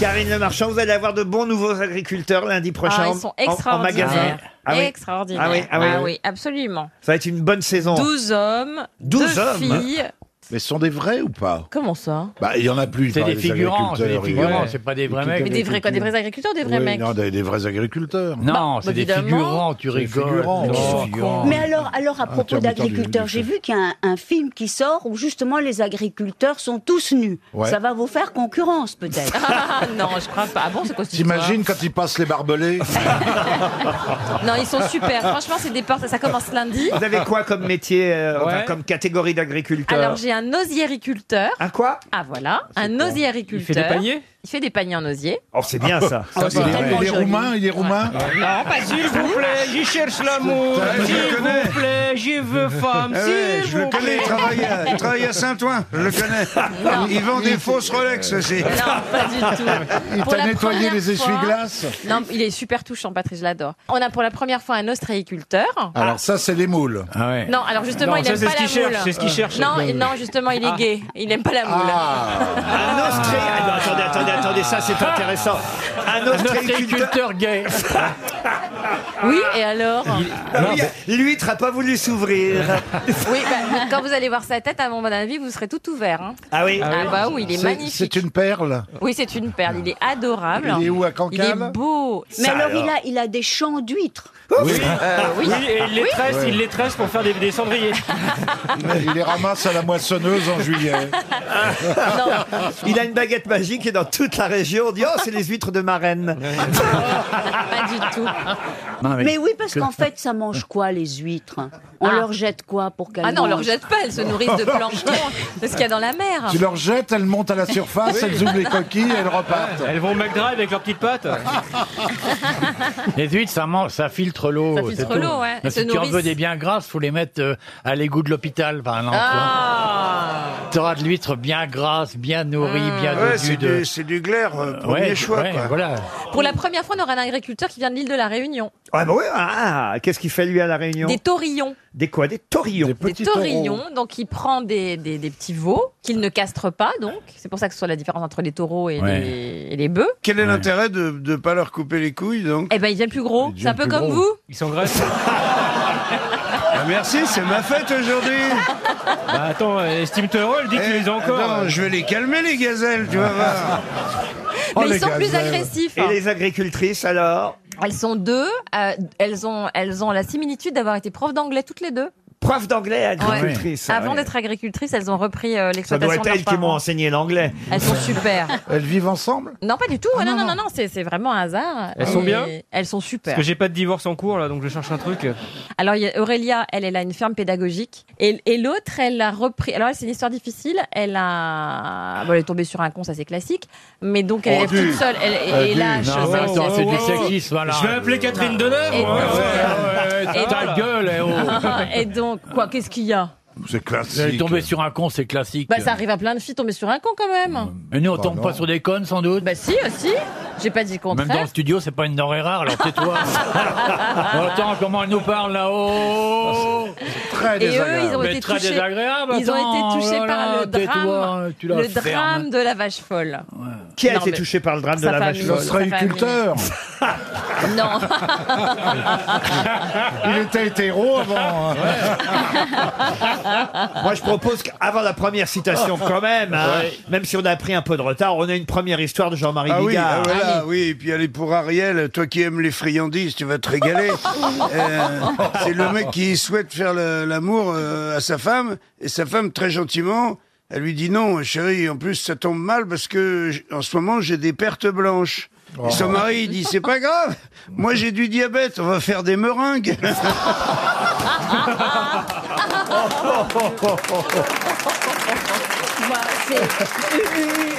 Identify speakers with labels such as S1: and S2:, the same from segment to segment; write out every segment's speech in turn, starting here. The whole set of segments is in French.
S1: Karine Le Marchand, vous allez avoir de bons nouveaux agriculteurs lundi prochain
S2: Ah,
S1: en-
S2: ils sont
S1: en- en,
S2: extraordinaires.
S1: magasin. Ah oui.
S2: Extraordinaires.
S1: Ah oui, ah oui, oui.
S2: absolument.
S3: Ah.
S1: Ça va être une bonne saison. hein.
S2: 12 hommes,
S1: 12
S2: deux
S1: hommes. Hein
S2: filles.
S4: Mais ce sont des vrais ou pas
S2: Comment ça
S4: Bah, il y en a plus.
S3: C'est
S4: par
S3: des
S4: les
S3: figurants, c'est des
S4: agriculteurs,
S3: figurants,
S4: ouais.
S3: c'est pas des vrais
S4: Mais
S3: mecs.
S2: Mais des vrais, quoi, des vrais agriculteurs, des vrais
S4: Oui,
S2: mecs Bah,
S4: Non, des, des vrais agriculteurs.
S3: Non, c'est des
S2: évidemment.
S3: figurants, tu
S4: des
S3: rigoles.
S4: figurants. Oh,
S3: Non,
S4: Ils sont
S3: figurants.
S5: Mais alors, alors à
S4: tiens,
S5: propos
S4: mais attends,
S5: d'agriculteurs,
S4: du-
S5: j'ai vu qu'il y a un, un film qui sort où justement les agriculteurs sont tous nus.
S4: Ouais.
S5: Ça va vous faire concurrence peut-être.
S2: Ah non, je crois pas. Ah bon, c'est quoi cette
S4: T'imagines quand ils passent les barbelés
S2: histoire Non, ils sont super. Franchement, c'est des portes. Ça commence lundi.
S1: Vous avez quoi comme métier, euh, enfin,
S3: Ouais.
S1: comme catégorie d'agriculteurs
S2: Alors, j'ai un osiericulteur.
S1: Un quoi
S2: Ah voilà, un
S3: Il
S2: osiericulteur.
S3: fait des paniers
S2: Il fait des paniers en osier.
S1: Oh, c'est bien ça.
S5: Oh,
S4: Il
S5: c'est
S4: est-
S5: tellement
S4: il est
S5: joli.
S4: roumain, il est roumain.
S3: Non, pas s'il vous plaît, j'y cherche l'amour. S'il vous plaît, j'y veux femme.
S6: Ah ouais, je le connais, il travaille, à, il travaille à Saint-Ouen, je le
S2: Non.
S6: connais. Il vend des fausses Rolex
S2: Non,
S6: aussi.
S2: pas du tout.
S4: Il
S2: Pour
S4: t'a
S2: la
S4: nettoyé
S2: première
S4: les
S2: fois-
S4: essuie-glaces.
S2: Non, il est super touchant, Patrice, je l'adore. On a pour la première fois un ostréiculteur.
S4: Alors ça, c'est les moules.
S3: Ah ouais.
S2: Non, alors justement,
S3: Non,
S2: il
S3: ça,
S2: aime
S3: c'est
S2: pas
S3: ce
S2: la
S3: qu'il cherche,
S2: moule.
S3: c'est ce qu'il cherche.
S2: Non, et non, justement, il est gay. Il aime pas la moule.
S4: Ah,
S1: Un ostré... Ah, non, attendez, attendez, attendez, ça c'est intéressant. Un ostréiculteur...
S3: Agriculteur gay.
S2: Oui, et alors
S1: Ah oui, L'huître a pas voulu s'ouvrir.
S2: Oui, bah, quand vous allez voir sa tête, à mon bon avis, vous serez tout ouvert. hein.
S1: Ah oui
S2: Ah, bah oui, il est
S4: c'est c'est
S2: magnifique.
S4: une perle.
S2: Oui, c'est une perle. Il est adorable.
S4: Il est où, à
S2: Il est
S4: Cancale
S2: beau.
S5: Mais
S1: Ça,
S5: alors, il
S1: alors.
S5: a, il a des champs d'huîtres.
S4: Oui.
S2: Euh,
S3: Oui, et il les tresse, il les tresse pour faire des, des cendriers.
S4: Il les ramasse à la moissonneuse en juillet.
S1: Il a une baguette magique et dans toute la région, on dit Oh, c'est les huîtres de Marraine.
S2: Pas du tout.
S5: Mais oui, parce qu'en fait, ça mange quoi les huîtres On
S2: Ah.
S5: leur jette quoi pour qu'elles
S2: Ah non, on leur
S5: mangent
S2: jette pas. Elles se nourrissent de plancton, de ce qu'il y a dans la mer.
S4: Tu leur jettes, elles montent à la surface, elles ouvrent les coquilles, elles repartent.
S3: Elles vont au McDrive avec leurs petites pattes. les huîtres, ça, mange, ça filtre l'eau.
S2: Ça filtre
S3: c'est tout.
S2: l'eau, ouais.
S3: Mais
S2: Elles se
S3: si tu en
S2: nourrissent.
S3: veux des biens grasses, faut les mettre euh, à l'égout de l'hôpital, par exemple.
S2: Ah
S3: tu vois. T'auras de l'huître bien grasse, bien nourrie,
S4: Ah.
S3: bien
S6: Ouais,
S3: dodue
S6: c'est
S3: de-
S6: du, c'est du glaire, euh, premier
S3: Ouais,
S6: choix.
S3: ouais,
S6: quoi.
S3: voilà.
S2: Pour la première fois, on aura un agriculteur qui vient de l'île de la Réunion.
S1: Ah bah oui, ah, qu'est-ce qu'il fait lui à la Réunion
S2: Des taurillons.
S1: Des quoi Des taurillons.
S2: Des taurillons. Donc, il prend des, des, des petits veaux qu'il ne castre pas. Donc, c'est pour ça que ce soit la différence entre les taureaux et,
S3: Ouais.
S2: les, et les bœufs.
S6: Quel est l'intérêt de ne pas leur couper les couilles donc
S2: Eh ben, il devient plus gros.
S4: devient
S2: C'est un peu
S4: plus
S2: comme
S4: gros.
S2: vous.
S3: Ils sont graisses.
S6: Ah, Merci, c'est ma fête aujourd'hui.
S3: Bah, attends, euh, estime-toi heureux, elle dit que tu
S6: Eh,
S3: les as encore.
S6: attends, je vais les calmer les gazelles, tu vas voir.
S4: Oh,
S2: Mais
S4: les
S2: ils sont plus
S4: gazelles.
S2: agressifs.
S6: Ah.
S1: Et les agricultrices alors
S2: Elles sont deux. euh, elles, ont, elles ont la similitude d'avoir été prof d'anglais toutes les deux.
S1: Prof d'anglais, agricultrice. ah
S2: Avant
S1: ouais.
S2: d'être agricultrices, elles ont repris euh,
S1: Ça doit
S2: l'exploitation
S1: être
S2: de leurs
S1: elles qui m'ont Ah,
S2: parents.
S1: enseigné l'anglais.
S2: Elles sont super.
S4: Elles vivent ensemble
S2: Non, pas du tout. non, non, non, non, c'est c'est vraiment un hasard.
S3: Elles sont
S2: Et
S3: bien
S2: Elles sont
S3: Parce
S2: super.
S3: que j'ai pas de divorce en cours, là, donc je cherche un truc.
S2: Alors, il y a Aurélia, elle, elle a une ferme pédagogique. Et, et l'autre, elle a repris. Alors, elle, c'est une histoire difficile. Elle a. Bon, elle est tombée sur un con, ça c'est classique. Mais donc, elle
S4: Oh,
S2: est toute
S4: dis.
S2: seule. Elle, et, et là, je-
S3: ouais,
S2: c'est-
S3: attends,
S2: c'est-
S3: c'est du
S2: c'est-
S3: sexisme, voilà. Je vais appeler Catherine Deneuve.
S2: Et-
S3: moi.
S2: Ouais,
S3: ouais,
S2: Et-
S3: ta gueule, eh, oh.
S2: et donc, quoi, qu'est-ce qu'il y a
S4: C'est
S3: Vous allez
S4: classique.
S3: tomber sur un con, c'est classique.
S2: Bah, ça arrive à plein de filles tomber sur un con quand même.
S3: Mais nous, on
S4: Bah,
S3: tombe
S4: non.
S3: pas sur des connes, sans doute.
S2: Bah, si, aussi. J'ai pas dit le
S3: Même dans le
S2: contraire.
S3: studio, c'est pas une denrée rare, alors tais-toi. Oh, attends, comment elle nous parle là-haut
S4: Très
S2: Et eux,
S4: désagréable.
S2: ils ont
S3: Mais
S2: été
S3: très
S2: touchés.
S3: désagréable.
S2: Ils ont
S3: attends,
S2: été touchés
S3: oh là
S2: par
S3: là,
S2: le
S3: tais-toi, hein,
S2: drame,
S3: tu la
S2: le
S3: fermes.
S2: drame de la vache folle.
S1: Qui a
S2: Non,
S1: été
S2: mais-
S1: touché par le drame de
S2: Sa
S1: la vache
S2: famille.
S1: folle
S4: L'ostréiculteur.
S2: Non.
S4: Il était hétéro avant. hein.
S1: Moi, je propose qu'avant la première citation,
S6: Ah.
S1: quand même, hein, même si on a pris un peu de retard, on a une première histoire de Jean-Marie
S6: Ah oui, ah
S1: Bigard.
S6: voilà, oui, et puis allez pour Ariel, toi qui aimes les friandises, tu vas te régaler. Euh, c'est le mec qui souhaite faire le- l'amour euh, à sa femme, et sa femme, très gentiment, elle lui dit non, chérie, en plus ça tombe mal parce que j- en ce moment j'ai des pertes blanches. Et son mari il dit c'est pas grave, moi j'ai du diabète, on va faire des meringues.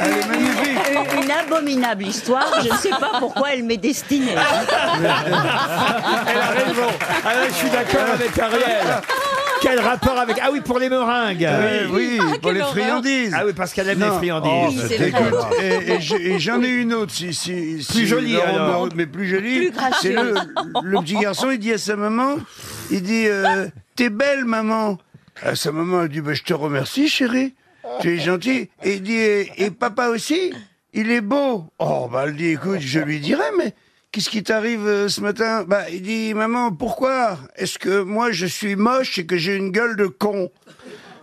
S6: Elle est magnifique.
S5: Une- Une abominable histoire, je ne sais pas pourquoi elle m'est destinée.
S1: Elle a raison. Ah là, je suis d'accord avec Ariel. Quel rapport avec. Ah oui, pour les meringues.
S6: oui,
S2: Ah,
S6: pour
S2: quelle
S6: les
S2: horreur. Oh,
S6: friandises.
S1: Ah oui, parce qu'elle aime les
S6: Non. Euh,
S1: friandises.
S2: c'est vrai.
S4: dégueulasse.
S6: Et, et j'ai- et j'en ai une autre, si, si, si-
S1: jolie,
S6: Laurent
S1: alors.
S6: Barraud, mais plus jolie. C'est le, le petit garçon, il dit à sa maman, il dit, euh, t'es belle maman. À sa maman, elle dit, bah, je te remercie chérie, tu es gentille. Et il dit, et, et papa aussi il est beau. Oh, bah, elle dit, écoute, je lui dirai, mais qu'est-ce qui t'arrive euh, ce matin Bah, il dit, maman, pourquoi Est-ce que moi, je suis moche et que j'ai une gueule de con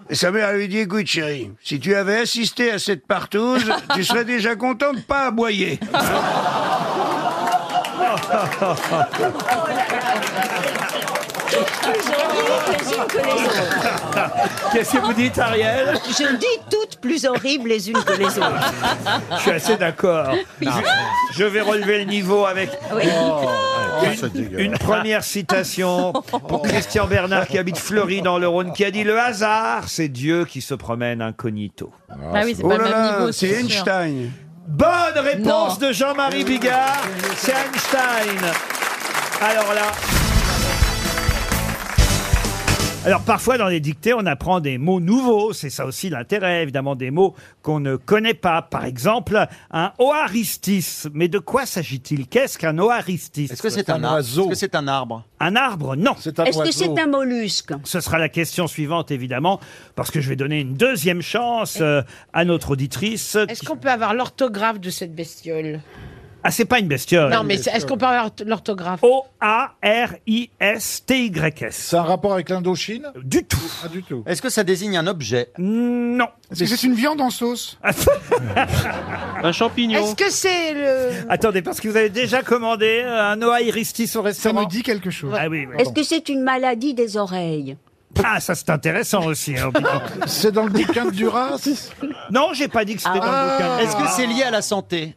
S6: et sa mère elle lui dit, écoute chérie, si tu avais assisté à cette partouze, tu serais déjà content de pas aboyer.
S1: Qu'est-ce que vous dites, Ariel
S5: Je dis toutes plus horribles les unes que les autres.
S1: Je suis assez d'accord.
S2: Ah.
S1: Je, je vais relever le niveau avec
S3: Oh.
S6: Oh,
S1: une, une première citation pour Christian Bernard qui habite Fleury dans le Rhône qui a dit Le hasard, c'est Dieu qui se promène incognito.
S7: Ah oui, c'est
S6: Oh
S7: pas le
S6: là
S7: même niveau.
S6: là, c'est
S7: sûr.
S6: Einstein.
S1: Bonne réponse
S7: Non.
S1: de Jean-Marie Bigard, c'est Einstein. Alors là. Alors parfois dans les dictées, on apprend des mots nouveaux, c'est ça aussi l'intérêt, évidemment des mots qu'on ne connaît pas. Par exemple, un oaristis. Mais de quoi s'agit-il Qu'est-ce qu'un oaristis
S3: Est-ce que c'est un, arbre Est-ce que c'est un arbre
S1: Un arbre Non.
S3: C'est un
S5: Est-ce que c'est un mollusque
S1: Ce sera la question suivante, évidemment, parce que je vais donner une deuxième chance euh, à notre auditrice.
S8: Est-ce qu'on peut avoir l'orthographe de cette bestiole
S1: Ah, c'est pas une bestiole.
S8: Non, mais c'est- est-ce qu'on peut avoir l'orthographe
S1: O-A-R-I-S-T-Y-S.
S4: C'est un rapport avec l'Indochine
S1: Du tout.
S4: Pas du tout. Hmm.
S3: Est-ce que ça désigne un objet
S1: Non.
S9: Est-ce que c'est une viande en sauce
S10: Un champignon.
S8: Est-ce que c'est le...
S1: Attendez, parce que vous avez déjà commandé euh, un Noah Iristis au
S9: Ça
S1: restaurant.
S9: me dit quelque chose.
S1: Ah oui, oui.
S5: Est-ce que c'est une maladie des oreilles
S1: Ah, ça c'est intéressant aussi. hein, au bout.
S4: C'est dans le bouquin de Duras
S1: non, j'ai pas dit que c'était dans le bouquin.
S3: Ah. Est-ce que c'est lié à la santé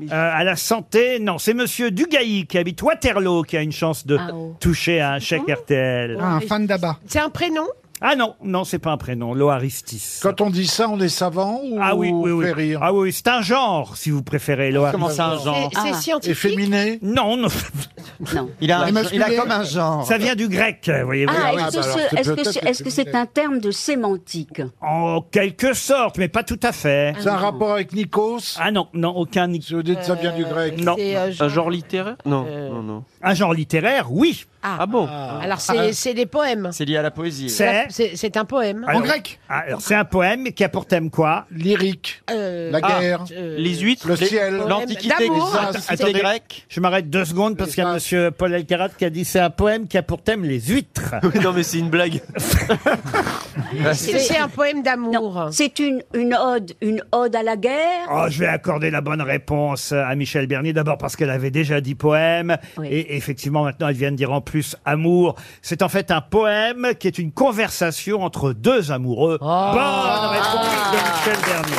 S1: Euh, à la santé Non, c'est Monsieur Dugailly qui habite Waterloo qui a une chance de
S5: Ah, oh.
S1: toucher à un chèque RTL.
S9: Ah, un fan d'abat.
S8: Oh, C'est un prénom
S1: Ah non, non, c'est pas un prénom, Loaristis.
S4: Quand on dit ça, on est savant ou
S1: Ah oui,
S4: on
S1: oui,
S4: fait
S1: oui.
S4: rire
S1: Ah oui, c'est un genre, si vous préférez,
S3: Comment
S1: Loaristis.
S3: c'est un genre
S8: C'est c'est
S5: Ah.
S8: scientifique
S4: Efféminé
S1: Non, non,
S5: Non.
S3: il a, un-
S9: Et
S3: il a
S9: masculin.
S3: comme un genre.
S1: ça vient du grec, voyez-vous.
S5: Ah, est-ce
S4: oui, bah
S5: que ce-
S4: alors, c'est
S5: est-ce que
S4: peut-être
S5: c'est est-ce que c'est un terme de sémantique
S1: En quelque sorte, mais pas tout à fait.
S4: C'est
S8: Ah
S4: un rapport avec Nikos
S1: Ah non, non, aucun.
S4: Si vous dites ça vient du grec.
S1: Non.
S8: C'est, euh,
S10: Un
S8: genre-
S10: genre littéraire Non,
S8: Euh.
S10: non, non.
S1: Un genre littéraire, oui.
S10: Ah bon
S8: Alors c'est c'est des poèmes.
S3: Ah. C'est lié à la poésie.
S1: C'est. Ah,
S8: C'est c'est un poème.
S1: Alors-
S9: En grec
S1: Alors, c'est un poème qui a pour thème quoi
S4: Lyrique,
S8: Euh,
S4: la
S10: ah.
S4: guerre,
S8: euh,
S10: Les huîtres
S4: le
S10: les-
S4: ciel.
S8: poème
S3: L'Antiquité
S8: d'amour.
S3: grecque.
S1: Attendez.
S3: L'Antiquité grecque.
S1: Je m'arrête deux secondes parce qu'il y a monsieur Paul Elkarat qui a dit c'est un poème qui a pour thème les huîtres.
S10: Oui, non, mais c'est une blague.
S8: Est-ce que c'est un poème d'amour
S5: C'est une, une ode, une ode à la guerre
S1: Oh, je vais accorder la bonne réponse à Michel Bernier, d'abord parce qu'elle avait déjà dit poème,
S5: Oui.
S1: et effectivement maintenant elle vient de dire en plus amour. C'est en fait un poème qui est une conversation entre deux amoureux.
S8: Oh.
S1: Bonne réponse de Michel Bernier.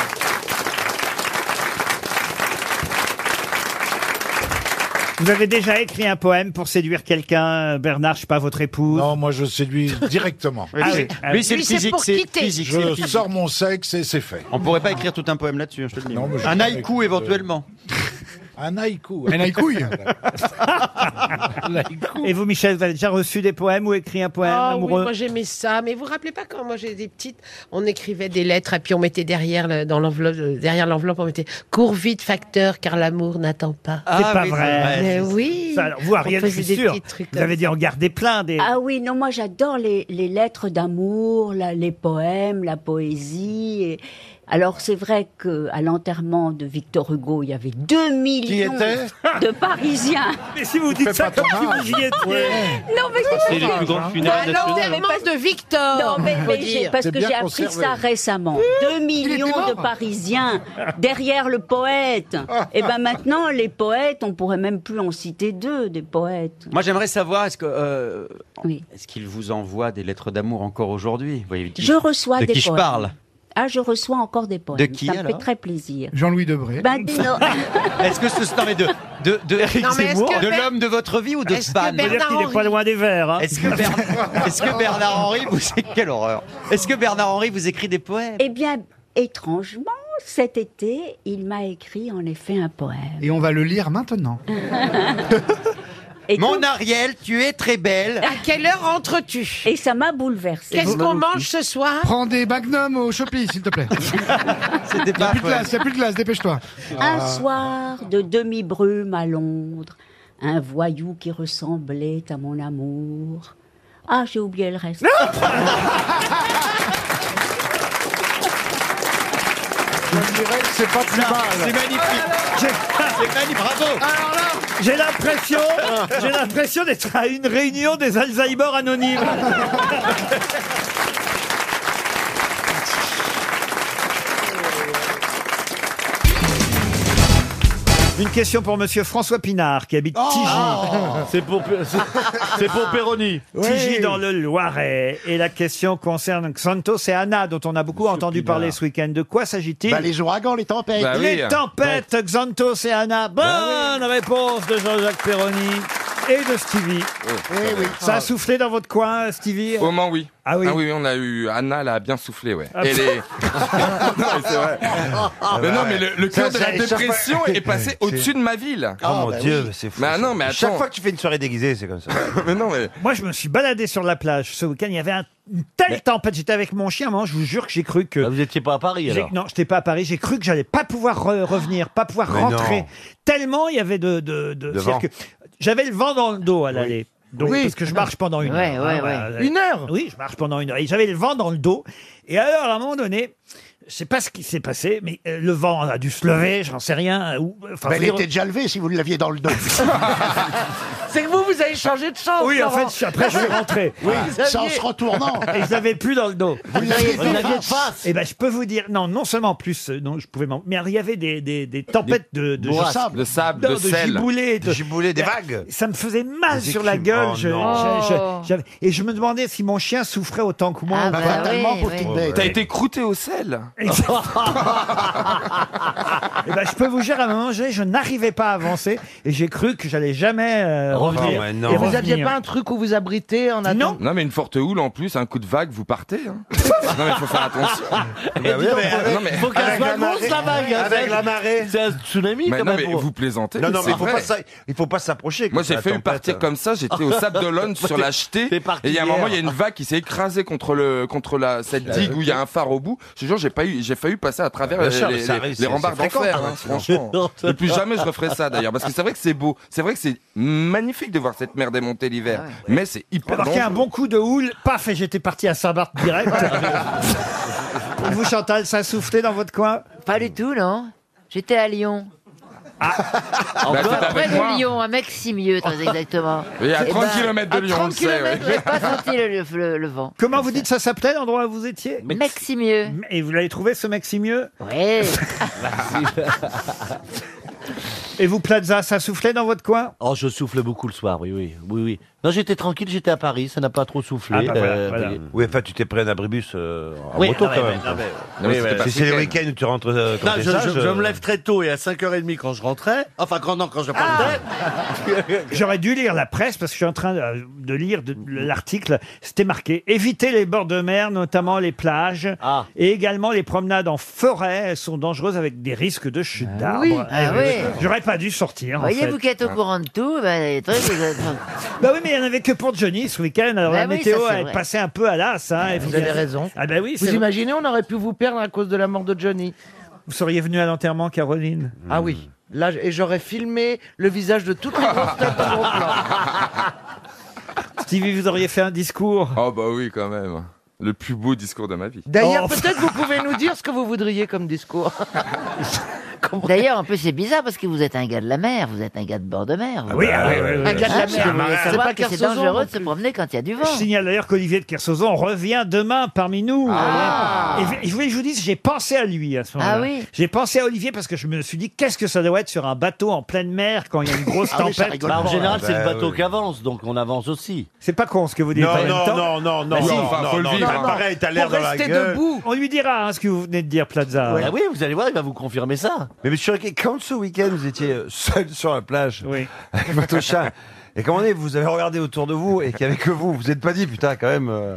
S1: Vous avez déjà écrit un poème pour séduire quelqu'un, euh, Bernard, je sais pas, votre épouse
S4: Non, moi je séduis directement.
S3: Oui,
S1: Ah
S3: c'est-
S1: oui, ah
S3: Lui,
S1: oui.
S3: c'est le
S8: Lui, c'est
S3: physique.
S8: pour
S3: C'est le
S8: quitter.
S3: physique. c'est le
S4: Je
S3: physique.
S4: sors mon sexe et c'est fait.
S3: On pourrait pas écrire tout un poème là-dessus, hein, je te le dis.
S4: Non, mais je-
S3: un
S9: euh,
S3: haïku éventuellement.
S4: Un haïku.
S9: Un haïkouille
S1: Et vous, Michel, vous avez déjà reçu des poèmes ou écrit un poème
S8: Oh, oui,
S1: amoureux
S8: moi j'aimais ça, mais vous vous rappelez pas quand moi j'ai des petites, on écrivait des lettres et puis on mettait derrière le- dans l'enveloppe, euh, derrière l'enveloppe on mettait cours vite facteur car l'amour n'attend pas.
S3: Ah
S1: pas
S3: oui,
S1: vrai.
S8: Mais oui.
S1: Ça, alors, vous, Ariel,
S8: on
S1: je
S8: faisait
S1: suis
S8: des
S1: sûr,
S8: petits trucs
S1: vous
S8: comme
S1: avez dit en garder plein des...
S5: Ah oui, non, moi j'adore les, les lettres d'amour, la- les poèmes, la poésie. et- Alors c'est vrai que à l'enterrement de Victor Hugo, il y avait 2 millions
S4: était
S5: de Parisiens.
S1: Mais si vous dites
S4: fais
S1: ça
S4: pas
S1: comme si
S4: ton
S1: vous y étiez.
S5: Non, mais c'est Bah,
S10: C'est les plus grandes funérailles
S8: ça.
S10: nationales.
S8: L'enterrement de Victor.
S5: Non, mais,
S8: faut
S5: mais
S8: dire.
S5: j'ai- parce
S4: C'est
S5: que
S4: bien
S5: j'ai appris
S4: conservé.
S5: ça récemment. 2 millions
S9: mort
S5: de Parisiens derrière le poète. Et ben maintenant, les poètes, on pourrait même plus en citer deux, des poètes.
S3: Moi, j'aimerais savoir, est-ce que euh,
S5: Oui.
S3: est-ce qu'il vous envoie des lettres d'amour encore aujourd'hui Vous voyez, qui-
S5: Je reçois
S3: de
S5: des
S3: qui je
S5: poèmes.
S3: parle
S5: Ah, je reçois encore des poèmes.
S3: De qui,
S5: Ça me fait
S3: alors
S5: très plaisir.
S9: Jean-Louis Debré.
S5: Ben, non.
S3: Est-ce que ce non, mais de de de,
S8: Non, mais est-ce que
S3: de
S8: Ber-
S3: l'homme de votre vie ou de
S8: est-ce que
S3: Span
S1: C'est-à-dire
S8: Bernard
S1: qu'il est pas
S8: Henry.
S1: loin des verts. hein.
S3: Est-ce que, Bernard- est-ce que Bernard Henry vous quelle horreur Est-ce que Bernard Henry vous écrit des poèmes
S5: Eh bien, étrangement, cet été, il m'a écrit en effet un poème.
S9: Et on va le lire maintenant.
S5: Et,
S3: Mon
S5: donc-
S3: Ariel, tu es très belle.
S8: À quelle heure entres-tu
S5: et ça m'a bouleversée.
S8: Qu'est-ce qu'on mange ce soir
S9: Prends des magnums au Shopee, s'il te plaît.
S3: C'était
S9: Il n'y
S3: pas
S9: a
S3: un
S9: plus de
S3: poème.
S9: glace, il n'y a plus de glace, dépêche-toi.
S5: Un soir de demi-brume à Londres, un voyou qui ressemblait à mon amour. Ah, j'ai oublié le reste. dirait que c'est pas plus mal.
S1: C'est magnifique. C'est magnifique. Bravo. J'ai l'impression, j'ai l'impression d'être à une réunion des Alzheimer anonymes. Une question pour Monsieur François Pinard qui habite
S11: Oh.
S1: Tigy.
S11: C'est pour- c'est- c'est pour Péroni.
S1: Tigy
S11: Oui.
S1: dans le Loiret. Et la question concerne Santos et Anna dont on a beaucoup entendu
S11: Pinard.
S1: parler ce week-end. De quoi s'agit-il
S11: Bah, les
S1: ouragans, les tempêtes.
S11: Bah oui. Bah
S1: Les tempêtes, Xantos et Anna. Bonne réponse de Jean-Jacques Perroni et de Stevie.
S3: oui.
S1: Ça
S11: Ah.
S1: a soufflé dans votre coin, Ah, Stevie
S3: Au Mans, oui.
S1: Ah oui.
S3: on a eu Anna, elle a bien soufflé, ouais.
S1: Ah,
S3: Et
S1: pff.
S3: les- Non, mais c'est vrai.
S1: Ah,
S3: mais
S1: bah
S3: non,
S1: ouais.
S3: mais le, le cœur de
S1: Ça,
S3: la
S1: c'est- chaque
S3: dépression
S1: fois-
S3: est passé au-dessus de ma ville.
S1: Oh, mon bah Dieu, oui.
S3: c'est fou. non, mais
S1: Chaque fois
S3: que tu fais une soirée déguisée, c'est comme ça. mais non, mais.
S1: Moi, je me suis baladé sur la plage ce week-end. Il y avait un- une telle tempête. J'étais avec mon chien. Moi, je vous jure que j'ai cru que. vous n'étiez pas à Paris
S12: alors
S1: Non, j'étais pas à Paris. J'ai cru que j'allais pas pouvoir re- revenir, pas pouvoir
S12: Mais
S1: rentrer.
S12: non.
S1: Tellement il y avait de. de,
S12: De
S1: de- c'est-à-dire
S12: vent.
S1: que j'avais le vent dans le dos à l'aller. Donc,
S12: Oui.
S1: Parce que je marche pendant une
S12: Ouais,
S1: heure.
S12: ouais,
S1: hein,
S12: ouais.
S1: voilà.
S12: Une heure
S1: Oui, je marche pendant une heure. Et j'avais le vent dans le dos. Et alors, à un moment donné. Je sais pas ce qui s'est passé, mais euh, le vent a dû se lever, j'en sais rien. Ou, enfin,
S12: Mais elle
S1: je veux dire-
S12: était déjà levée si vous l'aviez dans le dos.
S13: C'est que vous, vous avez changé de chambre.
S1: Oui, en
S13: Laurent.
S1: fait, je suis- après, je suis rentré. Ah.
S13: Oui,
S12: Voilà.
S13: vous
S12: Sans
S13: aviez-
S12: se retournant.
S1: Et je l'avais plus dans le dos.
S12: Vous l'aviez Vous fait l'aviez face. face.
S1: Et ben, je peux vous dire, non, non seulement plus, euh, non, je pouvais m'en- Mais il y avait des, des, des tempêtes de, de,
S3: bourrasques. De sable,
S1: Non,
S3: de sel.
S1: giboulées, de Bah,
S3: Des giboulées, des vagues.
S1: Ça me faisait mal
S3: Des
S1: sur la
S3: écumes.
S1: gueule.
S3: Oh
S1: je-
S3: non.
S1: je- je-
S3: Oh.
S1: j'avais- et je me demandais si mon chien souffrait autant que moi.
S3: Ah bah
S12: Fatalement, oui, pauvre oui. petite bête.
S3: T'as été croûté au sel.
S1: Et ben, je peux vous dire, à un moment, donné, je n'arrivais pas à avancer et j'ai cru que j'allais jamais euh, revenir.
S3: Oh, mais
S1: Et
S3: non.
S1: revenir.
S3: Vous aviez pas
S9: Un truc où vous abritez en attendant.
S3: Non, mais une forte houle en plus, un coup de vague, vous partez. hein. non, mais faut faire attention. Bah oui, mais avec-
S9: euh, faut qu'elle
S3: avec
S9: soit
S3: la
S9: grosse
S3: marée-
S9: la vague. hein,
S3: avec
S9: c'est-
S3: la marée.
S9: C'est un tsunami
S3: Mais
S9: quand
S3: non,
S9: même.
S3: mais
S9: pour-
S3: vous plaisantez.
S9: Non, non, mais
S3: c'est
S9: faut
S3: vrai.
S9: pas ça-
S12: Il faut pas s'approcher.
S3: Moi, j'ai fait une partie comme ça, j'étais au Sable d'Olonne sur la jetée. Et il y a un moment, il y a une vague qui s'est écrasée contre le, contre la, cette
S12: Ah,
S3: digue
S12: ok.
S3: où il y a un phare au bout. Je te jure, j'ai pas eu, j'ai failli passer à travers
S12: Ah, bien
S3: les,
S12: sûr, mais
S3: les-
S12: ça
S3: les-
S12: arrive,
S3: les
S12: c'est-
S3: rambardes
S12: c'est
S3: d'en fer,
S12: fréquent,
S3: hein,
S12: hein,
S3: franchement.
S12: non,
S3: Et plus jamais je referai ça d'ailleurs, parce que c'est vrai que c'est beau. C'est vrai que c'est magnifique de voir cette mer démonter l'hiver.
S9: Ah
S3: Mais c'est hyper
S1: Remarquez un
S3: dangereux.
S1: bon coup de houle, paf, et j'étais parti à Saint-Barth direct. Et vous, Chantal, ça a soufflé dans votre coin
S14: Pas du tout, non. J'étais à Lyon.
S3: Bah, c'était avec
S14: Près
S3: moi.
S14: de Lyon, à Meximieux, très exactement.
S3: Et à
S14: Eh
S3: 30
S14: ben,
S3: kilomètres de
S14: à
S3: Lyon, on
S14: 30
S3: le sait, ouais.
S14: kilomètres, j'ai pas senti le, le- le vent.
S1: Comment vous dites ça s'appelait l'endroit où vous étiez
S14: Maximieux.
S1: Et vous l'avez trouvé ce Maximieux
S14: Oui.
S1: Et vous, Plaza, ça soufflait dans votre coin
S9: Oh, je souffle beaucoup le soir, oui, oui, oui, oui. Non, j'étais tranquille, j'étais à Paris, ça n'a pas trop soufflé.
S12: Ah, bah, voilà, voilà.
S9: Euh, Oui, enfin, tu t'es pris un abribus euh,
S12: En moto, quand même. quoi.
S9: Ah, non, mais euh,
S12: Oui,
S9: c'était
S12: ouais.
S9: pas
S12: Si c'est
S9: le
S12: le
S9: week-end.
S12: week-end où tu rentres euh, quand
S9: Non,
S12: t'es
S9: je,
S12: sage,
S9: je- je
S12: euh,
S9: me lève très tôt et à 5h30 quand je rentrais, enfin quand, non, quand je
S1: Ah
S9: partais,
S1: J'aurais dû lire la presse parce que je suis en train de, de lire de- de l'article. C'était marqué éviter les bords de mer, notamment les plages, et également les promenades en forêt sont dangereuses avec des risques de chute d'arbres.
S14: oui, ah
S1: Eh
S14: oui.
S1: J'aurais pas dû sortir. en
S14: Voyez,
S1: fait.
S14: vous qui êtes au courant de tout, ben, les trucs, vous êtes-
S1: Bah oui, mais il n'y en avait que pour Johnny ce week-end. Alors
S14: Bah
S1: la
S14: oui,
S1: météo
S14: ça, c'est
S1: elle
S14: vrai.
S1: passait un peu à l'as. hein,
S9: Vous
S1: évidemment.
S9: avez raison.
S1: Ah bah oui,
S9: Vous
S1: imaginez, on aurait pu vous perdre à cause de la mort de Johnny. Vous seriez venu à l'enterrement, Caroline
S9: Ah oui. Là, et j'aurais filmé le visage de toutes les grosses têtes de mon plan.
S1: Stevie, vous auriez fait un discours.
S3: Oh bah oui, quand même. Le plus beau discours de ma vie.
S9: D'ailleurs,
S1: Oh.
S9: peut-être vous pouvez nous dire ce que vous voudriez comme discours.
S14: D'ailleurs, en plus, c'est bizarre parce que vous êtes un gars de la mer, vous êtes un gars de bord de mer. vous.
S1: oui,
S12: bah,
S1: ah oui, oui, oui.
S14: Un gars de la
S1: Parce que
S14: mer.
S1: vous-
S14: C'est
S1: c'est pas
S14: pas que c'est
S1: Kersozon
S14: dangereux
S1: non
S14: de se promener quand il y a du
S1: Je
S14: vent.
S1: signale d'ailleurs qu'Olivier de Kersauzon revient demain parmi nous. Et je- je voulais que je vous dise, j'ai pensé à lui à ce moment-là.
S14: Ah oui.
S1: J'ai pensé à Olivier parce que je me suis dit, qu'est-ce que ça doit être sur un bateau en pleine mer quand il y a une grosse
S9: Ah oui, ça
S1: tempête
S9: rigole Bah, en pas, général, là. c'est le Bah, bateau oui.
S1: qui avance, donc on avance aussi. C'est pas con ce que vous dites.
S12: Non,
S1: en même
S12: non,
S1: temps.
S12: non, non, non,
S1: Bah si.
S12: non, Enfin, non, faut le non, vivre, non, hein. pareil, t'as l'air
S1: Pour
S12: dans la
S1: rester
S12: gueule.
S1: debout. On lui dira hein, ce que vous venez de dire, Plaza.
S12: Ouais. Ah oui,
S9: Eh vous allez voir, il va vous confirmer ça.
S12: Mais monsieur Riquet, quand ce week-end vous étiez euh, seul sur la plage avec votre chat, et comment on est, vous avez regardé autour de vous et qu'il n'y avait que vous, vous n'êtes pas dit, putain, quand même. euh,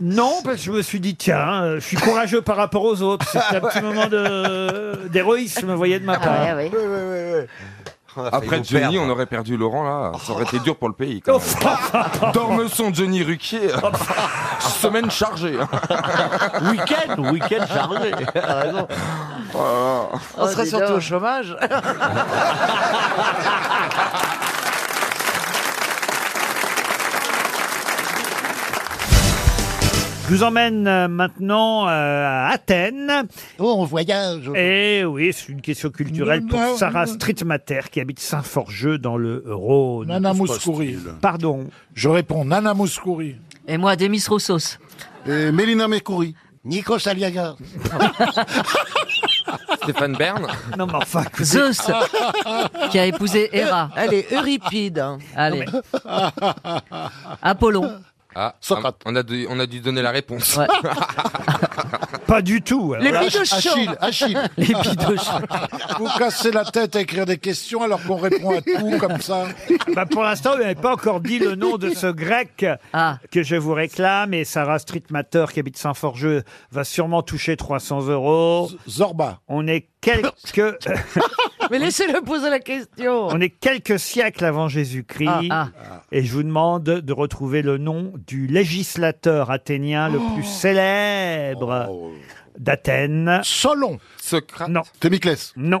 S1: Non, parce que je me suis dit, tiens, euh, je suis courageux par rapport aux autres. C'était un petit moment de- d'héroïsme, vous voyez, de ma part.
S14: ouais,
S12: ouais, ouais, ouais. On a failli
S3: Après
S12: vous
S3: Johnny,
S12: perdre.
S3: on aurait perdu Laurent là. Ça aurait été dur pour le pays. Quand même. Dormeçon Johnny Ruquier. euh, Semaine chargée.
S9: Week-end, week-end chargé.
S1: Ah,
S9: T'as raison.
S3: Oh
S9: On serait surtout au chômage.
S1: Je vous emmène euh, maintenant euh, à Athènes. Oh, on voyage. Et oui, c'est une question culturelle
S4: Non,
S1: pour
S4: non,
S1: Sarah
S4: non.
S1: Streetmater qui habite Saint-Forgeux dans le Rhône.
S4: Nana Mouskouri.
S1: Pardon.
S4: Je réponds Nana Mouskouri.
S10: Et moi, Demis Roussos.
S4: Et Mélina Mekouri. Nico Aliaga.
S15: Stéphane Bern
S1: Non, mais enfin. Ah,
S10: Zeus, qui a épousé Héra.
S9: Allez, Euripide. hein.
S10: Allez. Apollon.
S15: Ah, On a, dû, on a dû donner la réponse.
S1: Pas du tout. hein.
S15: alors. Les bidochons.
S4: Achille, Achille.
S15: Les bidochons.
S4: Vous cassez la tête à écrire des questions alors qu'on répond à tout comme ça.
S1: Bah, pour l'instant, vous n'avez pas encore dit le nom de ce grec que je vous réclame. Et Sarah Streetmater, qui habite Saint-Forgeux, va sûrement toucher 300 euros.
S4: Zorba.
S1: On est quelques...
S9: Mais laissez-le poser la question.
S1: On est quelques siècles avant Jésus-Christ
S9: Oh. Ah,
S1: et je vous demande de retrouver le nom du législateur athénien
S9: Oh.
S1: le plus célèbre d'Athènes.
S4: Oh. Solon.
S15: Socrate.
S1: Non.
S4: Thémiclès.
S1: Non.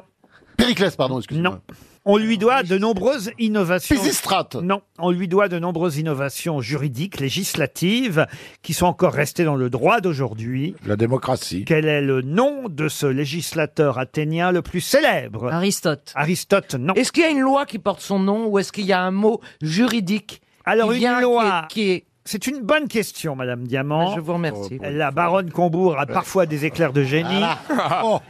S4: Périclès, pardon, excusez-moi.
S1: Non. On lui doit de nombreuses innovations.
S4: Pisistrate.
S1: Non, on lui doit de nombreuses innovations juridiques, législatives, qui sont encore restées dans le droit d'aujourd'hui.
S4: La démocratie.
S1: Quel est le nom de ce législateur athénien le plus célèbre
S10: Aristote.
S1: Aristote, non.
S9: Est-ce qu'il y a une loi qui porte son nom ou est-ce qu'il y a un mot juridique
S1: Alors
S9: qui
S1: une
S9: vient,
S1: loi.
S9: qui est,
S1: C'est une bonne question, Madame Diamant. Euh,
S9: Je vous remercie.
S1: La baronne Combourg a parfois des éclairs de génie.
S9: Voilà.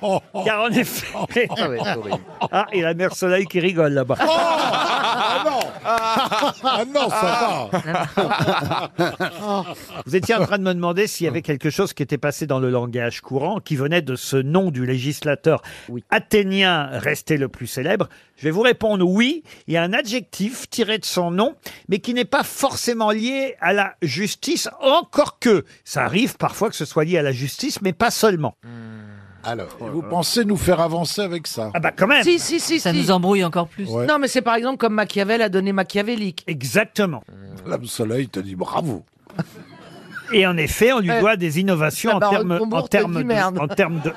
S1: Car en effet.
S9: Ah ouais, c'est horrible.
S1: Ah, et la mère Soleil qui rigole là-bas.
S4: Ah non Ah non, ça va
S1: Vous étiez en train de me demander s'il y avait quelque chose qui était passé dans le langage courant, qui venait de ce nom du législateur athénien resté le plus célèbre. Je vais vous répondre oui. Il y a un adjectif tiré de son nom, mais qui n'est pas forcément lié à la justice, encore que ça arrive parfois que ce soit lié à la justice, mais pas seulement.
S4: Alors, vous pensez nous faire avancer avec ça
S1: Ah bah quand même
S9: Si, si, si.
S4: Ça
S9: si.
S4: nous embrouille encore plus. Ouais.
S9: Non, mais c'est par exemple comme Machiavel a donné machiavélique.
S1: Exactement.
S4: Madame Euh, Soleil te dit bravo.
S1: Et en effet, on lui
S9: Eh.
S1: doit des innovations
S9: La
S1: en
S9: baronne
S1: termes en
S9: Combourg te
S1: termes
S9: dit
S1: de,
S9: merde.
S1: en termes de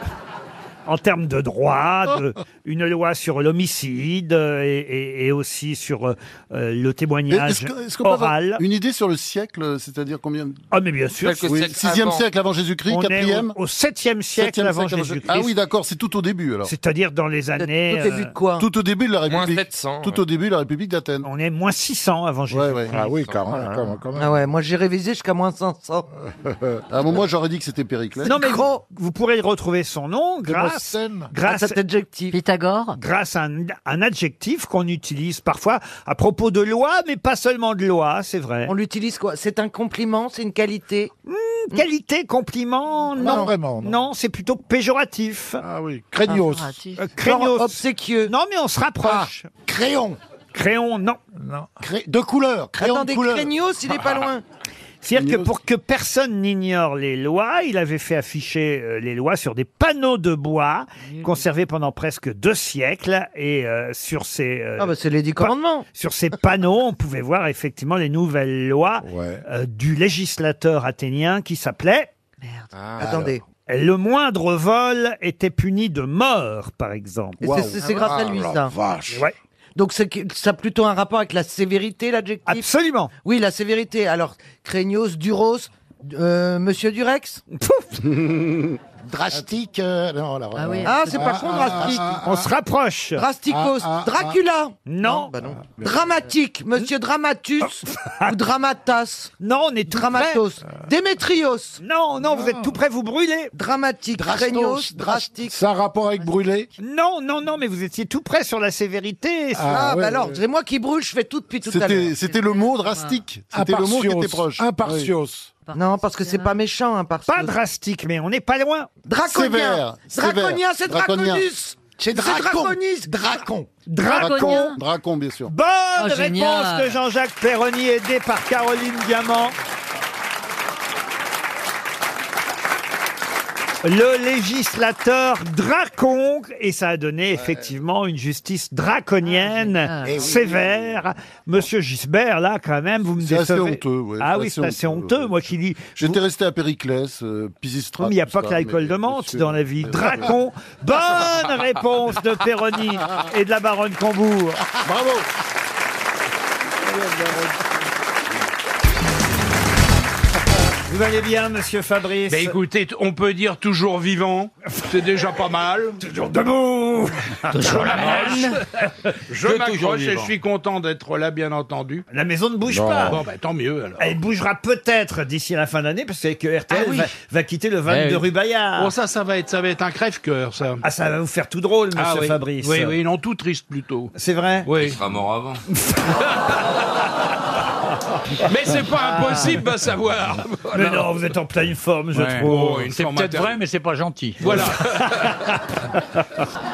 S1: en termes de droit, de- une loi sur l'homicide euh, et, et- et aussi sur euh, euh, le témoignage
S3: Est-ce que- est-ce qu'on peut avoir
S1: oral.
S3: Une idée sur le siècle, c'est-à-dire combien
S1: Ah mais bien sûr,
S3: Quelques Oui, siècles sixième avant. siècle avant Jésus-Christ,
S1: On est
S3: quatrième
S1: au, au septième siècle
S3: Septième
S1: avant
S3: siècle
S1: Jésus-Christ. euh,
S3: Ah oui, d'accord, c'est tout au début alors.
S1: C'est-à-dire dans les années.
S3: Tout au début de quoi Tout au début de la République. Tout
S1: ouais.
S3: au début de la République d'Athènes.
S1: On est moins 600 avant Jésus-Christ.
S3: Ah oui, quand même. Ah ouais, moi j'ai révisé jusqu'à moins 500. à un moment j'aurais dit que c'était Périclès.
S1: Non mais vous, vous pourrez retrouver son nom grâce,
S3: Démosthène.
S1: grâce
S3: À cet
S1: adjectif.
S10: Pythagore.
S1: Grâce à un, un adjectif qu'on utilise parfois à propos de loi, mais pas seulement de loi, c'est vrai.
S9: On l'utilise quoi C'est un compliment, c'est une qualité.
S1: Hmm, qualité, compliment, non.
S9: Non,
S1: vraiment. Non, c'est plutôt péjoratif.
S4: Ah oui,
S9: craignos.
S1: Euh, craignos.
S9: Genre obséquieux.
S1: Non, mais on se rapproche.
S4: Ah, crayon.
S1: Crayon, non.
S4: De couleur. Crayon
S9: Attendez,
S4: de couleur. Ah.
S9: Craignos, il est pas loin.
S1: C'est-à-dire que pour que personne n'ignore les lois, il avait fait afficher euh, les lois sur des panneaux de bois conservés pendant presque deux siècles. Et euh, sur ces. euh,
S9: Ah bah, c'est les dix
S1: pa-
S9: commandements.
S1: Sur ces panneaux, on pouvait voir effectivement les nouvelles lois euh, du législateur athénien qui s'appelait.
S9: Ah. Attendez.
S1: Le moindre vol était puni de mort, par exemple.
S9: Et c'est- c'est- c'est grâce à
S4: Ah,
S9: lui, ça.
S1: Ouais.
S9: Donc c'est que- ça a plutôt un rapport avec la sévérité, l'adjectif
S1: Absolument.
S9: Oui, la sévérité. Alors, Craignos, Duros, euh, Monsieur Durex
S4: Drastique. euh, non, alors,
S9: Ah oui.
S4: euh,
S9: Ah, c'est pas con,
S4: ah,
S9: drastique.
S4: ah, ah,
S1: On se rapproche.
S3: Ah,
S9: Drasticos, Dracula
S1: Non.
S9: bah
S1: Ah.
S9: Dramatique, Monsieur Dramatus ou Dramatas
S1: Non, on est tout
S9: Dramatos. Démétrios
S1: Non, non, vous êtes tout près, vous brûlez.
S9: Dramatique, Craignos, drastique.
S4: Ça a rapport avec brûler
S1: Non, non, non, mais vous étiez tout près sur la sévérité.
S9: Ah, bah alors, c'est moi qui brûle, je fais tout depuis tout à l'heure.
S3: C'était c'était le mot drastique. C'était le mot qui était proche.
S4: Impartios.
S9: Non, parce que c'est pas méchant, un partios.
S1: Pas drastique, mais on n'est pas loin.
S9: Draconien
S3: Sévère, sévère.
S9: Draconien, c'est
S3: Draconien.
S9: Draconus
S3: C'est Dracon.
S9: Draconis
S3: Dracon.
S1: Draconien.
S3: Dracon. Dracon, bien sûr.
S1: Bonne
S3: Oh,
S1: réponse
S3: génial.
S1: de Jean-Jacques Perroni, aidé par Caroline Diamant. Le législateur dracon, et ça a donné effectivement une justice draconienne,
S3: Eh oui.
S1: sévère. Monsieur Gisbert, là, quand même, vous me
S3: C'est
S1: décevez.
S3: assez honteux, ouais,
S1: ah
S3: c'est
S1: oui,
S3: assez
S1: c'est assez
S3: honteux,
S1: honteux, moi qui dis...
S3: J'étais resté à Périclès, euh, Pisistrate.
S1: Il n'y a
S3: tout
S1: pas que
S3: ça,
S1: l'alcool
S3: mais-
S1: de menthe dans la vie. Dracon. Bonne réponse de Perroni et de la baronne Combourg.
S3: Bravo.
S1: Vous allez bien, monsieur Fabrice
S3: Ben écoutez, t- on peut dire toujours vivant, c'est déjà pas mal.
S1: toujours debout
S3: Toujours la Je
S1: Que toujours
S3: m'accroche et je
S1: vivant.
S3: suis content d'être là, bien entendu.
S1: La maison ne bouge pas.
S3: Bon, ben tant mieux alors.
S1: Elle bougera peut-être d'ici la fin d'année, parce que RTL
S3: Ah oui.
S1: va, va quitter le 22
S3: Eh oui.
S1: rue Bayard.
S3: Bon, ça, ça va être, ça va être un crève-cœur, ça.
S1: Ah, ça va vous faire tout drôle, monsieur
S3: Ah oui.
S1: Fabrice.
S3: Oui, oui, non, tout triste plutôt.
S1: C'est vrai
S3: Oui.
S16: Il sera mort avant.
S3: Mais c'est pas impossible à savoir.
S1: Mais non, vous êtes en pleine forme, je
S3: Ouais.
S1: trouve.
S3: Oh, une forme interne.
S17: mais c'est pas gentil.
S3: Voilà.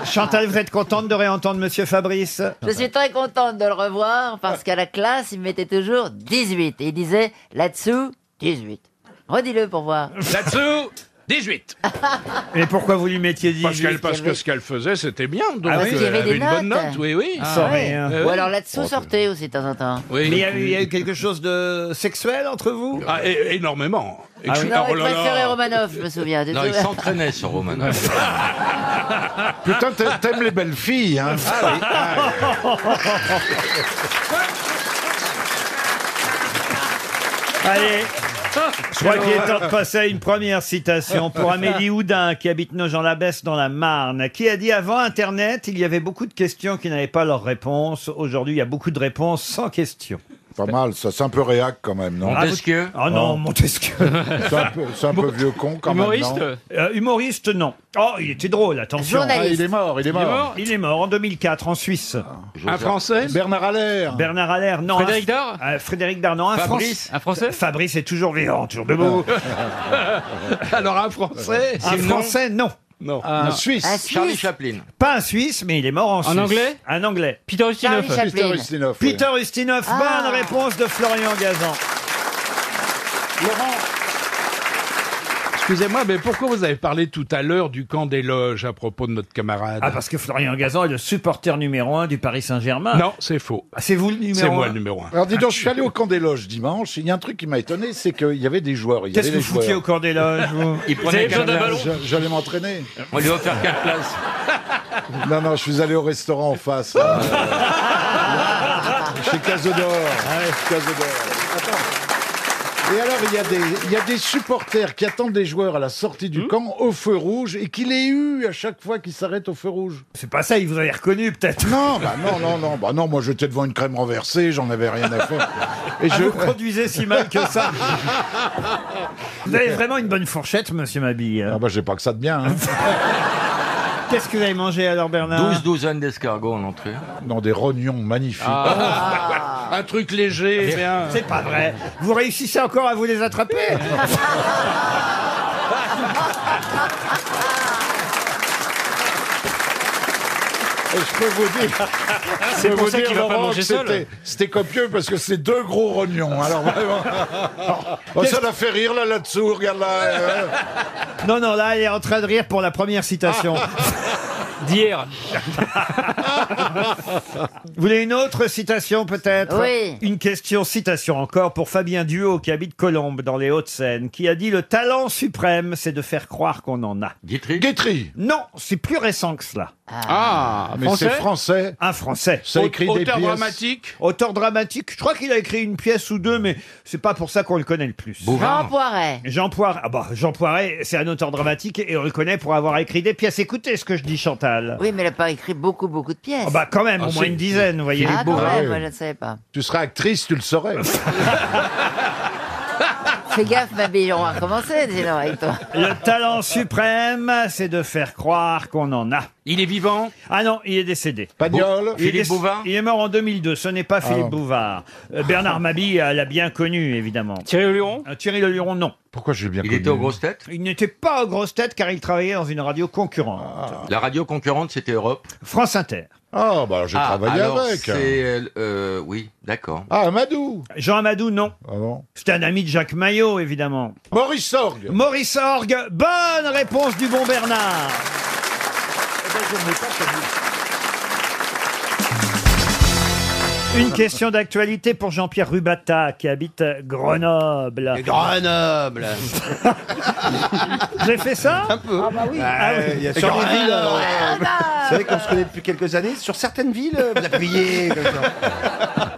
S1: Chantal, vous êtes contente de réentendre monsieur Fabrice
S14: Je suis très contente de le revoir parce qu'à la classe, il mettait toujours 18. Et il disait là-dessous, 18. Redis-le pour voir.
S3: Là-dessous, 18.
S1: Et pourquoi vous lui mettiez 18
S3: Parce, qu'elle- parce que ce qu'elle faisait, c'était bien. Donc,
S14: Ah
S1: Ah
S14: Parce qu'il y
S3: euh,
S14: avait
S3: elle
S14: des
S3: une bonne
S14: notes.
S3: note, oui, oui.
S14: Ah, ouais. Ou alors là-dessous sortait aussi de temps en temps.
S3: Oui.
S1: Euh, Mais il y, a eu, il y a eu quelque chose de sexuel entre vous
S3: Ah, é- énormément. Et que je-
S14: Non,
S3: oh
S14: il
S3: là là.
S14: préférait Romanov, je me souviens. du tout.
S16: sur Romanov.
S4: Putain, t'a- t'aimes les belles filles, hein
S1: Ah, Allez je crois qu'il est temps de passer à une première citation pour Amélie Houdin, qui habite Nogent-la-Baisse dans la Marne, qui a dit Avant Internet, il y avait beaucoup de questions qui n'avaient pas leurs réponses. Aujourd'hui, il y a beaucoup de réponses sans questions.
S4: Pas mal, ça, c'est un peu réac quand même, non
S1: Montesquieu Ah, vous- oh non, Montesquieu
S4: C'est un, peu- c'est un peu vieux con quand même, non
S1: Euh, Humoriste, non. Oh, il était drôle, attention.
S4: Journaliste. Ah, il est mort, il est mort.
S1: Il est mort, il est mort en 2004 en Suisse.
S3: Un Français
S1: Bernard Allaire. Bernard Allaire, non.
S3: Frédéric
S1: un- Euh, Frédéric Dard, non. Un
S3: Fabrice.
S1: Un Français Fabrice est toujours vivant, toujours debout.
S3: Ah. Alors un Français
S1: un
S3: c'est non.
S1: Français, non.
S3: Non.
S1: Un Suisse. Un Suisse. Charlie
S3: Chaplin.
S1: Pas un Suisse, mais il est mort en Suisse.
S3: Anglais
S1: Un Anglais. Peter
S3: Ustinov. Charlie Chaplin.
S1: Peter
S3: Peter
S1: Ustinov.
S3: Ustinov, oui.
S14: Ah.
S1: Bonne réponse de Florian Gazan.
S3: Excusez-moi, mais pourquoi vous avez parlé tout à l'heure du camp des loges à propos de notre camarade
S1: Ah, parce que Florian Gazan est le supporter numéro un du Paris Saint-Germain.
S3: Non, c'est faux.
S1: Ah, c'est vous le numéro
S3: C'est moi
S1: un
S3: le numéro un.
S4: Alors dis donc, je suis allé au camp des loges dimanche, il y a un truc qui m'a étonné, c'est qu'il y avait des joueurs. il y
S1: Qu'est-ce
S4: avait
S1: que vous
S4: des
S1: foutiez
S4: joueurs.
S1: au corps des loges, vous
S4: Il
S1: Vous avez besoin d'un ballon
S4: Je- J'allais m'entraîner.
S1: On lui a offert quatre places.
S4: Non, non, je suis allé au restaurant en face. là. Chez Casodor.
S1: Ah
S4: Casodor. Attends. Et alors, il y, a des- il y a des supporters qui attendent des joueurs à la sortie
S1: Hmm
S4: du camp au feu rouge et qui les eu à chaque fois qu'ils s'arrêtent au feu rouge.
S1: C'est pas ça, il vous avait reconnu peut-être.
S4: Non, bah non, non, non. Bah non, moi j'étais devant une crème renversée, j'en avais rien à faire.
S1: Ah, vous conduisez si mal que ça. Vous avez vraiment une bonne fourchette, monsieur Mabille. Ah
S4: bah j'ai pas que ça de bien.
S1: Qu'est-ce que vous avez mangé alors, Bernard
S18: 12 douzaines d'escargots en entrée.
S4: Non, des rognons magnifiques.
S1: Ah.
S3: un truc léger. mais un-
S1: C'est pas vrai. Vous réussissez encore à vous les attraper
S4: Et je peux vous dire,
S12: C'est
S4: je peux
S12: pour
S4: vous
S12: ça
S4: dire,
S12: qu'il va pas
S4: Laurent,
S12: manger
S4: que
S12: seul.
S4: c'était- C'était copieux parce que c'est deux gros rognons. Alors vraiment, Oh, ça l'a fait rire là là-dessous. Regarde là. euh,
S1: Non, non, là, elle est en train de rire pour la première citation.
S18: D'hier.
S1: Vous voulez une autre citation peut-être
S14: Oui.
S1: Une question citation encore pour Fabien Duo qui habite Colombes dans les Hauts-de-Seine qui a dit le talent suprême c'est de faire croire qu'on en a.
S18: Guitry
S4: Guitry
S1: Non, c'est plus récent que cela.
S3: Ah, mais Français c'est
S4: français.
S1: Un français.
S3: Ça écrit des Auteur pièces. dramatique
S1: Auteur dramatique. Je crois qu'il a écrit une pièce ou deux mais c'est pas pour ça qu'on le connaît le plus.
S14: Jean Poiret.
S1: Jean Poiret, ah bah, Jean Poiret, c'est un auteur dramatique et on le connaît pour avoir écrit des pièces. Écoutez ce que je dis, Chantal.
S14: Oui, mais il n'a pas écrit beaucoup, beaucoup de pièces.
S1: Ah bah quand même, au moins une dizaine, vous voyez.
S14: Ah, quand même, moi, je ne savais pas.
S4: Tu seras actrice, tu le saurais.
S14: Fais gaffe, ma bille, on va recommencer, dis donc, avec toi.
S1: Le talent suprême, c'est de faire croire qu'on en a.
S3: Il est vivant
S1: Ah non, il est décédé.
S4: Pagnol
S1: Il est
S4: Philippe
S1: déc-
S4: Bouvard
S1: Il est mort en 2002, ce n'est pas
S4: Ah.
S1: Philippe Bouvard. Euh, Bernard Mabille euh, l'a bien connu, évidemment. Thierry Le Luron Thierry Le Luron, non.
S4: Pourquoi je l'ai bien
S18: Il était aux grosses têtes
S1: Il n'était pas aux grosses têtes car il travaillait dans une radio concurrente.
S18: La radio concurrente, c'était Europe.
S1: France Inter.
S4: Ah, bah j'ai
S18: Ah,
S4: travaillé
S18: alors,
S4: avec.
S18: C'est. euh, oui, d'accord.
S4: Ah, Amadou
S1: Jean Amadou, non.
S4: Avant.
S1: C'était un ami de Jacques Maillot, évidemment.
S4: Maurice Sorgue.
S1: Maurice Orgue, bonne réponse du bon Bernard. Une question d'actualité pour Jean-Pierre Rubata qui habite Grenoble.
S3: Grenoble
S1: J'ai fait ça Un peu. Ah bah oui.
S3: il y a sur les villes, euh,
S1: C'est vrai qu'on se connaît depuis quelques années. Sur certaines villes,
S18: Euh,
S1: vous appuyez.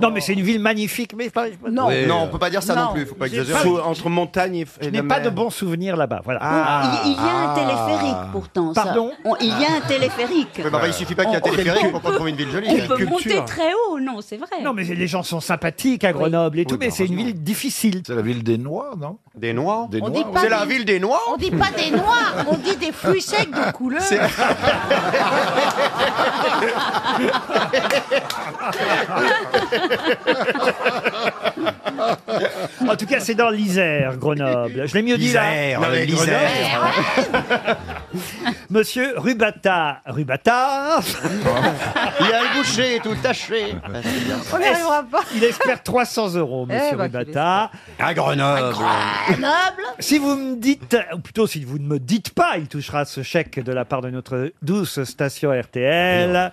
S1: non, mais c'est une ville magnifique. Mais pas-
S9: Non. Oui, non, on peut pas dire ça non plus, faut pas
S1: J'ai
S9: exagérer. Faut- entre montagne et f-
S1: Je
S9: et
S1: n'ai
S9: la
S1: pas
S9: mer.
S1: de bons souvenirs là-bas. Voilà.
S9: Ah.
S5: Il y a un téléphérique pourtant. ça.
S1: Pardon
S5: On- Il y a un téléphérique.
S9: Mais bah, il suffit pas qu'il y ait un
S5: On-
S9: téléphérique pour qu'on trouve une ville jolie.
S5: On peut monter très haut, non, c'est vrai.
S1: Non, mais les gens sont sympathiques à Grenoble et tout, mais c'est une ville difficile. C'est la ville des Noirs, non
S9: Des noirs
S1: Des
S9: On
S1: Noirs,
S9: dit
S1: oui.
S9: pas C'est la ville des noirs
S8: On dit pas des noirs, on dit des fruits secs de couleur.
S1: En tout cas, c'est dans l'Isère, Grenoble. Je l'ai mieux dit là.
S3: L'Isère,
S1: Non, mais
S3: l'Isère.
S1: Grenoble. Monsieur Rubata. Rubata.
S3: Il a le boucher tout taché.
S1: On n'y arrivera pas. Il espère 300 euros,
S3: Eh,
S1: monsieur
S3: bah, qu'il
S1: Rubata.
S3: À Grenoble.
S1: Si vous me dites, ou plutôt si vous ne me dites pas, il touchera ce chèque de la part de notre douce station RTL.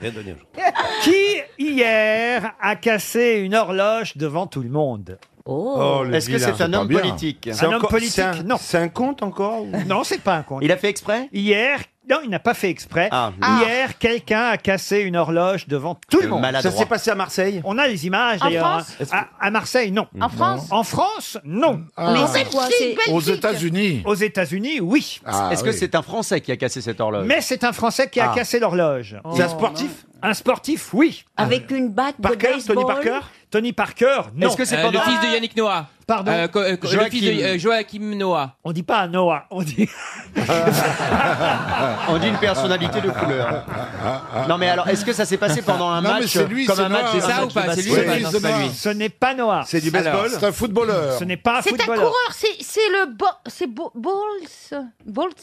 S1: Qui, hier, a cassé une horloge devant tout le monde
S9: Oh, le Est-ce que vilain, c'est un c'est homme pas bien. politique C'est
S1: Un homme
S9: encore-
S1: politique,
S9: c'est un-
S1: non. C'est un conte encore Non, c'est pas un conte. Il a fait exprès Hier, non, il n'a pas fait exprès.
S9: Ah.
S1: Hier, quelqu'un a cassé une horloge devant tout le monde.
S9: maladroit. Ça s'est
S1: passé à Marseille On a les images,
S9: En
S1: d'ailleurs.
S9: France
S1: hein. à, à Marseille, non.
S9: En France
S1: En France, non.
S9: Ah. Mais c'est quoi, c'est- Aux
S1: États-Unis Aux États-Unis, oui.
S9: Est-ce que c'est
S3: un Français qui a cassé cette horloge
S1: Mais c'est un Français qui a
S3: Ah.
S1: cassé l'horloge.
S3: C'est un sportif
S1: Un sportif, oui.
S5: Avec une batte de
S1: Ah Parker,
S5: baseball.
S1: Tony Parker Tony Parker, non.
S12: Est-ce que c'est Euh, pendant- le fils de Yannick Noah.
S1: Pardon
S12: Euh, co- euh, co- le fils de- euh,
S1: Joachim Noah. On dit pas Noah, on dit...
S3: On dit une personnalité de couleur. Non mais alors, est-ce que ça s'est passé pendant un
S1: Non, mais
S3: match
S1: c'est lui,
S3: comme
S1: c'est
S3: un match
S1: Noah.
S3: des
S1: C'est ça
S3: un
S1: ou
S3: match
S1: pas
S3: de
S1: C'est lui,
S3: basket
S1: c'est pas-
S3: Oui,
S1: c'est pas lui. Ce n'est pas Noah.
S4: C'est du baseball
S1: Alors,
S4: C'est un footballeur.
S1: Ce n'est pas un
S8: C'est un
S1: footballeur.
S8: coureur, c'est c'est le bo c'est Bo- Bolts, Bolts.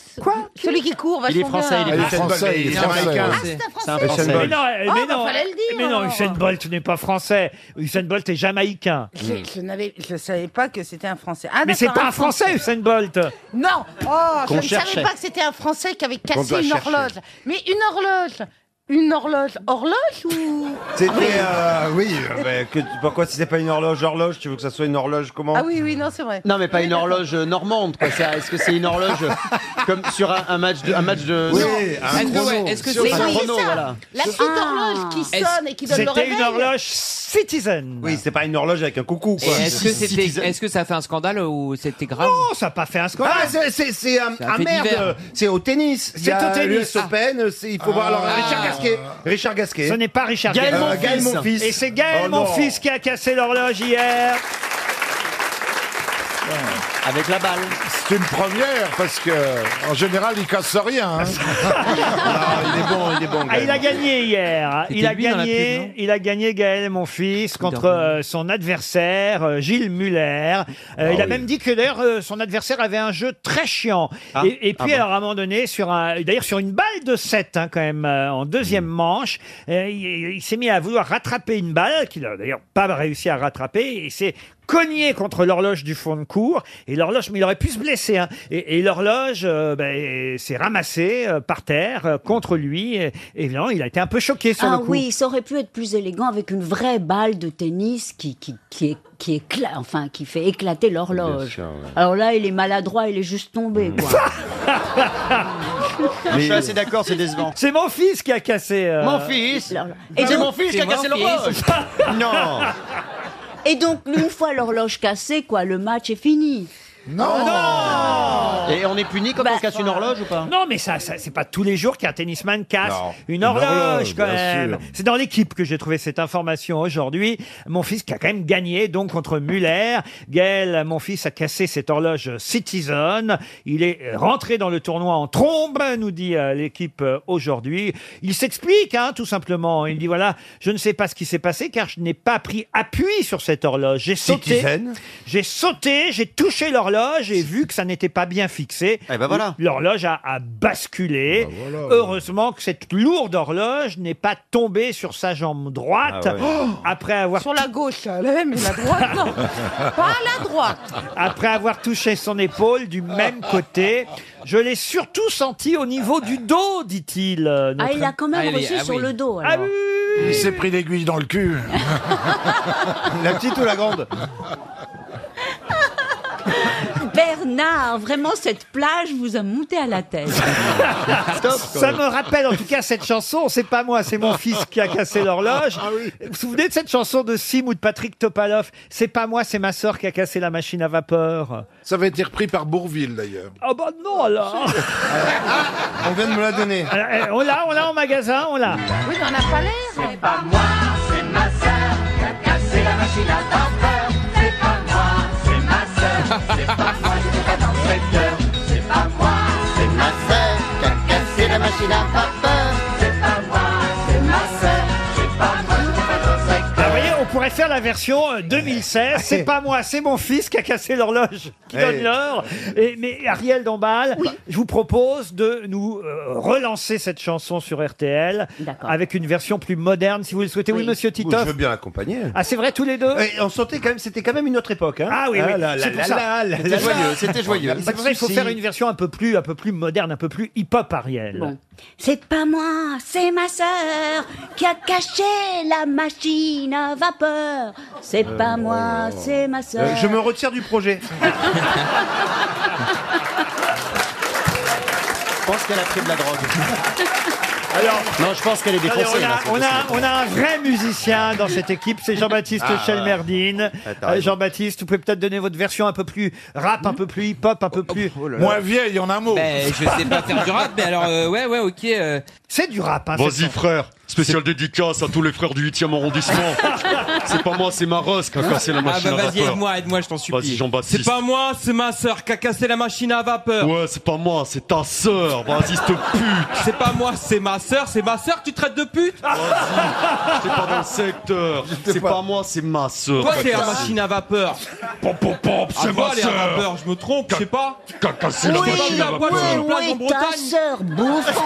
S8: Celui qui court vachement
S1: Il est français,
S8: bien.
S1: Ah, il est français, il est
S8: il est
S1: français.
S8: américain.
S1: Ah,
S8: c'est un
S1: C'est un
S8: français.
S1: Français. Mais non,
S8: Oh,
S1: mais
S8: bah,
S1: non,
S8: fallait le dire,
S1: mais non,
S8: alors.
S1: Usain Bolt n'est pas français. Usain Bolt est jamaïcain.
S8: Je, je n'avais, je savais pas que c'était un français. Ah,
S1: mais c'est
S8: d'accord,
S1: pas un français, Usain Bolt.
S8: Non, oh, je
S1: Qu'on
S8: ne
S1: cherchait.
S8: savais pas que c'était un français qui avait
S1: On doit
S8: cassé une
S1: chercher.
S8: horloge. Mais une horloge, une horloge, horloge ou Ah
S6: C'était. euh, oui, euh, mais que- pourquoi si c'est pas une horloge, horloge Tu veux que ça soit une horloge comment
S8: Ah oui, oui, non, c'est vrai.
S3: Non mais pas une horloge euh, normande quoi. Ça, est-ce que c'est une horloge euh, comme sur un, un match de un match de
S6: Oui,
S3: Non.
S6: un Est-ce que- chrono. ouais, est-ce que
S3: Sur
S6: c'est-
S3: un
S6: Oui, oui,
S3: chrono,
S6: c'est ça.
S3: voilà.
S8: La petite horloge qui sonne et qui donne le
S6: C'était
S8: réveil.
S6: une horloge
S1: citizen.
S6: Oui, c'est pas une horloge avec un coucou.
S12: Et
S6: quoi.
S12: Est-ce que, c'était- est-ce que ça a fait un scandale ou c'était grave
S1: Non, ça n'a pas fait un scandale.
S9: Ah, c'est- c'est c'est un,
S12: C'est un
S9: un
S12: fait divers.
S9: merde. euh, C'est au tennis. Il y a
S1: C'est au tennis. Ah.
S9: l'US Open. c'est- Il faut voir. Alors Richard Gasquet. Richard Gasquet.
S1: Ce n'est pas Richard
S9: Gaël,
S1: Gasquet.
S9: mon Gaël,
S1: fils.
S9: mon fils.
S1: Et c'est Gaël,
S9: Oh
S1: mon
S9: non.
S1: fils, qui a cassé l'horloge hier.
S3: Avec la balle.
S4: C'est une première parce que en général il casse rien. hein.
S1: il
S4: est bon, Oh, il est bon,
S1: Ah,
S4: Gaël.
S1: il a gagné hier.
S4: C'était
S1: Il a
S4: lui dans la
S1: gagné.
S4: pub, non
S1: il a gagné Gaël, mon fils, contre euh, son adversaire euh, Gilles Muller. Euh, il a
S9: oui.
S1: même dit que d'ailleurs euh, son adversaire avait un jeu très chiant.
S9: Ah.
S1: et, et puis
S9: Ah bon.
S1: alors à un moment donné, sur un, d'ailleurs sur une balle de 7 quand même euh, en deuxième manche, euh, il, il s'est mis à vouloir rattraper une balle qu'il a d'ailleurs pas réussi à rattraper. Et c'est cogné contre l'horloge du fond de cours et l'horloge mais il aurait pu se blesser hein. et, et l'horloge euh, ben, s'est ramassée euh, par terre euh, contre lui et, évidemment il a été un peu choqué sur
S5: Ah
S1: le coup
S5: oui, ça aurait pu être plus élégant avec une vraie balle de tennis qui, qui, qui, écla- qui, éclate, enfin, qui fait éclater l'horloge.
S9: Bien sûr,
S5: Alors là, il est maladroit, il est juste tombé. Quoi.
S3: Je suis assez d'accord, c'est décevant.
S1: C'est mon fils qui a cassé. euh,
S3: Mon fils.
S5: Et
S3: Et c'est
S5: donc-
S3: mon fils
S5: C'est
S3: qui a
S5: mon
S3: cassé l'horloge.
S5: fils.
S3: Non.
S5: Et donc, une fois l'horloge cassée, quoi, le match est fini. Ah,
S1: Non
S3: Et on est puni quand on casse une horloge ou pas
S1: Non, mais ça, ça, c'est pas tous les jours qu'un tennisman casse
S3: Non.
S1: une
S3: Une
S1: horloge,
S3: horloge,
S1: quand
S3: bien
S1: même.
S3: sûr.
S1: C'est dans l'équipe que j'ai trouvé cette information aujourd'hui. Mon fils qui a quand même gagné, donc contre Muller. Gaël, mon fils, a cassé cette horloge Citizen. Il est rentré dans le tournoi en trombe, nous dit euh, l'équipe euh, aujourd'hui. Il s'explique, hein, tout simplement. Il dit voilà, je ne sais pas ce qui s'est passé car je n'ai pas pris appui sur cette horloge. J'ai sauté.
S9: Citizen.
S1: J'ai sauté, j'ai touché l'horloge et vu que ça n'était pas bien fixé,
S3: Eh ben voilà.
S1: l'horloge a, a basculé.
S9: Bah
S1: Heureusement que cette lourde horloge n'est pas tombée sur sa jambe droite
S9: Ah ouais.
S1: Oh après avoir
S8: Sur la gauche, la même, la droite, non. Pas la droite.
S1: après avoir touché son épaule du même côté. Je l'ai surtout senti au niveau du dos, dit-il. euh,
S5: Ah,
S1: notre-
S5: il a quand même reçu sur le dos. Alors.
S1: Ah oui, oui,
S4: Il s'est pris l'aiguille dans le cul.
S19: La petite ou la grande
S5: Bernard, vraiment, cette plage vous a monté à la tête.
S1: Ça me rappelle en tout cas cette chanson, c'est pas moi, c'est mon fils qui a cassé l'horloge. Vous vous souvenez de cette chanson de Sim ou de Patrick Topalov C'est pas moi, c'est ma sœur qui a cassé la machine à vapeur.
S4: Ça avait été repris par Bourville d'ailleurs.
S1: Oh bah non alors Euh,
S4: On vient de me la donner.
S1: On l'a, on l'a en magasin, on l'a.
S20: Oui, mais on n'a pas l'air.
S9: C'est pas moi, c'est ma sœur qui a cassé la machine à vapeur. C'est pas moi, c'est ma sœur. C'est pas moi, j'étais pas dans le secteur. C'est pas moi, c'est ma sœur qui a cassé la machine à vapeur. C'est pas moi, c'est ma sœur. C'est pas moi, j'étais pas dans le secteur.
S1: Ah, Vous voyez, on pourrait faire la version euh,
S21: Ah,
S1: 2016. C'est pas moi, c'est mon fils qui a cassé l'horloge,
S21: Eh.
S1: qui
S4: Ouais.
S1: donne l'heure. Et- Mais Ariel Dombal, je vous propose de nous euh, relancer cette chanson sur RTL avec une version plus moderne, si vous le souhaitez. Oui, monsieur Titoff.
S21: Je veux bien l'accompagner.
S1: Ah, c'est vrai, tous les deux
S21: Et on sentait quand même, c'était quand même une autre époque. Hein
S1: Ah oui, oui.
S21: là là
S1: c'est pour
S21: là
S1: ça.
S21: là là là là.
S1: C'est pour ça qu'il faut faire une version un peu plus, un peu plus moderne, un peu plus hip-hop, Ariel.
S5: C'est pas moi, c'est ma sœur qui a caché la machine à vapeur. C'est
S21: Euh,
S5: pas
S21: oh
S5: moi,
S21: là là.
S5: c'est ma sœur.
S21: Euh, je me retire du projet.
S22: Je pense qu'elle a pris de la drogue.
S1: Alors,
S22: non, je pense qu'elle est
S1: Allez,
S22: défoncée.
S1: on,
S22: là,
S1: a,
S22: hein, c'est
S1: on, a,
S22: possible.
S1: on a un vrai musicien dans cette équipe, c'est Jean-Baptiste
S22: Ah,
S1: Chelmerdine.
S22: ouais.
S1: Euh, Jean-Baptiste, vous pouvez peut-être donner votre version un peu plus rap, un peu plus hip-hop, un peu
S22: Oh,
S1: plus...
S4: Moins vieille en un mot.
S12: Eh, je sais pas faire du rap, mais alors, euh, ouais, ouais, ok. euh.
S1: C'est du rap, hein,
S3: Vas-y frère, spécial dédicace à tous les frères du 8e arrondissement. c'est pas moi, c'est ma Rose qui a cassé la
S12: Ah
S3: machine à
S12: bah vas-y,
S3: vapeur.
S12: aide-moi, aide-moi, je t'en
S3: Vas-y
S12: supplie.
S3: Jean-Baptiste.
S12: C'est pas moi, c'est ma sœur qui a cassé la machine à vapeur.
S3: Ouais, c'est pas moi, c'est ta sœur. Vas-y, cette pute.
S12: C'est pas moi, c'est ma sœur, c'est ma sœur, que tu traites de pute
S3: Vas-y, t'es pas dans le secteur. C'est pas... moi, Oh, c'est ma sœur.
S12: Toi,
S3: qui a
S12: t'es la
S3: cassé-
S12: machine à vapeur.
S3: Pom, pom, pom,
S12: Ah,
S3: c'est
S12: toi,
S3: ma
S12: les à
S3: sœur.
S12: vapeur, je me trompe, je sais pas.
S3: Qui a cassé la
S5: Oui,
S3: machine à
S12: oui,
S3: vapeur.
S5: Oui,
S12: plage en
S5: oui, ta
S12: Bretagne.
S5: sœur, bouffon.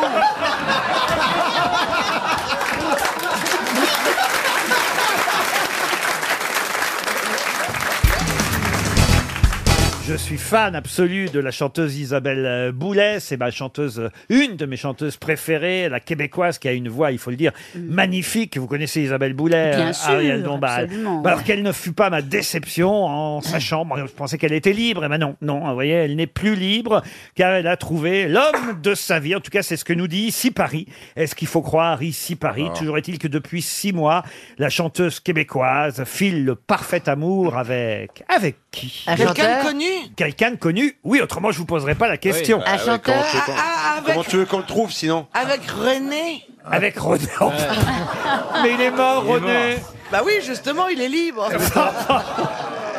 S1: Je suis fan absolu de la chanteuse Isabelle euh, Boulet. C'est ma chanteuse, euh, une de mes chanteuses préférées, la québécoise qui a une voix, il faut le dire, magnifique. Vous connaissez Isabelle Boulet,
S5: Mm. Bien
S1: euh,
S5: sûr,
S1: Ariel Dombal.
S5: absolument.
S1: Bah, alors quelle ne fut pas ma déception en sachant, moi, je pensais qu'elle était libre. Eh ben non, non, vous voyez, elle n'est plus libre car elle a trouvé l'homme de sa vie. En tout cas, c'est ce que nous dit ici Paris. Est-ce qu'il faut croire ici Paris
S4: Ah.
S1: Toujours est-il que depuis six mois, la chanteuse québécoise file le parfait amour avec avec qui
S9: Un Quelqu'un chanteur de connu
S1: Quelqu'un de connu Oui, autrement je vous poserai pas la question.
S9: Un chanteur
S12: Ah,
S1: Comment tu veux qu'on le trouve sinon
S9: Avec René
S1: Avec René. Mais il est mort, René.
S9: Bah oui, justement, il est libre.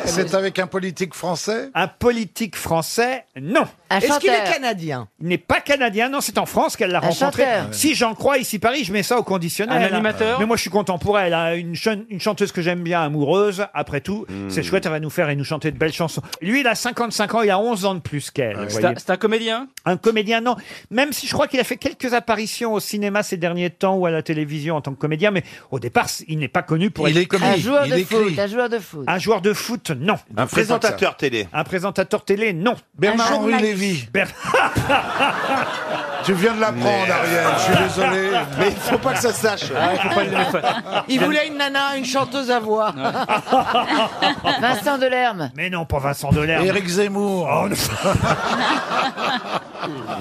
S1: C'est avec un politique français Un politique français Non.
S9: Un Est-ce qu'il est chanteur
S1: canadien Il n'est pas canadien, non, c'est en France qu'elle l'a
S9: Un
S1: rencontré.
S9: chanteur
S1: Si j'en crois ici Paris, je mets ça au conditionnel.
S23: Un
S1: hein.
S23: animateur
S1: Mais moi je suis content pour elle. hein. Une, chan- une chanteuse que j'aime bien, amoureuse, après tout, c'est chouette, elle va nous faire et nous chanter de belles chansons. Lui, il a 55 ans, il a 11 ans de plus qu'elle. vous
S23: C'est
S1: voyez.
S23: un- c'est un comédien
S1: Un comédien, non. Même si je crois qu'il a fait quelques apparitions au cinéma ces derniers temps ou à la télévision en tant que comédien, mais au départ, c- il n'est pas connu pour
S14: Il
S1: être
S14: écrit, Un joueur
S1: il
S14: de
S1: écrit.
S14: foot, un joueur de foot.
S1: Un joueur de foot, non.
S14: Un présentateur
S1: télé. Un présentateur télé, non.
S14: Bernard Un Henri journaliste.
S1: Lévy.
S4: Tu viens de l'apprendre, Ariel. Je suis désolé. Mais il faut pas que ça se sache.
S9: Il voulait une nana, une chanteuse à voix.
S1: Vincent Delerme. Mais non, pas Vincent Delerme.
S9: Éric
S1: Zemmour.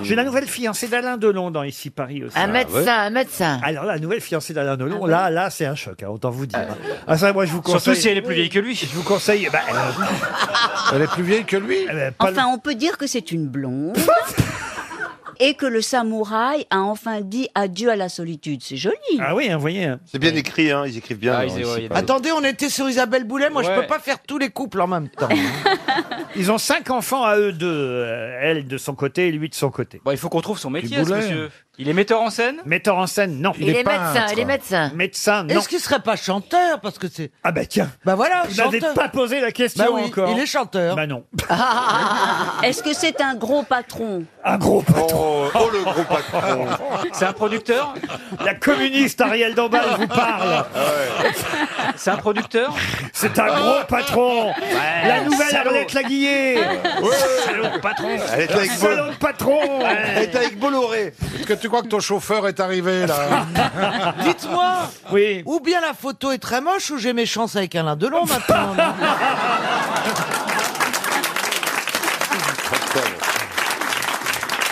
S1: J'ai la nouvelle fiancée d'Alain Delon dans Ici Paris aussi. Ah
S14: Un médecin, un médecin.
S1: Alors la nouvelle fiancée d'Alain Delon, là, là, c'est un choc, hein, autant vous dire. Ah ça, moi je vous conseille.
S23: Surtout si elle est plus vieille
S1: que lui. Je vous conseille. bah,
S3: Ah,
S1: euh,
S4: Elle est plus vieille que lui.
S5: Enfin, on peut dire que c'est une blonde. Et que le samouraï a enfin dit adieu à la solitude. C'est joli.
S1: Ah oui, vous voyez.
S24: C'est bien écrit, hein, ils écrivent bien.
S3: Ah,
S24: hein,
S3: ils-
S24: ici,
S3: ouais, il y a
S24: par exemple.
S9: Attendez, on était sur Isabelle Boulet. Moi, je peux pas faire tous les couples en même temps.
S1: Ils ont cinq enfants à eux deux. euh, Elle de son côté et lui de son côté.
S23: Bon, il faut qu'on trouve son métier,
S1: Du
S23: à ce
S1: boulet.
S23: monsieur. Il est metteur en scène
S1: Metteur en scène, non.
S3: Il Il est est peintre. médecin, il est
S1: médecin. Médecin, non.
S9: Est-ce qu'il serait pas chanteur Parce que c'est.
S1: Ah bah tiens.
S9: Bah voilà,
S1: Vous n'avez
S9: chanteur.
S1: pas posé la question
S9: Bah oui,
S1: encore.
S9: Il est chanteur.
S1: Bah non.
S5: Est-ce que c'est un gros patron
S1: Un gros patron.
S24: Oh, le gros patron.
S23: C'est un producteur
S1: La communiste Ariel Dombal vous parle.
S23: Ah C'est un producteur
S1: C'est un gros patron. la nouvelle Arlette Laguillé.
S23: Ouais.
S1: Salaud de patron.
S23: Elle était avec
S1: Salaud
S23: Bol-
S1: de patron.
S23: Elle était
S1: avec Bolloré.
S4: Est-ce que tu
S3: tu crois que ton chauffeur est arrivé là
S9: Dites-moi
S1: Oui.
S9: Ou bien la photo est très moche, ou j'ai mes chances avec Alain Delon maintenant.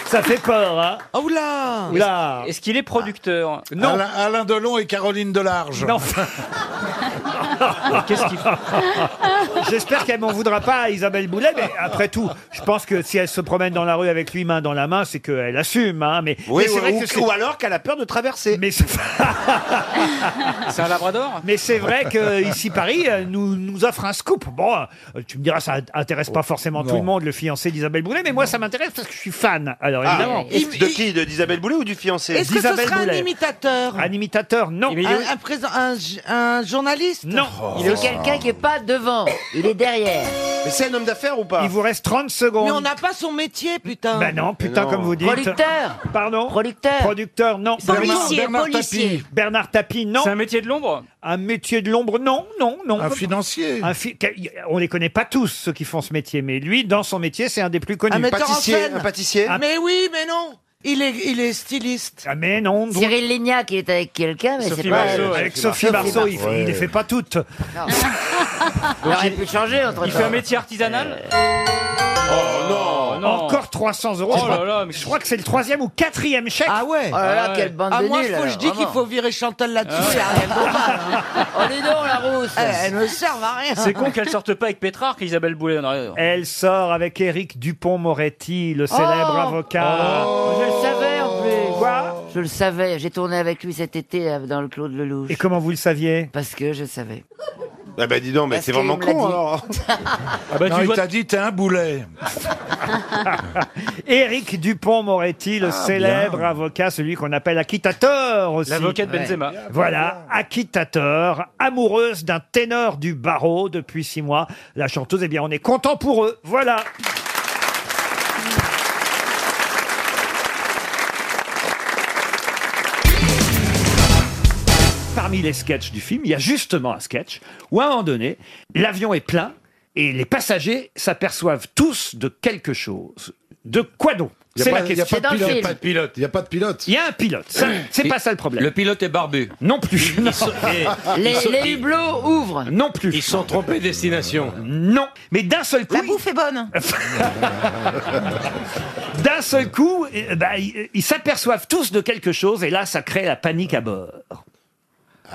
S1: Ça fait peur, hein
S9: Oh oula
S1: Oula Est-ce qu'il est producteur Non.
S3: Ah, Alain, Alain Delon et Caroline Delarge.
S1: Non. Qu'est-ce qu'il J'espère qu'elle m'en voudra pas, Isabelle Boulet, mais après tout, je pense que si elle se promène dans la rue avec lui main dans la main, c'est qu'elle assume, hein, mais...
S6: Oui,
S1: mais c'est
S6: ou-
S1: vrai
S6: ou-
S1: que c'est-
S6: ou alors qu'elle a peur de traverser.
S1: Mais c'est un labrador Mais c'est vrai que ici Paris euh, nous, nous offre un scoop. Bon, euh, tu me diras, ça intéresse pas forcément tout le monde, le fiancé d'Isabelle Boulet, mais moi ça m'intéresse parce que je suis fan. Alors
S6: Ah,
S1: évidemment.
S6: est-ce de qui De- D'Isabelle Boulay ou du fiancé
S9: Est-ce que ce
S1: Isabelle
S9: sera un
S1: Boulay.
S9: imitateur
S1: Un imitateur, non.
S9: un, un présent- un j- un journaliste
S1: Non.
S9: Il est aussi-
S14: Quelqu'un qui Oh. est pas devant, il est derrière.
S6: Mais c'est un homme d'affaires ou pas
S1: Il vous reste 30 secondes.
S9: Mais on n'a pas son métier, putain.
S1: Ben non, putain, comme vous dites.
S14: Producteur.
S1: Pardon Producteur. Producteur, non.
S9: Bernard- Policier, Bernard policier.
S1: Tapie. Bernard Tapie, non.
S12: C'est un métier de l'ombre
S1: Un métier de l'ombre, non, non, non.
S3: Un financier.
S1: Un fi- On les connaît pas tous, ceux qui font ce métier, mais lui, dans son métier, c'est un des plus connus.
S9: Un metteur Ah, en scène. Ah,
S1: Un-
S9: Mais oui, mais non. Il est, il est styliste.
S1: Ah, mais non. donc-
S14: Cyril Lignac il est avec quelqu'un, mais c'est pas.
S1: Avec Sophie Marceau, il ne les fait pas toutes.
S14: Il aurait pu changer entre
S12: Il fait un métier artisanal
S3: Euh,
S12: Oh non
S1: Encore 300 euros.
S12: Oh
S1: je, crois,
S12: là là, mais-
S1: je crois que c'est le troisième ou quatrième chèque.
S9: Ah ouais.
S14: Oh là là, quelle bande
S9: Ah,
S14: de
S9: moi,
S14: nuls,
S9: faut, je
S14: alors,
S9: dis qu'il
S14: vraiment.
S9: faut virer Chantal là-dessus. et Ariel Dombal, hein.
S14: Oh les dons, la rousse
S9: Elle, elle ne sert à rien.
S12: C'est con qu'elle sorte pas avec Pétrarque et Isabelle Boulay. en arrière.
S1: Elle sort avec Éric Dupont-Moretti,
S9: Oh.
S1: le célèbre avocat.
S14: Oh
S12: Oh.
S14: Je le savais en plus.
S1: Quoi
S14: Je le savais. J'ai tourné avec lui cet été euh, dans le Claude Lelouch.
S1: Et comment vous le saviez
S14: Parce que je le savais.
S3: Eh
S6: Ah
S3: ben,
S6: bah dis donc, mais
S14: Parce
S6: c'est vraiment
S14: qu'il me l'a
S6: con
S14: dit.
S6: alors.
S1: Ah ben,
S3: non, il t'a dit t'es un boulet.
S1: Éric Dupont-Moretti, le célèbre avocat, celui qu'on appelle acquittateur aussi.
S12: L'avocat de Benzema. Ouais.
S1: Voilà, acquittateur, amoureuse d'un ténor du barreau depuis six mois. La chanteuse, eh bien, on est content pour eux. Voilà. Parmi les sketchs du film, il y a justement un sketch où à un moment donné, l'avion est plein et les passagers s'aperçoivent tous de quelque chose. De quoi donc C'est la question.
S3: Il n'y a pas
S14: film.
S3: de pilote. Il n'y a pas de pilote.
S1: Il y a un pilote. Ça, C'est pas ça le problème.
S25: Le pilote est barbu.
S1: Non plus. Non.
S14: Les, les hublots ouvrent.
S1: Non plus.
S26: Ils sont trompés de destination.
S1: Non. Mais d'un seul coup.
S9: La bouffe est bonne.
S3: Euh,
S1: D'un seul coup, eh ben, ils ils s'aperçoivent tous de quelque chose et là, ça crée la panique à bord.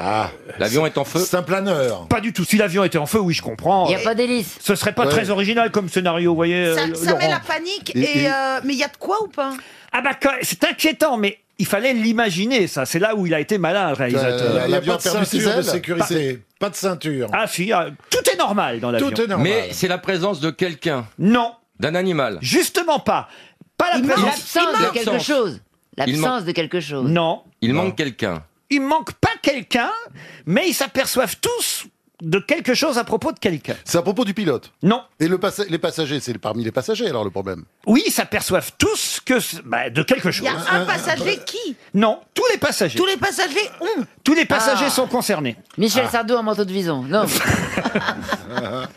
S3: Ah,
S25: L'avion est en feu.
S3: c'est un planeur.
S1: Pas du tout. Si l'avion était en feu, oui, je comprends.
S14: Il n'y a pas d'hélice.
S1: Ce serait pas
S3: Ouais.
S1: très original comme scénario, vous voyez, euh,
S8: Ça, ça met
S1: Laurent.
S8: la panique,
S1: Et-
S8: et,
S1: et-
S8: euh, mais il y a de quoi ou pas
S1: Ah bah quand- c'est inquiétant, mais il fallait l'imaginer, ça. C'est là où il a été malin, le réalisateur.
S3: Euh, Il n'y a pas de
S25: perdu ses
S3: ceinture de
S25: ailes
S3: sécurité. Pas de ceinture.
S1: Ah si, ah, tout est normal dans l'avion.
S3: Tout est normal.
S25: Mais c'est la présence de quelqu'un,
S1: Non,
S25: d'un animal.
S1: justement pas. Pas la présence.
S14: L'absence de
S25: manque.
S14: quelque
S25: L'absence.
S14: chose.
S25: manque.
S14: L'absence de quelque chose.
S1: Non.
S25: Il manque quelqu'un.
S1: il manque pas quelqu'un, mais ils s'aperçoivent tous de quelque chose à propos de quelqu'un.
S4: C'est à propos du pilote.
S1: Non.
S4: Et le passa- les passagers, c'est parmi les passagers alors le problème.
S1: Oui, ils s'aperçoivent tous que c- bah, de quelque
S8: Il
S1: chose.
S8: y a un passager qui
S1: Non, tous les passagers.
S8: Tous les passagers ont
S1: Tous les passagers
S14: Ah.
S1: sont concernés.
S14: Michel Sardou en manteau de vison. Non.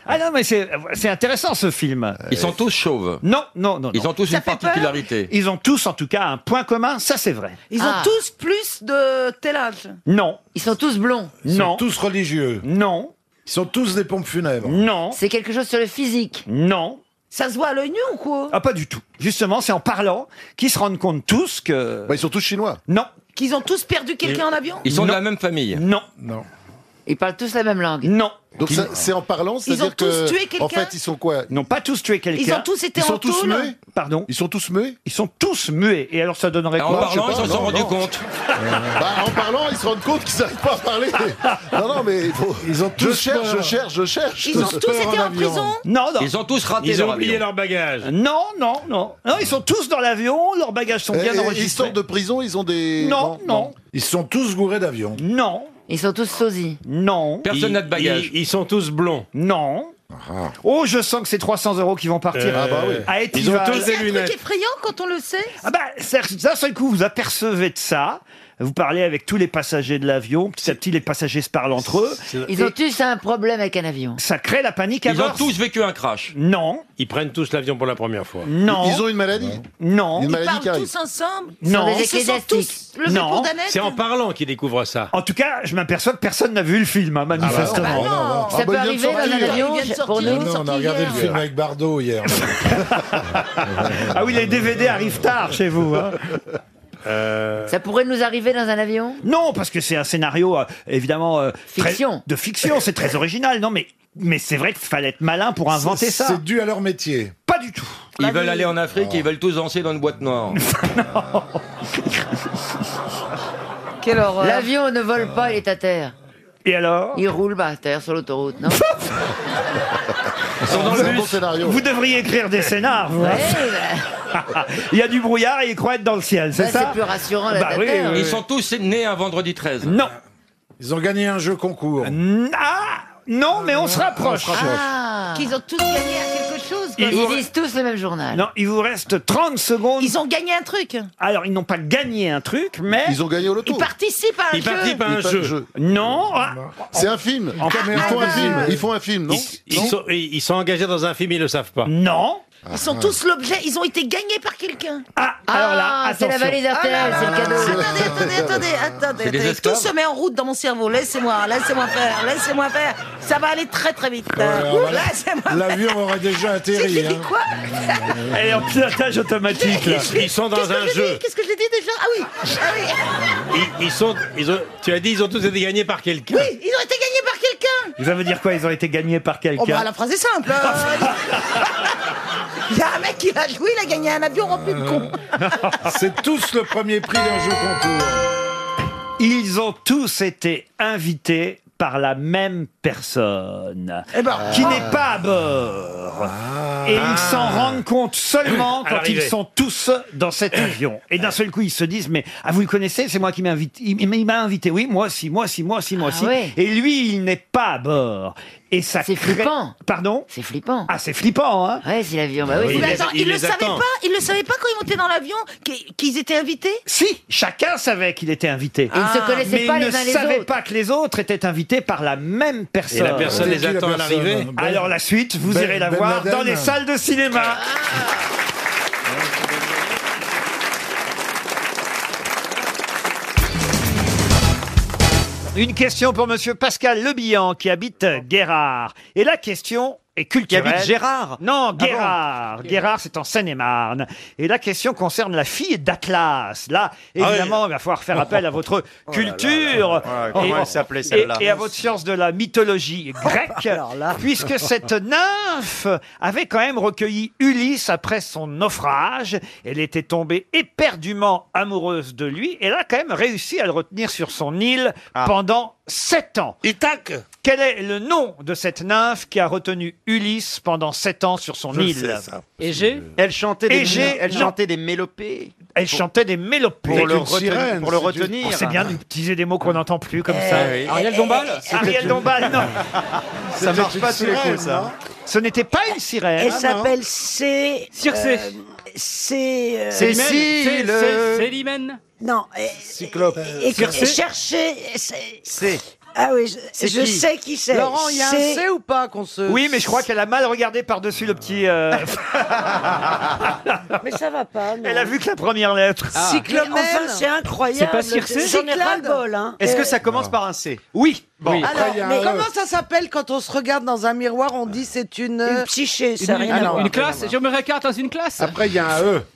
S1: Ah non, mais c'est c'est intéressant ce film.
S25: Ils sont tous chauves.
S1: Non, non, non.
S25: Ils
S1: non.
S25: ont tous une particularité.
S1: Ils ont tous en tout cas un point commun, ça c'est vrai. Ah.
S8: Ils
S6: Ah.
S8: ont tous plus de tel âge.
S1: Non,
S14: Ils sont tous blonds.
S3: Ils
S1: non,
S3: sont tous religieux.
S1: non,
S3: Ils sont tous des pompes funèbres.
S1: non,
S14: C'est quelque chose sur le physique.
S1: non.
S8: Ça se voit à l'œil nu ou quoi
S1: Ah pas du tout. Justement, c'est en parlant qu'ils se rendent compte tous que...
S4: Bah, ils sont tous chinois.
S1: Non,
S8: Qu'ils ont tous perdu quelqu'un en avion
S25: Ils sont
S1: Non.
S25: de la même famille.
S1: non,
S3: Non.
S14: Ils parlent tous la même langue.
S1: non.
S4: Donc ça, c'est en parlant, c'est-à-dire
S8: tous
S4: que
S8: tué quelqu'un
S4: en fait ils sont quoi
S1: Ils n'ont pas tous tué quelqu'un.
S8: Ils ont tous été
S4: Ils
S8: en
S4: sont tous
S8: tôle
S4: muets.
S1: Pardon
S4: Ils sont tous muets.
S1: Ils sont tous muets. Et alors ça donnerait
S25: En
S1: quoi
S25: parlant,
S4: pas,
S25: ils s'en sont
S4: non,
S25: rendus
S4: non.
S25: compte.
S4: Bah, en parlant, ils se rendent compte qu'ils n'arrivent pas à parler. Non, non, mais il faut-
S3: Ils ont
S4: je
S3: tous
S4: cherche,
S3: peur.
S4: je cherche, je cherche.
S8: Ils ont tous
S3: peur
S8: été
S3: en
S8: en
S3: avion.
S8: prison
S1: Non, non.
S25: Ils ont tous raté
S26: Ils
S25: leur
S26: ont oublié
S25: avion.
S26: leur bagage.
S1: Non, non, non. Non, ils sont tous dans l'avion, leurs bagages sont bien
S4: Eh, Et- et
S1: enregistrés.
S4: Histoire de prison, ils ont des.
S1: Non, non,
S3: Ils sont tous gourés d'avion.
S1: non,
S14: Ils sont tous sosis.
S1: non,
S25: Personne
S26: Ils-
S25: n'a de bagage.
S26: Ils, ils sont tous blonds.
S1: non. Oh, je sens que c'est 300 euros qui vont partir
S26: Ah. Euh,
S1: à-
S26: Ah bah oui.
S1: à Ah,
S26: Ils ont
S1: Etiva.
S26: tous des
S8: C'est un truc
S26: lunettes.
S8: effrayant quand on le sait.
S1: Ah bah, c'est- d'un seul coup, vous apercevez de ça. Vous parlez avec tous les passagers de l'avion. Petit à petit, les passagers se parlent entre eux.
S14: Ils ont
S1: Et
S14: tous un problème avec un avion.
S1: Ça crée la panique à
S27: Ils ont
S1: bord.
S27: tous vécu un crash.
S1: Non.
S2: Ils prennent tous l'avion pour la première fois.
S1: Non.
S28: Ils ont une maladie
S1: Non.
S28: Une
S8: Ils
S28: maladie qui
S8: parlent
S28: arrive.
S8: tous ensemble
S1: Non.
S8: Ils se sont tous levés
S1: Non.
S8: pour Danette
S2: C'est en parlant qu'ils découvrent ça.
S1: En tout cas, je m'aperçois que personne n'a vu le film, hein, manifestement.
S28: Ah bah non, non, non.
S14: Ça peut arriver dans un avion pour nous.
S28: Non, on a regardé le film avec Bardot hier.
S1: Ah oui, les DVD arrivent tard chez vous. hein.
S26: Euh.
S14: Ça pourrait nous arriver dans un avion
S1: Non, parce que c'est un scénario, euh, évidemment. euh, très-
S14: Fiction.
S1: de fiction, c'est très original. Non, mais, mais c'est vrai qu'il fallait être malin pour inventer ça.
S28: C'est dû à leur Ah. métier.
S1: Pas du tout.
S27: Ils
S28: Bah
S27: veulent aller en Afrique et ils veulent tous danser dans une boîte noire.
S1: Oh,
S14: Quelle horreur. L'avion ne vole pas, il est à terre.
S1: Et alors
S14: Il roule par terre sur l'autoroute, non
S1: Ils sont dans le bus. Vous devriez écrire des scénars. vous. hein. Il y a du brouillard et ils croient être dans le ciel, c'est
S14: Bah,
S1: ça
S14: c'est plus rassurant, la
S1: Bah
S14: date
S1: oui,
S14: d'heure.
S1: oui,
S27: Ils
S1: oui.
S27: sont tous nés un vendredi 13.
S1: Non.
S28: Ils ont gagné un jeu concours.
S1: Ah Non, mais on se rapproche.
S14: Ah.
S8: Qu'ils ont tous gagné à quelque chose. quoi.
S14: Ils lisent tous le même journal.
S1: Non, il vous reste 30 secondes.
S8: Ils ont gagné un truc.
S1: Alors, ils n'ont pas gagné un truc, mais.
S28: Ils ont gagné au loto.
S8: Ils participent à un
S28: Ils
S8: jeu.
S28: participent à un Ils jeu. jeu.
S1: Non.
S28: C'est un film. Ils font un film. Ils font un film, non Ah,
S2: Ils, sont, ils sont engagés dans un film, ils le savent pas.
S1: Non.
S8: Ils sont tous l'objet. Ils ont été gagnés par quelqu'un.
S1: Ah,
S14: alors là,
S8: c'est la
S14: attention.
S8: valise RTL,
S14: Ah là
S8: c'est
S14: là
S8: le
S14: là
S8: cadeau.
S14: là.
S8: Attendez, attendez, attendez, attendez.
S14: C'est des
S8: attendez. Tout
S14: esclaves.
S8: se met en route dans mon cerveau. Laissez-moi, laissez-moi faire, laissez-moi faire. Ça va aller très très vite.
S28: alors
S8: Bah, Ouh,
S28: voilà.
S8: Laissez-moi faire.
S28: L'avion aurait déjà
S8: J'ai
S28: atterri.
S8: dit
S28: hein.
S8: quoi
S1: Elle est en pilotage automatique. là.
S2: Ils sont dans
S8: Qu'est-ce que
S2: un
S8: j'ai
S2: jeu.
S8: dit Qu'est-ce que j'ai dit déjà Ah oui, ah oui.
S2: Ils, ils sont, ils ont, tu as dit, ils ont tous été gagnés par quelqu'un.
S8: Oui, ils ont été gagnés par quelqu'un.
S1: Ça veut dire quoi Ils ont été gagnés par quelqu'un
S8: Oh bah la phrase est simple. euh. Il y a un mec qui a joué, il a gagné un avion rempli
S1: Euh,
S8: de cons.
S28: C'est tous le premier prix d'un jeu hein. concours.
S1: Ils ont tous été invités par la même personne,
S28: Eh ben,
S1: qui
S28: ah.
S1: n'est pas à bord. Et ils s'en rendent compte seulement
S2: Ah. À
S1: quand ils
S2: l'arrivée.
S1: sont tous dans cet avion. Et d'un seul coup, ils se disent, mais ah, vous le connaissez, c'est moi qui m'invite. Il, il- il m'a invité, oui, moi aussi, moi aussi, moi aussi, moi
S14: Ah
S1: aussi.
S14: ouais.
S1: Et lui, il n'est pas à bord. Et ça
S14: C'est
S1: crée-
S14: flippant.
S1: Pardon
S14: C'est flippant.
S1: Ah, c'est flippant, hein
S14: Ouais, c'est l'avion. Bah oui,
S8: Mais
S14: c'est-
S8: attends,
S2: il
S8: ils le
S2: les
S8: savaient
S2: attend.
S8: pas, ils le savaient pas quand ils montaient dans l'avion qu'- qu'ils étaient invités.
S1: Si, chacun savait qu'il était invité.
S14: Ils
S28: Ah.
S14: ne se connaissaient
S1: Ah, mais
S14: pas
S1: ils
S14: les
S1: ne
S14: uns les
S1: savaient
S14: autres.
S1: pas que les autres étaient invités par la même personne.
S2: Et la personne
S28: C'est
S2: les
S28: qui la
S2: attend à
S28: personne
S2: l'arrivée.
S28: Ben-
S1: Alors la suite, vous
S28: Ben-
S1: irez la
S28: Ben
S1: voir
S28: Laden.
S1: dans les salles de
S2: Oh
S1: cinéma. Une question pour Monsieur Pascal Lebihan qui habite Guérard. Et la question est culturelle.
S3: habite Gérard
S2: Ah
S1: Non, Guérard. Guérard, c'est en Seine-et-Marne. Et la question concerne la fille d'Atlas.
S2: Ah
S1: Là, évidemment, il va falloir faire appel à
S2: Oh
S1: votre culture
S2: Ah,
S29: Ah, comment
S1: Et-
S29: elle s'appelait, celle-là
S1: et, et à
S28: Ah.
S1: votre science de la mythologie grecque, puisque cette nymphe avait quand même recueilli Ulysse après son naufrage. Elle était tombée éperdument amoureuse de lui, et elle a quand même réussi à le retenir sur son île
S29: Ah.
S1: pendant sept ans.
S29: Itac
S1: Quel est le nom de cette nymphe qui a retenu Ulysse pendant sept ans sur son île
S3: Égée Elle chantait des,
S1: Égée,
S3: elle
S1: non.
S3: chantait des mélopées.
S1: Elle chantait des mélopées.
S3: Pour le,
S28: une
S3: retenir-
S28: sirène,
S3: pour le
S28: c'est une-
S3: retenir. Eh
S1: Oh, c'est bien d'utiliser des mots qu'on n'entend plus comme ça. Eh,
S3: oui.
S2: Ariel Dombal
S1: Ariel Dombal, non.
S3: Ça marche pas tous les
S28: sirène,
S3: coups, ça.
S1: Ce n'était pas une
S3: Ah,
S1: sirène.
S4: Elle s'appelle C.
S2: Circé.
S4: euh, C. euh,
S3: Cécile
S30: l'hymen
S4: Non. et-
S28: Cyclope.
S4: Euh, et- et
S2: Circé.
S4: cherchez. c'est-
S3: C'est.
S4: Ah oui, je-
S3: C'est
S4: je
S3: qui
S4: sais qui c'est.
S3: Laurent, il y a un
S4: C'est-
S3: C ou pas qu'on se.
S1: Oui, mais je crois qu'elle a mal regardé par-dessus le petit. euh,
S3: Ah.
S4: Mais ça va pas. non.
S1: Elle a vu que la première lettre.
S4: Mais Enfin, c'est incroyable.
S30: C'est pas Circé
S4: Ah. J'en ai ras le bol, hein.
S3: Est-ce que
S4: Euh,
S3: ça commence par un C
S1: Oui. Bon.
S28: Après, il y a un E.
S8: ça s'appelle quand on se regarde dans un miroir, on dit c'est
S4: Une psyché, ça n'a rien à
S30: Une,
S4: voir.
S30: une classe Je me récarte dans une classe
S28: Après, il y a un E. Ah,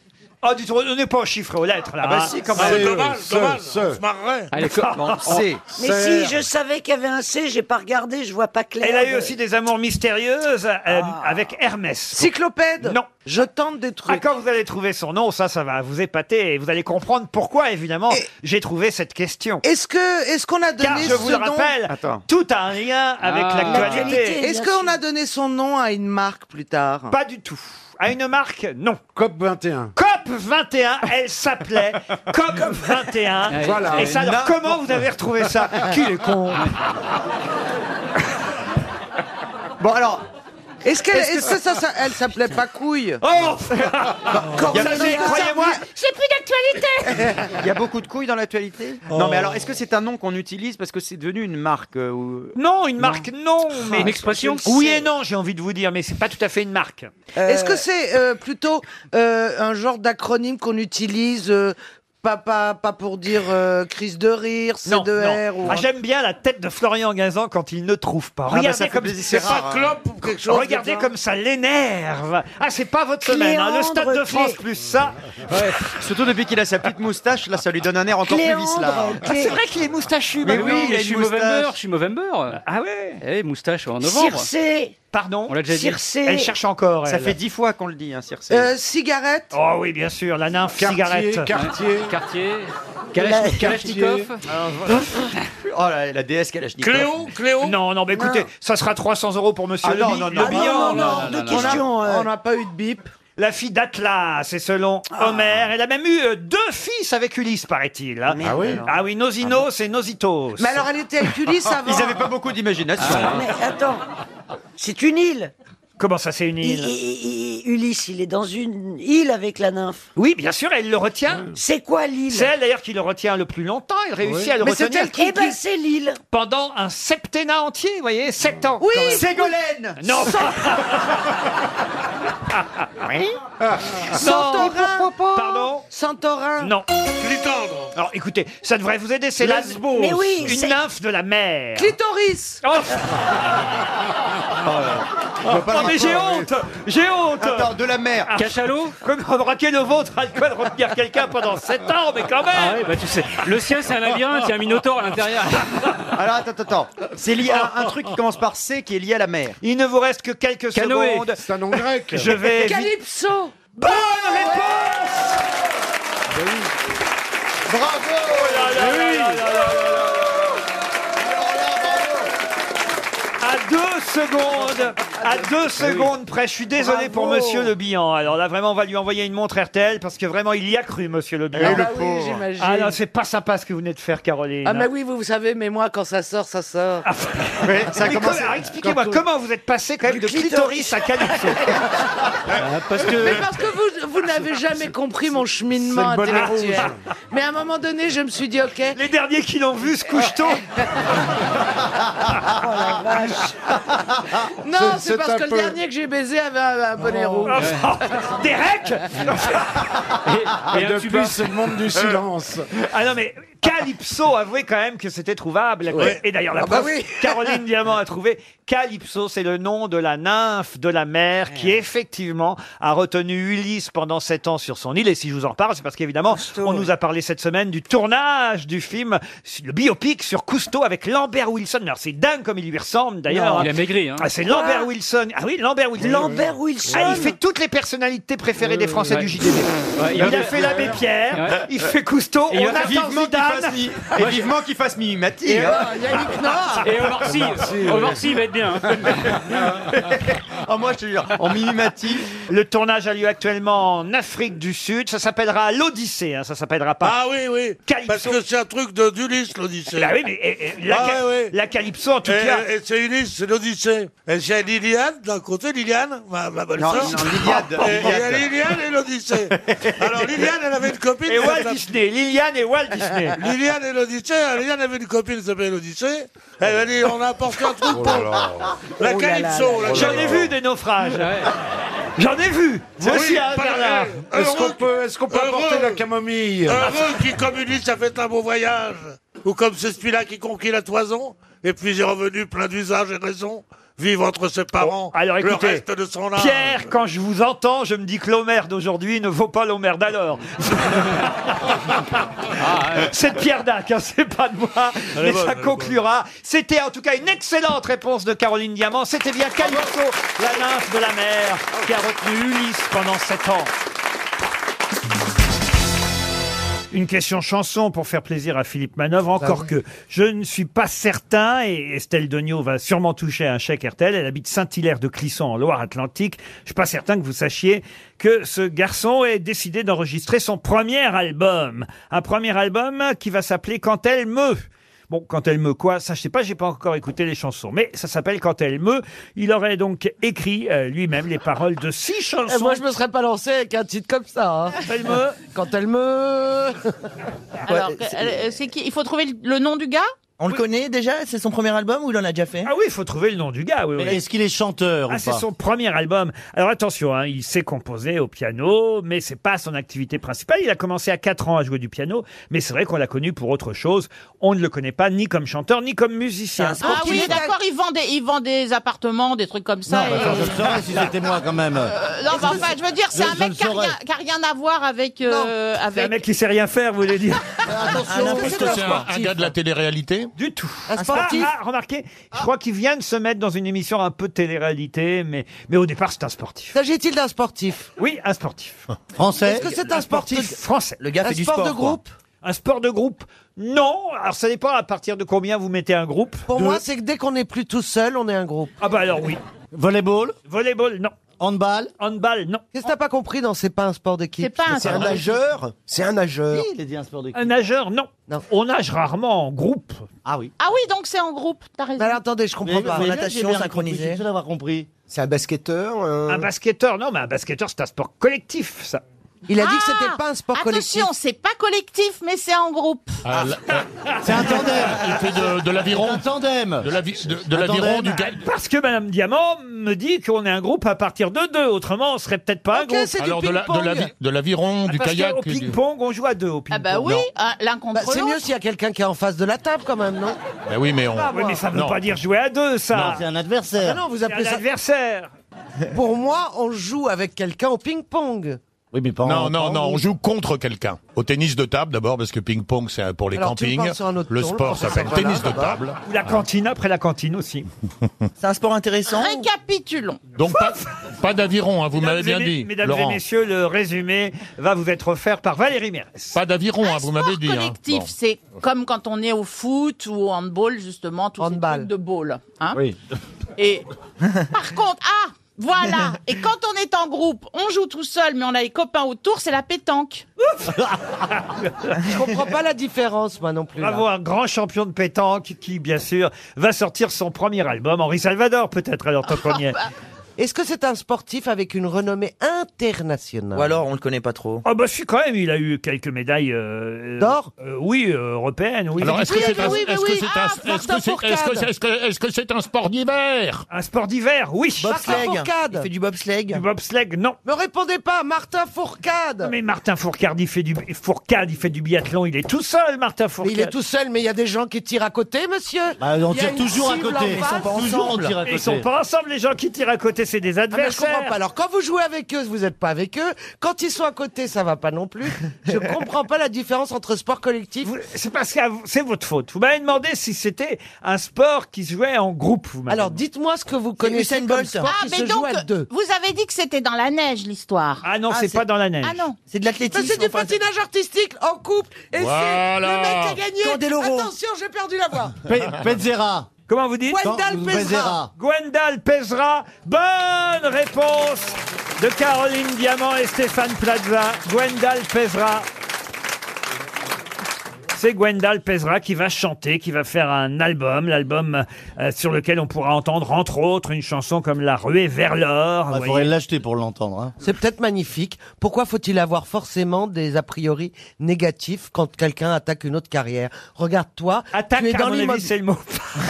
S1: Oh, du tout, on n'est pas aux chiffres et aux lettres là. hein.
S28: C'est E, ce, ce.
S30: Allez, comment
S3: C.
S4: Mais si je savais qu'il y avait un C, j'ai pas regardé, je vois pas clair.
S1: Elle a eu
S4: de-
S1: aussi des amours mystérieuses euh,
S28: Ah.
S1: avec Hermès.
S12: Cyclopède
S1: Non.
S12: Je tente des
S1: Ah,
S12: trucs.
S1: quand vous allez trouver son nom, ça, ça va vous épater et vous allez comprendre pourquoi, évidemment, j'ai trouvé cette question.
S12: Est-ce que est-ce qu'on a donné
S1: Car je vous
S12: ce
S1: le
S12: nom
S1: rappelle,
S3: Attends.
S1: tout a un lien avec
S30: Ah.
S1: l'actualité.
S4: L'actualité.
S12: Est-ce
S4: Bien
S12: qu'on a donné son nom à une marque plus tard
S1: Pas du tout. À une marque, non.
S28: COP 21.
S1: COP 21, elle s'appelait COP 21.
S28: Voilà.
S1: Et ça, alors, comment vous avez retrouvé ça Qui est con
S3: Bon, alors.
S9: Est-ce qu'elle-
S12: Est-ce
S9: est-ce
S12: que-
S9: que ça, ça- elle s'appelait pas couille Bah,
S1: Oh
S12: Il y a
S9: ça-
S12: plus-
S9: ça-
S12: croyez-moi-
S8: J'ai plus d'actualité
S12: Il y a beaucoup de couilles dans l'actualité
S3: Non, mais alors, est-ce que c'est un nom qu'on utilise parce que c'est devenu une marque euh, ou-
S1: Non, une marque, non. Mais
S3: Une expression
S1: Oui et non, j'ai envie de vous dire, mais c'est pas tout à fait une marque.
S9: Est-ce que c'est euh, plutôt euh, un genre d'acronyme qu'on utilise euh, pas, pas, pas pour dire euh, crise de rire,
S1: Non,
S9: C2R
S1: non.
S9: ou...
S1: Ah, j'aime bien la tête de Florian Gazan quand il ne trouve pas.
S9: Ah, bah,
S1: Regardez
S9: ça fait
S1: comme
S9: plaisir,
S1: c'est
S9: c'est rare,
S1: pas
S9: hein.
S1: Klopp ou quelque chose. Regardez
S9: dedans.
S1: comme ça l'énerve. Ah, c'est pas votre semaine. hein. Le Stade de France plus ça.
S3: Surtout depuis qu'il a sa petite moustache, là, ça lui donne un air encore plus vice là.
S1: Ah, c'est vrai qu'il est moustachu.
S3: Mais
S1: maintenant.
S3: oui,
S30: Oui,
S3: il a
S30: je
S3: une
S30: suis mauvais
S3: moustache.
S30: humeur, je suis mauvais humeur.
S1: Ah ouais
S30: Eh, moustache en novembre.
S9: Circé
S1: Pardon
S30: On l'a déjà dit.
S9: Circé.
S1: Elle cherche encore.
S3: Ça
S1: elle.
S3: fait dix fois qu'on le dit, hein, Circe.
S9: Euh, cigarette
S1: Oh oui, bien sûr, la nymphe cigarette.
S3: Cartier.
S30: Cartier.
S1: Kalash-
S3: Kalachnikov.
S1: Kalachnikov.
S3: Oh la, la déesse Kalachnikov.
S1: Cléo Non, non, mais écoutez, ça sera 300 euros pour monsieur
S3: Ah non,
S1: Lebi- oh,
S3: non, non,
S1: Lebihan.
S3: non, non, non, non, non,
S9: non.
S1: euh.
S9: On n'a pas eu de bip.
S1: La fille d'Atlas, et selon
S3: Ah.
S1: Homer, elle a même eu euh, deux fils avec Ulysse, paraît-il. hein.
S9: Merde, Ah oui alors.
S1: Ah oui, Nosinos et Nositos.
S9: Mais alors elle était avec Ulysse
S1: Ah,
S9: avant.
S3: Ils n'avaient pas beaucoup d'imagination. hein.
S4: Mais attends, c'est une île.
S1: Comment ça, c'est une
S4: Il-
S1: île
S4: il- il- Ulysse, il est dans une île avec la nymphe.
S1: Oui, bien sûr, elle le retient.
S4: C'est quoi l'île
S1: C'est elle d'ailleurs qui le retient le plus longtemps. Elle réussit
S4: Oui.
S1: à le
S4: Mais c'est
S1: retenir
S4: elle qui- Eh ben, c'est l'île.
S1: pendant un septennat entier, vous voyez, sept ans.
S9: Oui,
S1: quand même.
S9: Ségolène
S1: Non.
S9: Oui
S1: Non.
S9: Santorin
S1: Pardon
S9: Santorin
S1: Non. Clitandre. Alors écoutez, ça devrait vous aider, c'est
S9: Mais-
S1: Lasbo.
S9: mais oui,
S1: une
S9: c'est-
S1: nymphe de la mer.
S9: Clitoris
S1: Oh,
S3: vois pas
S1: Oh, mais
S3: le
S1: j'ai
S3: rapport,
S1: honte J'ai honte
S3: Attends, de la mer.
S1: Cachalot Comme braquer le ventre à l'école, retenir quelqu'un pendant 7 ans, mais quand même
S30: Ah ouais, bah tu sais. Le sien, c'est un labyrinthe, il y a un minotaure à l'intérieur.
S3: Alors attends, attends, attends. C'est lié à un truc qui commence par C qui est lié à la mer.
S1: Il ne vous reste que quelques
S3: Canoë.
S1: secondes.
S3: C'est un nom grec.
S1: Je vais.
S9: Calypso
S1: Bonne réponse
S3: Ben
S28: Bravo
S12: Ben
S1: À deux secondes, à deux secondes près. Je suis désolé pour Monsieur Le Bihan. Alors là, vraiment, on va lui envoyer une montre RTL parce que vraiment, il y a cru, Monsieur Le Bihan.
S9: Eh, le Ah oui, pauvre. j'imagine.
S1: Ah non, c'est pas sympa ce que vous venez de faire, Caroline. Hein
S9: Ah mais oui, vous, vous savez, mais moi, quand ça sort, ça sort.
S1: Ah, Mais comment- alors, Expliquez-moi comment vous êtes passé quand même de clitoris à calypso.
S9: Parce que... Mais parce que vous, vous n'avez jamais compris mon cheminement
S1: C'est le bonheur
S9: intellectuel.
S1: rouge.
S9: Mais à un moment donné, je me suis dit, ok... Oh,
S1: Les derniers qui l'ont vu se couchent-tôt
S9: Non,
S1: C'est-
S9: c'est
S1: c'est
S9: parce
S1: un
S9: que
S1: peu-
S9: le dernier que j'ai baisé avait un, un bonnet rouge.
S12: Oh.
S1: Des recs
S30: Et un tuba.
S1: monde du silence. Ah non, mais Calypso, avouez quand même que c'était trouvable.
S12: Ouais.
S1: Et d'ailleurs, la
S12: Ah bah
S1: preuve,
S12: oui.
S1: Caroline Diamant a trouvé Calypso, c'est le nom de la nymphe de la mer qui, effectivement, a retenu Ulysse pendant sept ans sur son île. Et si je vous en parle, c'est parce qu'évidemment, on nous a parlé cette semaine du tournage du film, le biopic sur Cousteau avec Lambert Wilson. Alors, c'est dingue comme il lui ressemble, d'ailleurs.
S30: Non, il a maigri, hein.
S1: Ah, c'est Lambert
S30: Quoi
S1: Wilson. Ah oui, Lambert Wilson.
S30: Lambert Wilson. Euh,
S1: Ah, il fait toutes les personnalités préférées des Français
S30: Ouais.
S1: du JDD.
S30: Ouais,
S1: il, a fait l'abbé Pierre,
S3: Ouais.
S1: il fait Cousteau,
S3: Et
S1: on attend
S3: vivement qu'il
S1: Zidane.
S3: fasse, mi... et vivement qu'il fasse Mimimati.
S1: Et
S3: hein.
S1: alors, Yannick Noah.
S30: Et Omar Sy. Omar Sy va être bien.
S12: hein.
S1: Oh, moi, je te jure, en mimimati. Le tournage a lieu actuellement en Afrique du Sud. Ça s'appellera l'Odyssée. hein, Ça s'appellera pas.
S31: Ah oui, oui. Parce que c'est un truc de d'Ulysse, l'Odyssée. Ah
S1: Bah oui, mais, eh, eh, la ca- la Calypso, en tout
S31: Et-
S1: cas.
S31: Et c'est Ulysse, c'est l'Odyssée. Et c'est l'Iliade, d'un côté, l'Iliane, ma, ma belle
S1: Non,
S31: sœur.
S1: non, l'Iliade.
S31: Et il y a
S1: L'Iliade.
S31: l'Iliade et l'Odyssée. Alors, l'Iliade, elle avait une copine.
S1: Et
S31: elle
S1: Walt
S31: s'appelait-
S1: Disney, Liliane et Walt Disney.
S31: Liliane et l'Odyssée, Liliane avait une copine qui s'appelait l'Odyssée. Elle a dit on a apporté un truc pour la
S1: Oh là là
S31: Calypso.
S1: là
S31: la
S1: là. J'en ai
S31: Calypso.
S1: vu des naufrages. J'en ai vu. Vous
S31: Oui,
S1: aussi, hein,
S31: pas-
S1: Bernard.
S31: euh,
S1: Est-ce qu'on
S31: heureux-
S1: peut- est-ce qu'on peut apporter la camomille
S31: Heureux qui, comme Ulysse, a fait un beau voyage. Ou comme c'est celui-là qui conquit la toison, et puis est revenu plein d'usage et de raison, vivre entre ses parents
S1: Oh, Alors écoutez,
S31: le reste de son âge.
S1: Pierre, quand je vous entends, je me dis que l'Homère d'aujourd'hui ne vaut pas l'Homère d'alors. C'est de Pierre Dac, hein, c'est pas de moi,
S12: Elle est
S1: mais
S12: bonne,
S1: ça
S12: elle est
S1: conclura. C'était en tout cas une excellente réponse de Caroline Diamant. C'était bien
S31: Ah
S1: Calypso, la nymphe de la mer, qui a retenu Ulysse pendant sept ans. Une question chanson pour faire plaisir à Philippe Manœuvre, encore que je ne suis pas certain, et Estelle Degnaud va sûrement toucher un chèque RTL, elle habite Saint-Hilaire de Clisson en Loire-Atlantique, je suis pas certain que vous sachiez que ce garçon ait décidé d'enregistrer son premier album. Un premier album qui va s'appeler Quand elle meut. Bon, quand elle me quoi Ça, je sais pas, j'ai pas encore écouté les chansons. Mais ça s'appelle Quand elle me. Il aurait donc écrit euh, lui-même les paroles de six chansons.
S9: Eh, moi, je me serais pas lancé avec un titre comme ça. hein. Quand elle me.
S32: Alors,
S9: Ouais, c'est-
S32: euh, c'est qui Il faut trouver le- le nom du gars
S22: On le connaît déjà C'est son premier album ou il en a déjà fait
S1: Ah oui, il faut trouver le nom du gars. oui, oui.
S22: Est-ce qu'il est chanteur
S1: Ah,
S22: ou
S1: c'est
S22: pas
S1: son premier album. Alors attention, hein, il s'est composé au piano, mais c'est pas son activité principale. Il a commencé à 4 ans à jouer du piano, mais c'est vrai qu'on l'a connu pour autre chose. On ne le connaît pas ni comme chanteur, ni comme musicien.
S32: Ah oui, d'accord, il vend, des, il vend des appartements, des trucs comme ça.
S22: Ah, bah,
S32: et-
S22: saurais si c'était moi quand même.
S32: Euh, non, bah, enfin, je veux dire, c'est
S1: Je-
S32: un
S1: je
S32: mec
S1: le
S32: qui a,
S1: saurais.
S32: rien- qui a rien à voir avec... euh,
S1: C'est un
S32: avec...
S1: mec qui Euh, sait rien faire, vous voulez dire
S22: Attention,
S1: est-ce que c'est un- un gars
S22: de la télé-réalité
S1: Du tout.
S22: Un sportif
S1: Ah, ah, remarquez, je crois qu'il vient de se mettre dans une émission un peu télé-réalité, mais, mais au départ, c'est un sportif.
S9: S'agit-il d'un sportif
S1: Oui, un sportif.
S22: Français
S9: Est-ce que c'est un sportif
S1: Français.
S9: Le gars fait Un du sport sport, de quoi. groupe
S1: Un sport de groupe Non. Alors, ça dépend à partir de combien vous mettez un groupe.
S9: Pour
S1: De-
S9: moi, c'est que dès qu'on n'est plus tout seul, on est un groupe.
S1: Ah bah alors oui.
S9: Volleyball
S1: Volleyball, non.
S9: Handball
S1: Handball, non.
S9: Qu'est-ce que t'as pas compris Non, c'est pas un sport d'équipe.
S22: C'est pas un C'est un sport d'équipe. nageur
S9: C'est un nageur.
S22: il a dit un sport de
S1: Un nageur, non. On nage rarement en groupe.
S22: Ah oui.
S32: Ah oui, donc c'est en groupe, t'as raison.
S9: alors attendez, je comprends pas.
S22: d'avoir compris.
S1: C'est un basketteur Un basketteur, non, mais un basketteur, c'est un sport collectif, ça.
S9: Il a dit que
S32: Ah,
S9: c'était pas un sport collectif.
S32: Attention, c'est pas collectif, mais c'est en groupe.
S1: C'est un tandem.
S22: Ah, euh, Il fait de, l'aviron. Un tandem. De
S1: l'aviron du gars. Parce que Madame Diamant me dit qu'on est un groupe à partir de deux. Autrement, on serait peut-être pas un groupe.
S22: c'est du Alors, de la- de ping-pong. la vi-
S1: de l'aviron,
S22: du kayak,
S1: Au
S22: du-
S1: ping-pong, on joue à deux. Au
S32: Ah
S1: ping-pong.
S32: bah oui,
S1: Non.
S32: hein, l'un
S9: Bah,
S32: contre
S9: c'est
S32: l'autre.
S9: mieux s'il y a quelqu'un qui est en face de la table quand même, non
S22: Bah oui, mais on.
S1: Ah oui, mais ça ne veut
S22: Non.
S1: pas dire jouer à deux, ça.
S22: Non, c'est un adversaire.
S9: Ah non, vous appelez
S1: C'est un
S9: ça-
S1: adversaire.
S9: Pour moi, on joue avec quelqu'un au ping-pong.
S22: Oui, mais
S9: en-
S25: Non,
S9: pas
S25: non,
S9: en-
S25: non, on joue contre quelqu'un. Au tennis de table d'abord, parce que ping-pong c'est pour les
S9: Alors, tu
S25: campings.
S9: parles sur un autre
S25: Le
S9: ton,
S25: sport
S9: là, ça
S25: s'appelle
S9: va,
S25: tennis
S9: là,
S25: de
S9: là-bas.
S25: table.
S1: Ou la cantine après la cantine aussi.
S22: C'est un sport intéressant.
S32: Récapitulons.
S25: Donc pas, pas d'aviron, hein, vous
S1: Mesdames
S25: m'avez bien
S1: et mes-
S25: dit.
S1: Mesdames
S25: Laurent.
S1: et messieurs, le résumé va vous être offert par Valérie Mérès.
S25: Pas d'aviron, hein, vous m'avez dit. hein.
S1: Ah,
S32: Collectif,
S25: Bon.
S32: c'est comme quand on est au foot ou au handball, justement, tous ces trucs de ball. hein.
S22: Oui.
S32: Et par contre, ah, voilà. Et quand on est en groupe, on joue tout seul, mais on a les copains autour, c'est la pétanque.
S9: Je comprends pas la différence, moi non plus. là.
S1: Bravo, un grand champion de pétanque qui, bien sûr, va sortir son premier album. Henri Salvador, peut-être, alors ton premier.
S9: Est-ce que c'est un sportif avec une renommée internationale
S22: Ou alors on le connaît pas trop.
S1: Ah bah si, quand même, il a eu quelques médailles... euh,
S9: D'or
S1: euh, Oui, euh, européennes, oui.
S25: Alors est-ce que c'est un-
S1: oui,
S25: est-ce que c'est
S9: Ah,
S25: un- est-ce que c'est- est-ce que c'est- est-ce que- est-ce que c'est un sport d'hiver
S1: Un sport d'hiver, oui.
S9: Martin Fourcade. Il fait
S22: du bobsleigh.
S1: Du bobsleigh, non.
S9: Me répondez pas, Martin Fourcade
S1: Mais Martin Fourcade, il fait du Fourcade, il fait du biathlon, il est tout seul, Martin
S9: Mais
S1: Fourcade.
S9: il est tout seul, mais il y a des gens qui tirent à côté, monsieur.
S22: Bah, on
S9: Il y a
S22: tire
S9: une
S22: toujours à
S9: cible
S22: côté.
S9: en
S22: Ils
S9: face.
S22: sont pas Toujours ensemble. on tire à
S1: Mais Ils
S22: côté.
S1: sont pas ensemble, les gens qui tirent à côté, c'est des
S9: Ah, mais je
S1: adversaires.
S9: comprends pas. Alors, quand vous jouez avec eux, vous n'êtes pas avec eux. Quand ils sont à côté, ça va pas non plus. Je comprends pas la différence entre sport collectif.
S1: C'est parce que c'est votre faute. Vous m'avez demandé si c'était un sport qui se jouait en groupe. Vous Alors
S9: dites-moi ce que vous connaissez comme sport
S32: Ah,
S9: qui
S32: mais
S9: se joue
S32: donc,
S9: à deux.
S32: vous avez dit que c'était dans la neige, l'histoire.
S1: Ah non, c'est pas dans la neige.
S32: Ah non.
S22: C'est de
S9: Mais C'est du patinage artistique en couple. Et
S22: Voilà.
S9: c'est le mec qui a gagné. Attention, j'ai perdu la voix.
S22: Pezzera.
S1: Comment vous dites
S9: Gwendal Pesera.
S1: Gwendal Pesera. Bonne réponse de Caroline Diamant et Stéphane Plaza. Gwendal Pesera. C'est Gwendal Pesera qui va chanter, qui va faire un album, l'album euh, sur lequel on pourra entendre entre autres une chanson comme La ruée vers l'or.
S22: Il
S1: vous
S22: Ah, faudrait
S1: voyez.
S22: l'acheter pour l'entendre. hein.
S9: C'est peut-être magnifique. Pourquoi faut-il avoir forcément des a priori négatifs quand quelqu'un attaque une autre carrière Regarde-toi,
S1: Attaque,
S9: tu es
S1: à
S9: dans
S1: mon avis,
S9: l'immobilier.
S1: c'est le mot.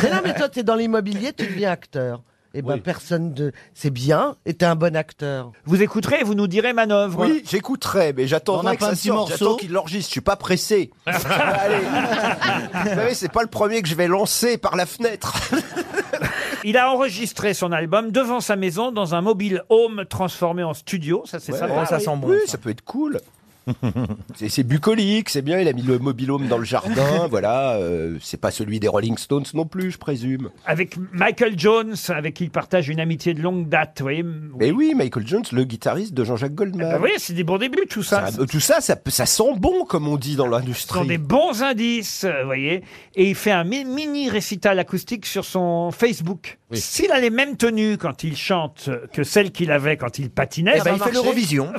S9: Mais non, mais toi, tu es dans l'immobilier, tu deviens acteur. Eh ben, personne de. C'est bien, et t'es un bon acteur.
S1: Vous écouterez, vous nous direz manœuvre.
S33: Oui, j'écouterai, mais j'attends
S9: On a
S33: que
S9: pas
S33: ça
S9: un petit
S33: sorte.
S9: morceau
S33: J'attends qu'il l'enregistre. Je suis pas pressé. Allez. Vous savez, c'est pas le premier que je vais lancer par la fenêtre.
S1: Il a enregistré son album devant sa maison dans un mobile home transformé en studio. Ça, c'est
S33: Ouais.
S1: sympa.
S33: Oui, Oui, ça peut être cool. C'est c'est bucolique, c'est bien. Il a mis le mobilhome dans le jardin. voilà, euh, c'est pas celui des Rolling Stones non plus, je présume.
S1: Avec Michael Jones, avec qui il partage une amitié de longue date, vous voyez. Eh ben,
S33: Mais oui, Michael Jones, le guitariste de Jean-Jacques Goldman.
S1: Vous voyez, Ah c'est des bons débuts, tout ça.
S33: Ça- euh, tout ça, ça, peut- ça sent bon, comme on dit dans
S1: Ce sont
S33: l'industrie.
S1: des bons indices, euh, vous voyez. Et il fait un mi- mini récital acoustique sur son Facebook. S'il a les mêmes tenues quand il chante euh, que celles qu'il avait quand il patinait,
S33: Eh
S1: ça
S33: ben,
S1: va
S33: il fait
S1: marcher.
S33: l'Eurovision.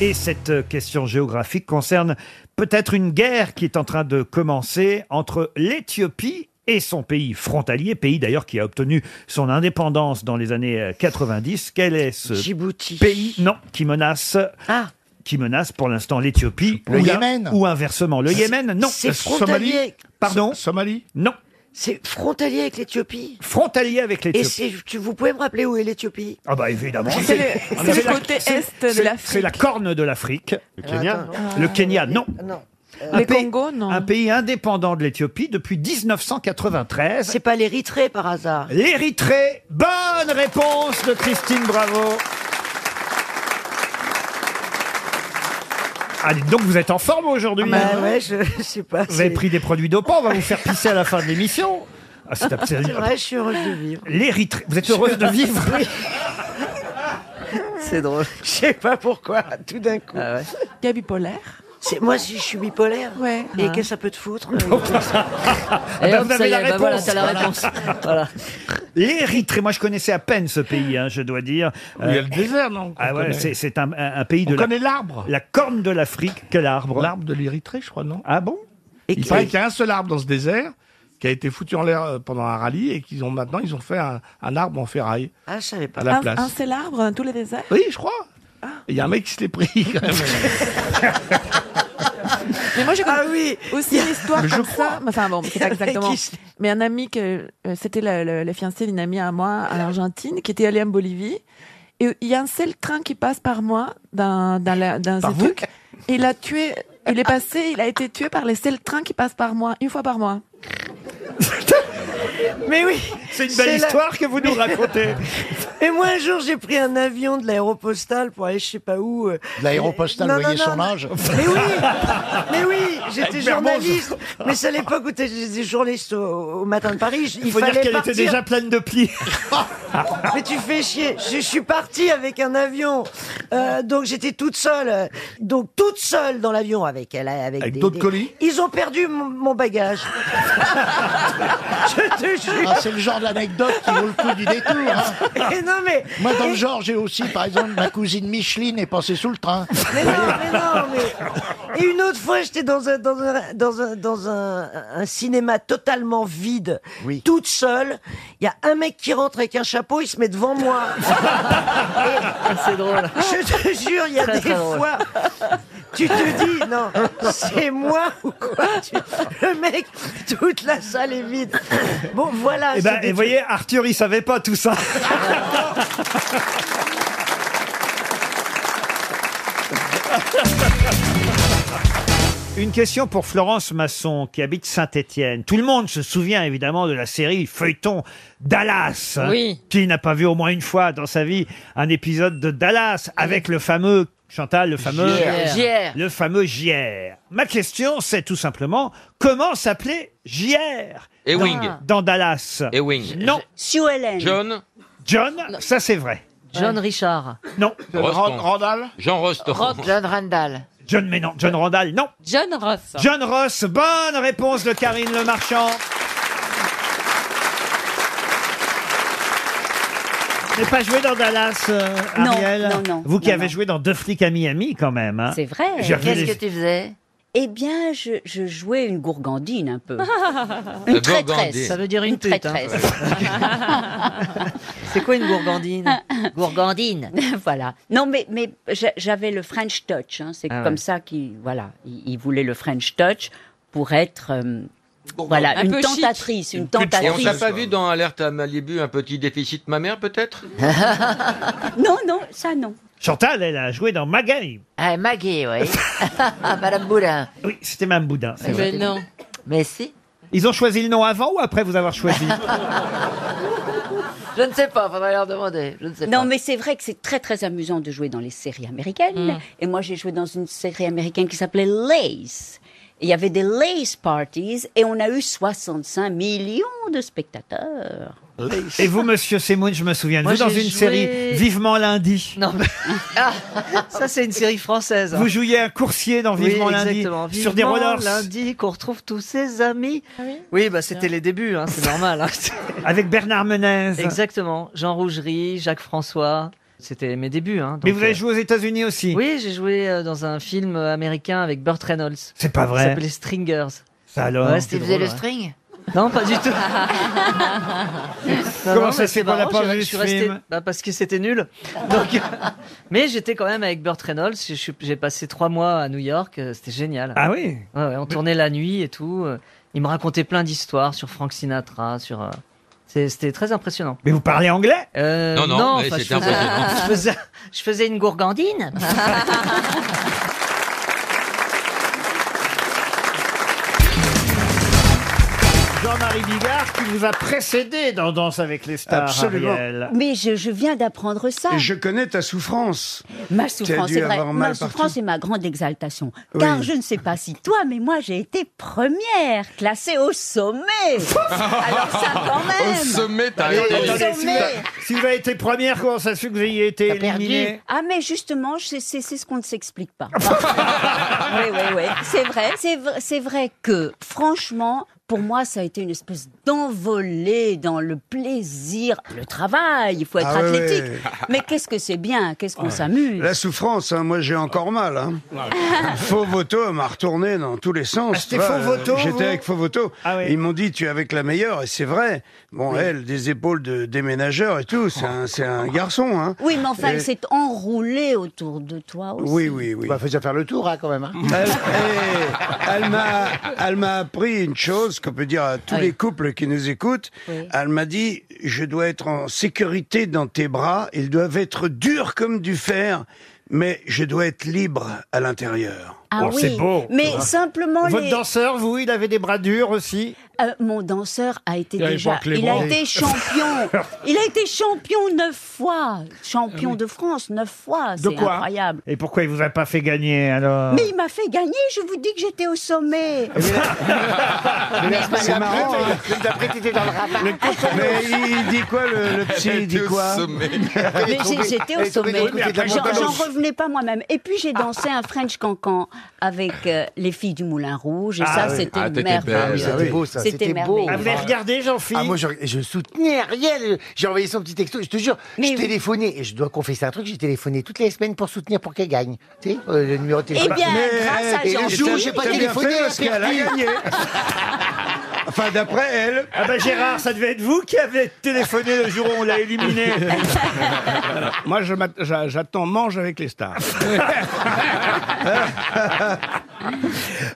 S1: Et cette euh, question géographique concerne peut-être une guerre qui est en train de commencer entre l'Éthiopie et son pays frontalier, pays d'ailleurs qui a obtenu son indépendance dans les années euh, 90. Quel est ce pays non, qui menace
S34: Ah.
S1: qui menace pour l'instant l'Éthiopie
S34: Le
S1: ou la-
S34: Yémen.
S1: ou inversement le Yémen non
S34: C'est frontalier. Somalie
S1: pardon
S34: Somalie
S1: non
S34: C'est frontalier avec l'Éthiopie
S1: frontalier avec
S34: Et
S1: l'Éthiopie
S34: c'est- tu- vous pouvez me rappeler où est l'Éthiopie
S1: Ah bah évidemment.
S34: C'est le-
S1: Ah,
S34: c'est
S1: mais
S34: le
S1: la-
S34: côté
S1: c'est-
S34: est de
S1: c'est-
S34: l'Afrique.
S1: C'est la corne de l'afrique. Le
S34: Kenya attends. Euh,
S1: Le Kenya, non.
S3: Ah
S34: Le
S1: Congo, non. Un pays indépendant de l'Éthiopie depuis 1993. C'est
S34: pas l'Érythrée par hasard.
S1: L'Érythrée. Bonne réponse de Christine Bravo. Allez, Ah, donc vous êtes en forme aujourd'hui.
S34: Bah
S1: hein
S34: ouais, je, je sais pas.
S1: Vous avez pris des produits dopants, on va vous faire pisser à la fin de l'émission. Ah, c'est
S34: C'est
S1: absolument-
S34: vrai, je suis heureuse de vivre.
S1: L'Érythrée. Vous êtes heureuse de vivre
S34: C'est drôle. Je sais pas pourquoi, tout d'un coup.
S1: Ah
S34: Il y a bipolaire Moi, si je suis bipolaire. Ouais. Et
S8: Ouais.
S34: qu'est-ce que ça peut te foutre
S1: Ah bah,
S34: hop,
S1: vous
S34: Eh, ça
S1: Eh ben, avez
S34: y
S1: la
S34: est,
S1: réponse.
S34: bah voilà, t'as la réponse.
S1: L'Érythrée, moi je connaissais à peine ce pays, hein, je dois dire.
S34: Il y a le
S1: désert, non Ah ouais,
S34: connaît.
S1: c'est, c'est un, un- un pays
S34: On
S1: de.
S34: connaît
S1: l'arbre. La corne de l'Afrique. Quel arbre
S34: L'arbre de l'Érythrée, je crois, non
S1: Ah bon
S34: Il
S12: paraît qu'il y a un seul arbre dans ce désert qui a été foutu en l'air euh, pendant un rallye et qu'ils ont maintenant ils ont fait un, un arbre en ferraille.
S34: Ah, je savais pas.
S12: À la
S35: un,
S12: place.
S35: un seul
S28: hein,
S35: arbre, tous les déserts
S12: Oui, je crois. Et Il y a un mec qui se l'est pris. quand même.
S35: Mais moi, j'ai ah oui. aussi une histoire
S12: Mais je
S35: comme ça. Enfin bon, c'est pas exactement.
S12: Qui se-
S35: Mais un ami, que euh, c'était le, le- le fiancé d'une amie à moi en Argentine, qui était allée en Bolivie. Et il y a un seul train qui passe par moi dans, dans, la- dans ce truc. Et il a tué. Il est passé, il a été tué par les seuls trains qui passent par moi, une fois par mois.
S34: Mais oui
S1: C'est une
S34: c'est
S1: belle
S34: la-
S1: histoire que vous nous racontez.
S34: Et moi, un jour, j'ai pris un avion de l'aéropostale pour aller je sais pas où. euh,
S22: De l'aéropostale,
S34: Non, non,
S22: voyez
S34: non,
S22: son
S34: non.
S22: âge.
S34: Mais oui Mais oui J'étais
S22: Avec Mermoz.
S34: journaliste. Mais c'est à l'époque où t'étais- j'étais journaliste au, au matin de Paris. j- Il
S1: Il faut dire
S34: fallait
S1: qu'elle
S34: partir.
S1: était déjà pleine de plis.
S34: Mais tu fais chier. Je, je suis partie avec un avion. Euh, donc j'étais toute seule. Donc toute seule dans l'avion avec elle. Avec,
S12: Avec
S34: des-
S12: d'autres
S34: des-
S12: colis
S34: Ils ont perdu mon, mon bagage. je te jure.
S22: Ah, c'est le genre d'anecdote qui vaut le coup du détour. hein.
S34: Et non, mais.
S22: Moi, dans le genre, j'ai aussi, par exemple, ma cousine Micheline est passée sous le train.
S34: Mais non, mais non, mais... Et une autre fois, j'étais dans un, dans un, dans un, dans un, un cinéma totalement vide, toute seule. Il y a un mec qui rentre avec un chapeau, il se met devant moi. C'est drôle. Je te jure, il y a
S8: Très,
S34: des
S8: très drôle.
S34: fois... Tu te dis, non, c'est moi ou quoi Tu- Le mec, toute la salle est vide. Bon, voilà.
S1: Et
S34: c'est
S1: ben,
S34: des
S1: et
S34: trucs-
S1: voyez, Arthur, il savait pas tout ça. Une question pour Florence Masson qui habite Saint-Étienne. Tout le monde se souvient évidemment de la série feuilleton Dallas. hein.
S8: Oui.
S1: Qui n'a pas vu au moins une fois dans sa vie un épisode de Dallas avec le fameux Chantal, le fameux
S8: JR. JR.
S1: le fameux JR. Ma question c'est tout simplement comment s'appelait JR
S27: Et
S1: dans-
S27: Wing.
S1: dans Dallas.
S27: Et Wing.
S1: Non.
S27: Sue Ellen. John.
S1: John, ça c'est vrai.
S27: John
S1: Richard. Non.
S27: Roston.
S1: Randall.
S27: Jean Rostand.
S1: John Randall. John, mais non. John Randall, non.
S5: John Ross.
S1: John Ross, bonne réponse de Karine Le Marchand. Vous n'avez pas joué dans Dallas, euh,
S5: Non,
S1: Ariel
S5: non, non,
S1: Vous qui
S5: non,
S1: avez
S5: non.
S1: joué dans Deux flics à Miami, quand même. hein.
S5: C'est vrai.
S1: J'ai revu les-
S5: tu faisais Eh bien, je, je jouais une gourgandine un peu.
S1: La
S5: une
S1: gourgandine.
S5: traîtresse.
S1: Ça
S5: veut dire une, hein. traîtresse.
S8: C'est quoi une gourgandine
S5: Gourgandine. voilà. Non, mais, mais j'a- j'avais le French touch. hein. C'est
S8: Ah
S5: comme
S8: ouais.
S5: ça qu'il voilà, il, il voulait le French touch pour être euh,
S27: Un
S5: voilà une
S27: peu chic.
S5: tentatrice, une
S27: Et on
S5: tentatrice.
S27: t'a pas vu dans Alerte à Malibu un petit déficit de ma mère peut-être
S5: non, non, ça non.
S1: Chantal, elle a joué dans Maggie.
S14: Ah, Maggie, oui. Madame Boulin.
S1: Oui, c'était Mme Boudin. c'est vrai.
S14: Mais si.
S1: Ils ont choisi le nom avant ou après vous avoir choisi
S14: Ah, Je ne sais pas, faudrait leur demander. Je ne sais
S5: Non,
S14: pas.
S5: mais c'est vrai que c'est très très amusant de jouer dans les séries américaines.
S14: Mm.
S5: Et moi, j'ai joué dans une série américaine qui s'appelait Lace. Et Il y avait des Lace Parties et on a eu 65 millions de spectateurs.
S1: Et vous, monsieur Semoun, je me souviens de
S5: Moi,
S1: vous dans
S5: j'ai
S1: une
S5: joué-
S1: série Vivement lundi.
S8: Ça, c'est une série
S10: hein.
S8: française.
S1: Ah. Vous jouiez un coursier dans Vivement
S8: oui,
S1: lundi
S8: exactement.
S1: sur des
S8: Vivement
S1: rollers
S8: lundi qu'on retrouve tous ses amis.
S14: Ah
S8: oui, bah c'était les débuts, hein, c'est normal. hein.
S1: avec Bernard Menez.
S8: exactement. Jean Rougerie, Jacques François.
S10: C'était mes débuts. Hein,
S1: Mais vous avez joué aux États-Unis aussi
S10: Oui, j'ai joué euh, dans un film euh, américain avec Burt Reynolds.
S1: C'est pas vrai.
S10: Ça s'appelait Stringers.
S1: Ça alors
S10: Ouais, c'était
S14: Tu faisais
S10: drôle,
S14: le
S10: ouais.
S14: string
S10: Non, pas du tout.
S1: Ah
S10: Non,
S1: Comment
S10: non,
S1: ça
S10: mais
S1: se
S10: c'est
S1: fait qu'on n'a
S10: marrant,
S1: pas
S10: je- je
S1: vu ce
S10: suis resté-
S1: film
S10: bah, Parce que c'était nul. Donc, mais j'étais quand même avec Burt Reynolds. Je suis- J'ai passé trois mois à New York. euh, C'était génial.
S1: Ah oui
S10: Ouais, ouais, On tournait la nuit et tout. euh, Il me racontait plein d'histoires sur Frank Sinatra, sur. euh, c'est- C'était très impressionnant.
S1: Mais vous parlez anglais
S10: Euh,
S1: Non, non, mais
S10: enfin, je, faisais,
S1: c'était impressionnant.
S10: je faisais- je faisais une gourgandine.
S1: Jean-Marie Bigard qui vous a précédé dans Danse avec les stars.
S6: Absolument.
S1: Ariel.
S6: Mais je, je viens d'apprendre ça. Et Je connais ta souffrance. Ma Tu as
S5: souffrance,
S6: dû
S5: c'est vrai. Ma
S6: avoir mal partout.
S5: souffrance et ma grande exaltation.
S6: Oui.
S5: Car je ne sais pas si toi, mais moi, j'ai été première, classée au sommet. Alors ça, quand même.
S1: Attendez,
S5: Au
S1: attendez, si, vous
S5: Bah, sommet.
S1: avez- si vous avez été première, comment ça se fait que vous ayez été éliminée
S5: Ah, mais justement, c'est c'est- c'est ce qu'on ne s'explique pas. oui, oui, oui. C'est vrai. C'est vrai, c'est vrai que, franchement, pour moi, ça a été une espèce d'envolée dans le plaisir, le travail. Il faut être
S6: Ah ouais,
S5: athlétique.
S6: ouais.
S5: Mais qu'est-ce que c'est bien Qu'est-ce qu'on s'amuse
S6: La souffrance, hein, moi j'ai encore mal. Hein. Faux voto m'a retourné dans tous les sens.
S1: Ah, c'était
S6: tu vois,
S1: Fauvoto,
S6: euh,
S1: vous
S6: J'étais avec Faux voto.
S1: Ah oui.
S6: Ils m'ont dit tu es avec la meilleure et c'est vrai. Bon, elle, des épaules de déménageur et tout,
S1: Oh.
S6: c'est un, c'est un garçon. Hein.
S5: Oui, mais enfin,
S6: Et-
S5: elle s'est enroulée autour de toi aussi.
S6: Oui, oui, oui.
S22: Bah, faut déjà faire le tour, hein, quand même. hein.
S6: Elle, eh, elle m'a, elle m'a appris une chose qu'on peut dire à tous les couples qui nous écoutent.
S10: Oui.
S6: Elle m'a dit, je dois être en sécurité dans tes bras. Ils doivent être durs comme du fer, mais je dois être libre à l'intérieur.
S5: Ah
S1: Oh,
S5: oui, mais simplement
S6: Votre
S5: les...
S1: danseur, vous, il avait des bras durs aussi
S5: Euh, Mon danseur a été
S6: Il avait
S5: déjà...
S6: pas Clément.
S5: Il a
S6: Oui.
S5: été champion Ah, Il a été champion neuf fois
S22: Ah
S5: Champion de France, neuf fois
S1: De
S5: C'est
S1: quoi
S5: incroyable
S1: Et pourquoi il vous a pas fait gagner alors
S5: Mais il m'a fait gagner, je vous dis que j'étais au sommet
S6: C'est marrant. hein.
S22: Ah
S6: Mais il dit quoi le, le psy Il dit quoi
S5: Mais j'ai- j'étais au sommet. J'en j'en revenais pas moi-même. Et puis j'ai dansé un French cancan avec euh, les filles du Moulin Rouge. Et ça,
S22: Ah oui.
S5: c'était
S22: Ah, t'étais
S5: merveilleux.
S22: belle. Ah oui, c'était beau, ça.
S5: C'était
S22: C'était beau.
S5: merveilleux.
S22: Ah, vous l'avez regardé,
S1: Jean-Philippe
S22: Ah, moi, je, je soutenais Ariel. J'ai envoyé son petit texto. Je te jure, je téléphonais. Et je dois confesser un truc j'ai téléphoné toutes les semaines pour soutenir pour qu'elle gagne. Tu sais, euh, le numéro de téléphone.
S5: Eh bien, Mais, grâce à
S22: Et
S5: Jean-Philippe.
S22: le jour où j'ai pas
S6: T'as bien
S22: téléphoné,
S6: fait parce
S22: elle a
S6: qu'elle a
S22: perdu.
S6: gagné. Enfin, d'après elle.
S1: Ah
S12: ben,
S1: bah Gérard, ça devait être vous qui avez téléphoné le jour où on l'a éliminé.
S36: Moi, je m'att- j'a- j'attends mange avec les stars.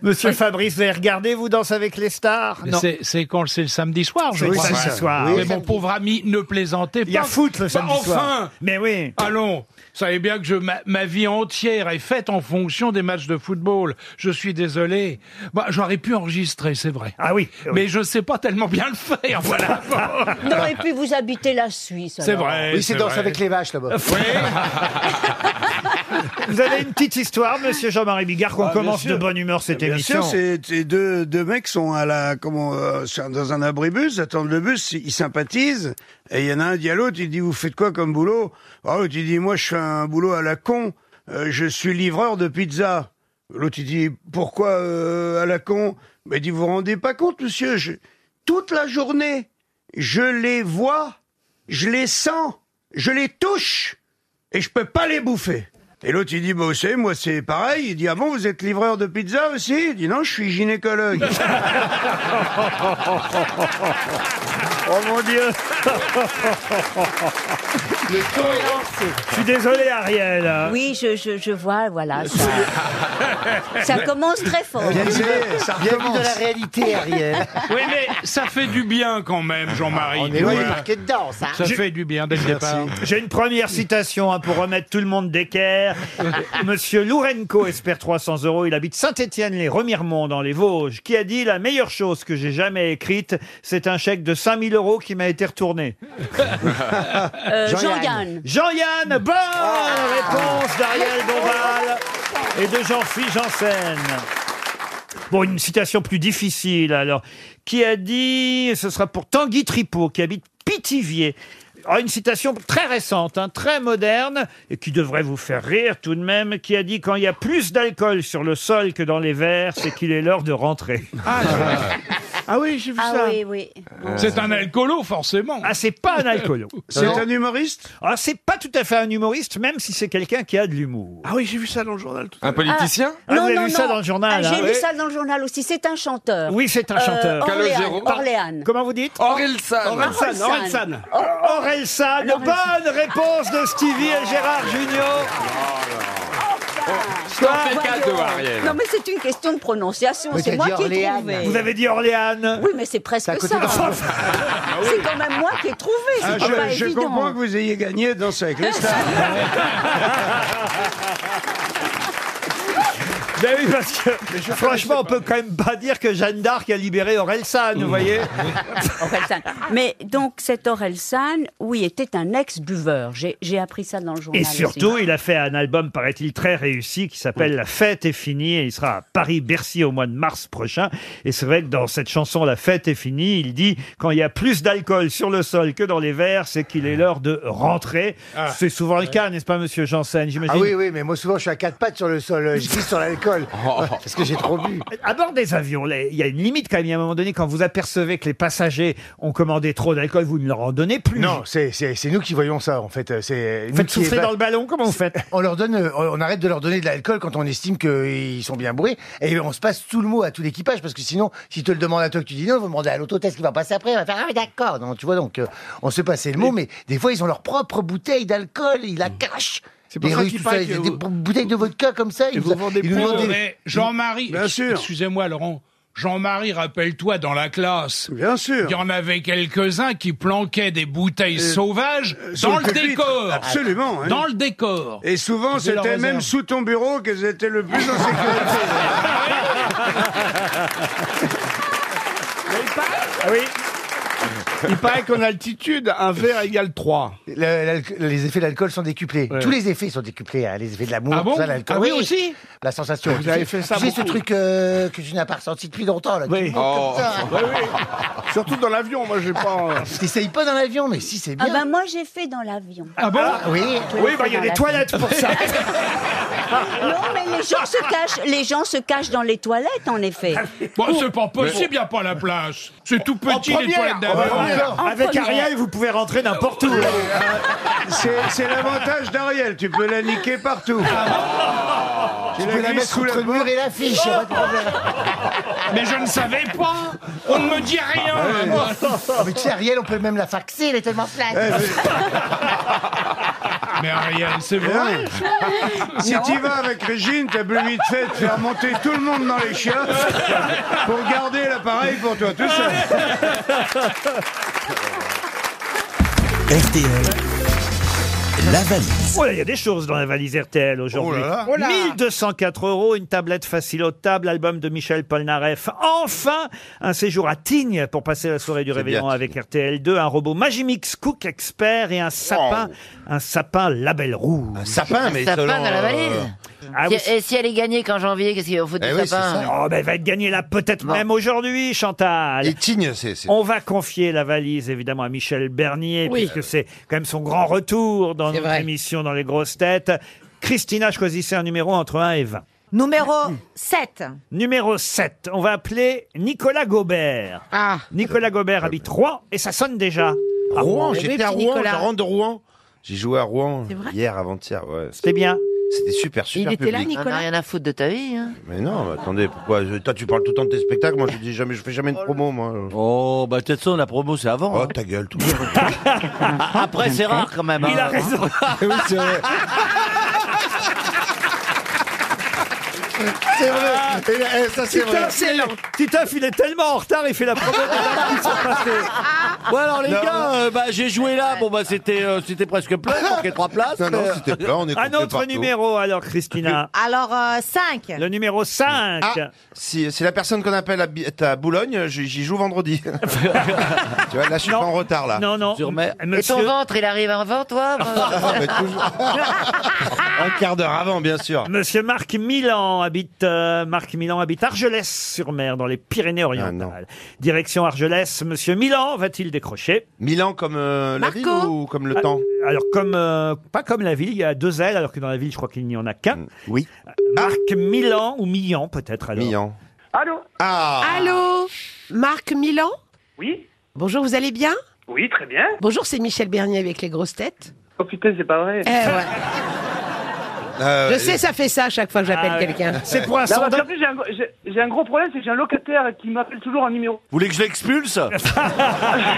S1: Monsieur Fabrice, vous avez regardé, vous, Danse avec les stars Ah Non.
S37: C'est- C'est quand c'est le samedi soir, je
S1: C'est le
S37: crois.
S1: samedi soir,
S37: Mais
S1: oui.
S37: mon pauvre ami, ne plaisantez pas.
S1: Il y a foot le
S37: Bah,
S1: samedi
S37: enfin,
S1: soir. Mais oui.
S37: Allons. Vous savez bien que je, ma, ma vie entière est faite en fonction des matchs de football. Je suis désolé. Bah, J'aurais pu enregistrer, c'est vrai.
S1: Ah oui.
S37: Mais je sais pas tellement bien le faire, voilà.
S5: Non, et puis vous habitez la Suisse.
S37: C'est
S5: alors.
S37: vrai.
S22: Oui, c'est danse avec les vaches là-bas.
S1: Vous avez une petite histoire, monsieur Jean-Marie Bigard, qu'on
S6: Ah, bien
S1: commence
S6: sûr. Bah,
S1: de bonne humeur cette
S6: Bien
S1: émission.
S6: sûr, c'est c'est deux, deux mecs sont à la, comment, euh, sur- dans un abribus, attendent le bus, ils sympathisent, et il y en a un dit à l'autre, il dit, vous faites quoi comme boulot? Ah, L'autre, il dit, moi, je fais un boulot à la con, euh, je suis livreur de pizza. L'autre, il dit, pourquoi euh, à la con? Ben, il dit, vous vous rendez pas compte, monsieur, je- toute la journée, je les vois, je les sens, je les touche, et je peux pas les bouffer. Et l'autre, il dit, bah, vous savez, moi, c'est pareil. Il dit, ah bon, vous êtes livreur de pizza aussi? Il dit, non, je suis gynécologue.
S1: Oh mon Dieu Je suis désolé, Ariel.
S5: Oui, je, je, je vois, voilà. Ça, ça commence très fort.
S22: Bienvenue dans la réalité, Ariel.
S37: Oui, mais ça fait du bien quand même, Jean-Marie.
S1: Ah,
S22: On est loin du
S37: Voilà.
S22: parquet de danse. hein.
S37: Ça fait du bien dès le départ.
S1: J'ai une première citation hein, pour remettre tout le monde d'équerre. Monsieur Lourenco espère 300 euros. Il habite Saint-Étienne-les-Remiremont dans les Vosges, qui a dit la meilleure chose que j'ai jamais écrite, c'est un chèque de 5000 euros qui m'a été retourné.
S5: Euh, Jean-Yann.
S1: Jean-Yann, bonne réponse d'Ariel Dombal et de Jean-Philippe Janssen. Bon, une citation plus difficile alors, qui a dit, ce sera pour Tanguy Tripot, qui habite Pithiviers. Alors, une citation très récente, hein, très moderne, et qui devrait vous faire rire tout de même, qui a dit quand il y a plus d'alcool sur le sol que dans les verres, c'est qu'il est l'heure de rentrer.
S36: Ah oui, j'ai vu
S5: Ah
S36: ça.
S5: oui, oui.
S36: C'est un
S1: alcoolo, forcément. Ah, c'est pas un alcoolo.
S36: C'est Non. un
S1: humoriste Ah, c'est pas tout à fait un humoriste, même si c'est quelqu'un qui a de l'humour. Ah oui, j'ai vu ça dans le journal tout
S36: Un
S1: Ah,
S5: non,
S1: vous avez
S5: non,
S1: vu ça
S5: non.
S1: dans le journal
S5: Ah,
S1: hein.
S5: J'ai lu
S1: Oui.
S5: ça dans le journal aussi. C'est un chanteur. Euh,
S1: Oui, c'est un chanteur.
S5: Orléans.
S1: Calogero.
S5: Orléans.
S1: Comment vous dites
S5: Orelsan.
S1: Orelsan. Orelsan. Orelsan. Bonne réponse de Stevie et Gérard Junior.
S5: Je Ah, Non, mais c'est une question de prononciation.
S1: Mais
S5: C'est
S1: t'as
S5: moi
S1: dit
S5: qui ai
S1: Orléans.
S5: trouvé.
S1: Vous avez dit Orléans.
S5: Oui, mais c'est presque ça. c'est quand même moi qui ai trouvé. C'est
S6: Ah,
S5: pas
S6: je, je
S5: évident.
S6: comprends que vous ayez gagné dans avec les stars.
S1: Ben oui, parce que franchement, on peut quand même pas dire que Jeanne d'Arc a libéré Orelsan, vous voyez
S5: Ah, Orelsan. Mais donc, cet Orelsan, oui, était un ex-buveur. J'ai j'ai appris ça dans le journal.
S1: Et
S5: aussi.
S1: surtout, il a fait un album, paraît-il, très réussi qui s'appelle La fête est finie et il sera à Paris-Bercy au mois de mars prochain. Et c'est vrai que dans cette chanson La fête est finie, il dit quand il y a plus d'alcool sur le sol que dans les verres, c'est qu'il est l'heure de rentrer.
S22: Ah.
S1: C'est souvent le cas, n'est-ce pas, monsieur Janssen J'imagine.
S22: Ah oui, oui, mais moi souvent je suis à quatre pattes sur le sol, euh, je glisse sur l'alcool. Parce que j'ai trop bu.
S1: À bord des avions, là, il y a une limite quand même. Il y a un moment donné, quand vous apercevez que les passagers ont commandé trop d'alcool, vous ne leur en donnez plus.
S22: Non, c'est- c'est c'est nous qui voyons ça en fait. euh, C'est
S1: Faites souffler dans le ballon, comment vous faites
S22: On leur donne, euh, on arrête de leur donner de l'alcool quand on estime qu'ils sont bien bourrés, et on se passe tout le mot à tout l'équipage parce que sinon, si te le demandes à toi que tu dis non, vous demander à l'autotest qui va passer après, on va faire ah mais d'accord. Non, tu vois donc, euh, on se passait le mot, mais des fois ils ont leur propre bouteille d'alcool, ils
S1: Mm.
S22: la cachent.
S36: C'est pour
S22: Les
S36: ça
S22: Russes,
S36: qu'il
S22: tout ça,
S36: paraît
S22: ils
S36: que
S22: ont des
S36: vous-
S22: bouteilles de vodka comme ça.
S36: Et
S22: ils
S36: vous vendez
S22: ils nous
S36: plus.
S22: vendaient-
S36: Mais Jean-Marie,
S22: Bien sûr.
S36: excusez-moi Laurent, Jean-Marie, rappelle-toi dans la classe.
S6: Bien sûr.
S36: Il y en avait quelques-uns qui planquaient des bouteilles
S6: Euh,
S36: sauvages
S6: euh, sous
S36: dans
S6: le
S36: le,
S6: pupitre.
S36: décor.
S6: Absolument, oui.
S36: Dans le décor.
S6: Et souvent,
S36: De leur
S6: c'était même
S36: réserve.
S6: sous ton bureau qu'elles étaient le plus en
S36: Ah oui. Il paraît qu'en altitude, un verre égale 3.
S22: les effets de l'alcool sont décuplés. Tous les effets sont décuplés, hein, les effets de l'amour,
S36: Ah bon
S22: tout ça, l'alcool.
S36: Ah oui, aussi
S22: La sensation.
S36: Vous avez fait ça
S22: Tu sais ce
S36: beaucoup.
S22: truc euh, que tu n'as pas ressenti depuis longtemps, là. qui monte comme ça.
S36: Oh. Surtout dans l'avion, moi j'ai pas. euh.
S22: T'essayes pas dans l'avion, mais si c'est
S5: Ah
S22: bien.
S5: ben moi j'ai fait dans l'avion.
S36: Ah bon
S22: Oui.
S36: Oui, bah, il y a des toilettes pour ça.
S5: non mais les gens se cachent, les gens se cachent dans les toilettes en effet.
S36: Ah, Bon, c'est pas possible, y a pas la place. C'est tout petit les toilettes d'avion.
S1: Avec
S5: première.
S1: Ariel, vous pouvez rentrer n'importe où.
S6: C'est c'est l'avantage d'Ariel, tu peux la niquer partout.
S36: Ah
S22: Tu peux la
S6: glisses
S22: mettre
S6: sous
S22: entre le mur et l'affiche, y a pas de problème.
S36: Mais je ne savais pas. On ne me dit rien. Ah, hein, moi.
S22: Ah, mais tu sais, Ariel, on peut même la faxer, elle est tellement
S36: Eh
S22: plate.
S36: Mais Ariel, c'est vrai.
S6: Si tu vas avec Régine, t'as plus vite fait de faire monter tout le monde dans les chiens pour garder l'appareil pour toi tout seul.
S1: La valise. Oh là, il y a des choses dans la valise RTL aujourd'hui.
S6: Oh là là.
S1: 1204 euros, une tablette facile au table, album de Michel Polnareff. Enfin, un séjour à Tignes pour passer la soirée du réveillon avec RTL2, un robot Magimix Cook Expert et un sapin, un sapin label rouge. Un
S33: sapin, mais Un sapin selon, dans la valise
S1: euh, Ah oui,
S14: Si- Et si elle est gagnée qu'en janvier, qu'est-ce qu'il en
S4: Eh
S14: faut du sapin
S1: Oh, ben, elle va être gagnée là peut-être même aujourd'hui, Chantal. On va confier la valise évidemment à Michel Bernier,
S12: Oui.
S1: puisque c'est quand même son grand retour dans notre émission, dans les grosses têtes. Christina, choisissez un numéro entre 1 et 20.
S2: Numéro 7.
S1: Numéro 7, on va appeler Nicolas Gobert. Nicolas Gobert habite Rouen et ça sonne déjà.
S4: À
S1: Ah,
S4: Rouen,
S1: eh oui,
S4: j'étais à
S1: petit
S4: Rouen,
S1: Nicolas.
S4: je rentre de Rouen. J'ai joué à Rouen
S14: C'est vrai
S4: hier, avant-hier. Ouais.
S1: C'était bien.
S4: C'était super, super. public.
S14: On n'a rien à foutre de ta vie. Hein.
S4: Mais non, mais attendez, pourquoi je- Toi, tu parles tout le temps de tes spectacles. Moi, je dis jamais, je fais jamais de promo, moi. Oh, bah, peut-être ça, la promo, c'est avant. Oh, ta gueule, tout.
S12: Ah, Après, c'est rare quand même.
S4: Il a
S12: raison. oui, c'est vrai.
S22: C'est vrai. Et, eh, ça, c'est vrai.
S1: Titoff, il est- Titoff, il est tellement en retard, il fait la promo des dates qui sont passées.
S12: Ouais, alors les
S1: Non.
S12: gars, euh, bah, j'ai joué là, bon bah c'était euh, c'était presque plein, il manquait trois places.
S1: Non, non,
S12: mais-
S1: c'était plein, on est Un complet autre partout. numéro, alors, Christina.
S2: Alors 5.
S1: Le numéro 5.
S4: Ah, si- c'est la personne qu'on appelle à, Bi- à Boulogne, j'y j'y joue vendredi. tu vois, là, je suis pas en retard, là.
S1: Non, non.
S4: Euh,
S14: Et ton ventre, il arrive avant toi
S4: mais toujours. Un quart d'heure avant, bien sûr.
S1: Monsieur Marc Milan habite euh, Marc Milan habite Argelès-sur-Mer dans les
S4: Ah,
S1: Pyrénées-Orientales. Direction Argelès, Monsieur Milan va-t-il décrocher Ah,
S4: Milan comme euh, la ville ou comme le temps
S1: Alors comme euh, pas comme la ville, il y a deux ailes alors que dans la ville je crois qu'il n'y en a qu'un.
S4: Mm, Oui.
S1: Marc Milan ou Millan peut-être alors.
S4: Milan.
S3: Allô
S28: Allô Marc Milan
S3: Oui
S28: Bonjour, vous allez bien
S3: Oui, très bien.
S28: Bonjour, c'est Michel Bernier avec les grosses têtes.
S3: Oh putain, c'est pas vrai.
S28: Eh ouais.
S36: Euh,
S12: Euh,
S28: Je sais, ça fait ça à chaque fois que j'appelle
S3: Ah,
S28: quelqu'un.
S3: Non, parce qu'en fait, j'ai un gros- J'ai j'ai un gros problème, c'est que j'ai un locataire qui m'appelle toujours en numéro.
S4: Vous voulez que je l'expulse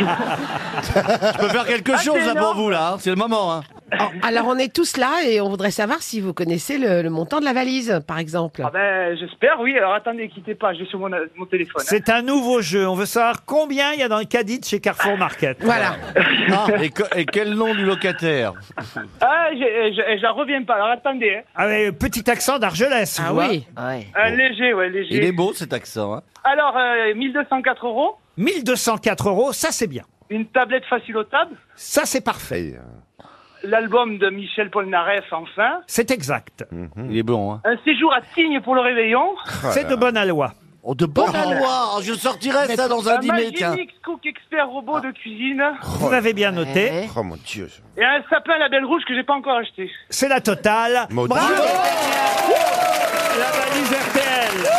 S4: Je peux faire quelque
S28: Ah,
S4: chose
S28: c'est
S4: là pour
S28: énorme.
S4: vous là, hein. c'est le moment. hein.
S28: Alors, on est tous là et on voudrait savoir si vous connaissez le, le montant de la valise, par exemple.
S1: bah,
S3: Ah ben, j'espère, oui. Alors attendez, quittez pas, je vais sur mon, euh, mon téléphone. hein.
S1: C'est un nouveau jeu. On veut savoir combien il y a dans le caddie de chez Carrefour Market.
S3: Voilà.
S4: Ah, et, que- et quel nom du locataire
S3: Ah, j'ai- j'ai- j'en reviens pas, alors attendez. hein.
S1: Avec Ah, petit accent d'Argelès.
S3: Ah
S1: vous Euh, vois.
S3: Un léger, ouais, léger.
S4: Ah Il est beau cet accent. hein.
S3: Alors, euh, 1204 euros,
S1: 1204 euros, ça c'est bien.
S3: une tablette facile au table,
S1: Ça c'est parfait.
S3: l'album de Michel Polnareff, enfin,
S1: C'est exact.
S4: Il est bon. Hein.
S3: un séjour à Tignes pour le réveillon.
S1: C'est de bonne aloi.
S4: Oh, de
S3: bonne
S1: Ah,
S4: aloi. Je sortirais ça dans un dîner.
S3: Un Magimix Cook Expert Robot de cuisine
S1: Vous l'avez bien noté.
S4: Oh mon dieu.
S3: et un sapin label rouge que j'ai pas encore acheté.
S1: C'est la totale. Bravo La valise RTL.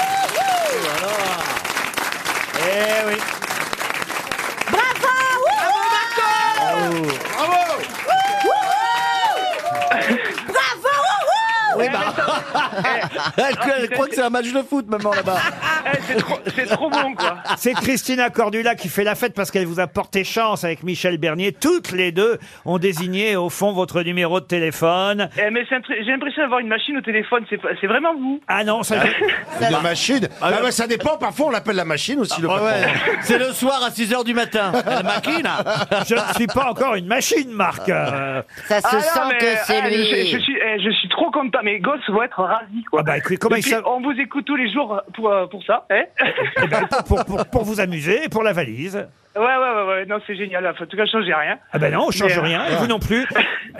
S1: Eh oui.
S3: Bravo Bravo
S28: Bravo
S1: Eh
S3: Oui,
S1: ben.
S3: Eh,
S4: Elle, elle croit que c'est un match de foot maman là-bas.
S3: C'est trop bon quoi.
S1: Ah, C'est Christina Cordula qui fait la fête parce qu'elle vous a porté chance avec Michel Bernier. Toutes les deux ont désigné au fond votre numéro de téléphone.
S3: Eh, mais c'est impré- j'ai l'impression d'avoir une machine au téléphone, c'est pas- c'est vraiment vous
S1: Ah non, ça...
S3: Ça-
S4: La machine
S3: Ah,
S1: euh,
S4: ouais,
S3: ça
S4: dépend, parfois on l'appelle la machine aussi.
S1: Ah,
S3: le patron.
S4: C'est le soir à 6h du matin. La machine
S1: Je ne suis pas encore une machine, Marc. Euh,
S3: Ah non, mais, ah, Je, je suis, eh, je suis trop content. Mes gosses vont être ravis. Quoi.
S1: Ah bah, écoutez, comment
S3: Et
S1: ils
S3: puis,
S1: savent-
S3: On vous écoute tous les jours pour, euh, pour ça. Hein
S1: Eh ben, pour, pour- pour- pour vous amuser et pour la valise.
S3: ouais, ouais, ouais, ouais. Non, c'est génial. Enfin, en tout cas, je changeais rien.
S1: Ah ben non, on change
S3: Mais,
S1: rien,
S3: euh,
S1: et vous non plus.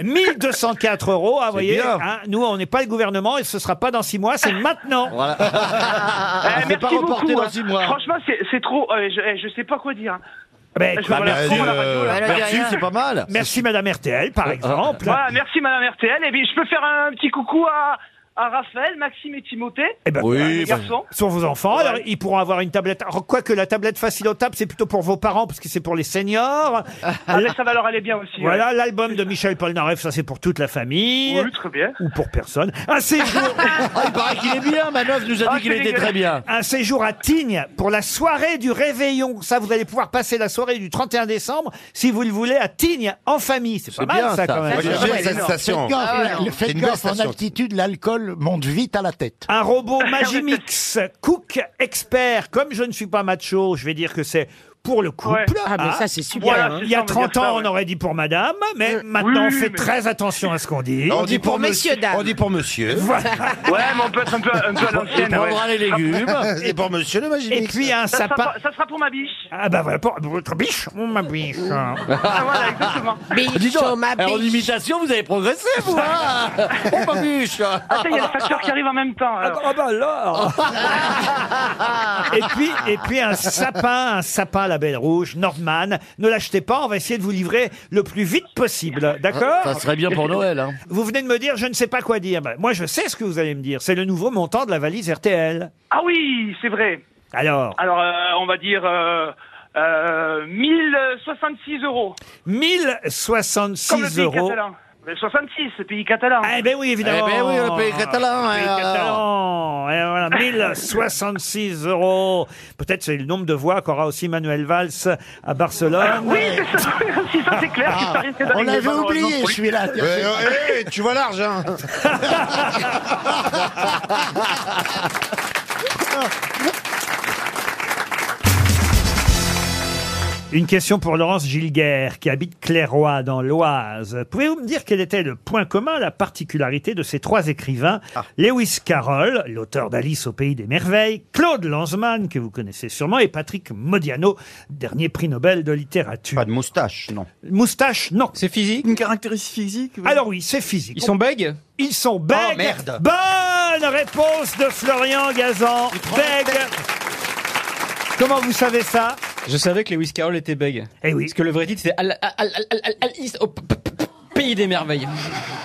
S1: 1204 euros, ah, vous voyez,
S3: bien.
S1: hein, nous on n'est pas le gouvernement et ce sera pas dans six mois, c'est maintenant.
S3: eh, merci beaucoup, hein. Franchement, c'est- c'est trop. euh, je, eh, je sais pas quoi dire. hein.
S1: Ben,
S3: Je
S1: quoi,
S3: vois la
S1: bah,
S3: con, la
S1: euh,
S3: radio, là.
S1: merci, c'est pas mal. Merci Madame RTL,
S3: Euh,
S1: par exemple.
S3: Voilà, merci Madame RTL. Et puis je peux faire un petit coucou à, à Raphaël, Maxime et Timothée.
S1: Eh ben,
S3: Euh, les
S1: bah,
S3: garçons.
S1: sont vos enfants.
S3: Ouais.
S1: Alors, ils pourront avoir une tablette. Alors, quoique la tablette facile au table, c'est plutôt pour vos parents, parce que c'est pour les seniors.
S4: bah,
S3: Ah, là, ça va leur aller bien aussi. hein.
S1: Voilà,
S3: ouais.
S1: l'album de Michel Polnareff, ça c'est pour toute la famille.
S3: Oui, très bien.
S1: Ou pour personne. Un séjour.
S4: Ah,
S3: Ah,
S4: Il paraît qu'il est bien, Manoff nous a
S1: Ah,
S3: Oh,
S4: dit qu'il
S1: c'est
S4: était très bien.
S1: Un séjour à Tignes pour la soirée du réveillon. Ça, vous allez pouvoir passer la soirée du 31 décembre, si vous le voulez, à Tignes en famille. C'est pas mal, ça, quand même. Ah,
S30: Faites gaffe,
S3: Ah
S4: Ah,
S30: le- le- faites gaffe, en altitude, l'alcool monte vite à la tête.
S1: Un robot
S3: Ah,
S1: Magimix Cook Expert. Comme je ne suis pas macho, je vais dire que c'est pour le couple.
S3: Ouais. Ah, mais ça, c'est super, Voilà, hein. c'est
S1: Il y a
S3: ça, on va
S1: 30
S3: dire ça,
S1: ans,
S3: ouais. Euh,
S1: on aurait dit pour madame, mais maintenant,
S3: oui,
S1: on fait
S3: mais-
S1: très attention à ce qu'on dit.
S4: monsieur, On dit pour monsieur.
S3: Ouais, mais on peut être un peu, un peu à
S4: Et
S3: l'ancienne.
S4: pour
S3: ouais.
S4: bras les légumes. Et pour monsieur le
S1: Et puis, il y a un
S3: ça sera
S1: sapin.
S3: pour- ça sera pour ma biche.
S1: Ah bah voilà, pour pour votre biche, oh, ma biche.
S3: Ah, voilà, exactement.
S4: Dis donc,
S3: oh, ma
S4: alors, en
S3: biche.
S4: imitation, vous avez progressé, vous, hein Oh, ma biche
S3: Attends, il Ah, y a le facteur qui arrive en même temps. alors.
S1: Ah bah alors Et puis, et puis un sapin, un sapin label rouge, Norman. Ne l'achetez pas, on va essayer de vous livrer le plus vite possible, d'accord
S4: Ça serait bien pour Noël, hein.
S1: Vous venez de me dire, je ne sais pas quoi dire. Bah, moi, je sais ce que vous allez me dire. C'est le nouveau montant de la valise RTL.
S3: Ah oui, c'est vrai.
S1: Alors,
S3: Alors, euh, on va dire euh, euh, 1066 euros. Comme le
S1: 1066
S3: pays
S1: euros.
S3: catalan. Mais 66, le pays catalan.
S1: Eh ben oui, évidemment.
S3: Eh ben oui, le pays catalan,
S1: Le pays
S3: hein,
S1: catalan. Et voilà, 1066 euros. Peut-être c'est le nombre de voix qu'aura aussi Manuel Valls à Barcelone.
S3: Oui, c'est ça. si ça c'est clair, que ça risque d'arriver, malheureusement, pour lui.
S1: tu vois
S31: hein.
S1: l'argent. Une question pour Laurence Gilguerre, qui habite Clairoy, dans l'Oise. Pouvez-vous me dire quel était le point commun, la particularité de ces trois écrivains Lewis Carroll, l'auteur d'Alice au Pays des Merveilles, Claude Lanzmann, que vous connaissez sûrement, et Patrick Modiano, dernier prix Nobel de littérature. Pas de moustache, non. Moustache, non. C'est physique Une caractéristique physique Alors oui, c'est physique. Ils sont bègues Ils sont bègues.
S12: Oh, merde.
S1: Bonne réponse de Florian Gazan. Bègues. Comment vous savez ça
S12: Je savais que Lewis Carroll était bègue.
S1: Eh oui.
S12: Parce que le vrai titre, c'est Al- Al- Al- Al- Al- Alice au p- p- p-
S32: pays des merveilles.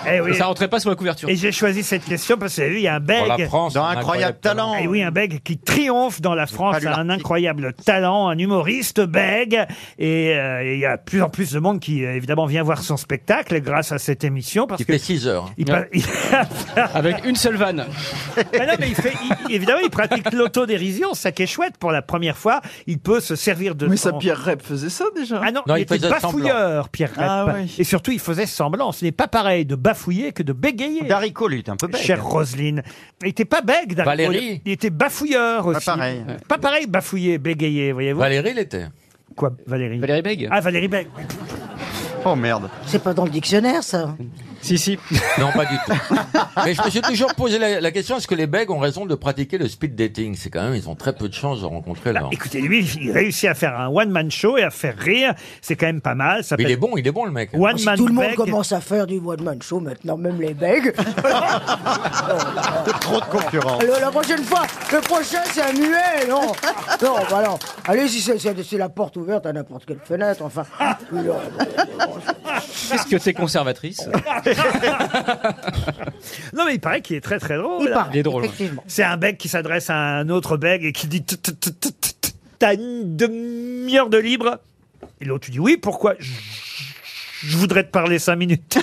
S1: Eh oui.
S32: Ça rentrait pas sur la couverture.
S1: Et j'ai choisi cette question parce que vous avez vu, il y a un Belge.
S32: Pour Oh, la France, Dans un Incroyable incroyable talent.
S1: Eh oui, un Belge qui triomphe dans la France,
S32: lu
S1: un incroyable talent, un humoriste Belge. Et euh, il y a de plus en plus de monde qui, euh, évidemment, vient voir son spectacle grâce à cette émission. Parce
S32: Il
S1: que
S32: fait 6 heures.
S1: il pa-
S32: Avec une seule vanne.
S1: Mais non, mais il fait, il- évidemment, il pratique l'autodérision, ça qui est chouette. Pour la première fois, il peut se servir de. Mais ça,
S12: Pierre Rep faisait ça déjà.
S1: Ah non,
S32: Non,
S1: il,
S32: il
S1: était
S32: faisait semblant.
S1: bafouilleur, Pierre Rep.
S32: Ah oui.
S1: Et surtout, il faisait semblant. Ce n'est pas pareil de bafouiller que de bégayer.
S32: D'haricot, lui, il était un peu bègue.
S1: Chère Roselyne. Il n'était pas bègue, d'haricot.
S32: Valérie.
S1: Il était bafouilleur aussi.
S32: pareil.
S1: Pas pareil, bafouiller, bégayer, voyez-vous.
S32: Valérie l'était.
S1: Quoi, Valérie
S32: Valérie Bègue.
S1: Ah, Valérie Bègue. Eh
S32: Oh merde.
S34: C'est pas dans le dictionnaire, ça.
S32: Si, si. Non, pas du tout. Mais je me suis toujours posé la, la question est-ce que les Bègues ont raison de pratiquer le speed dating C'est quand même, ils ont très peu de chances de rencontrer leur.
S1: Bah, Écoutez, lui, il réussit à faire un one-man show et à faire rire. C'est quand même pas mal. Ça
S32: Il
S1: s'appelle
S32: est bon, il est bon le mec.
S1: One
S34: Oh, Si
S1: Man
S34: tout le monde
S1: Beg.
S34: commence à faire du one man show maintenant, même les bègues.
S33: Trop de concurrence.
S34: Le- la prochaine fois, le prochain c'est un muet, non Non, bah non. Allez, si c'est- c'est c'est la porte ouverte à n'importe quelle fenêtre, enfin.
S32: Qu'est-ce que t'es conservatrice
S1: Non, mais il paraît qu'il est très très drôle.
S32: Il paraît, Il est drôle, ouais.
S34: effectivement.
S1: C'est un bec qui s'adresse à un autre bec et qui dit T- t- t- t- t- t- T'as une demi-heure de libre Et l'autre lui dit Oui, pourquoi Je- Je voudrais te parler cinq minutes.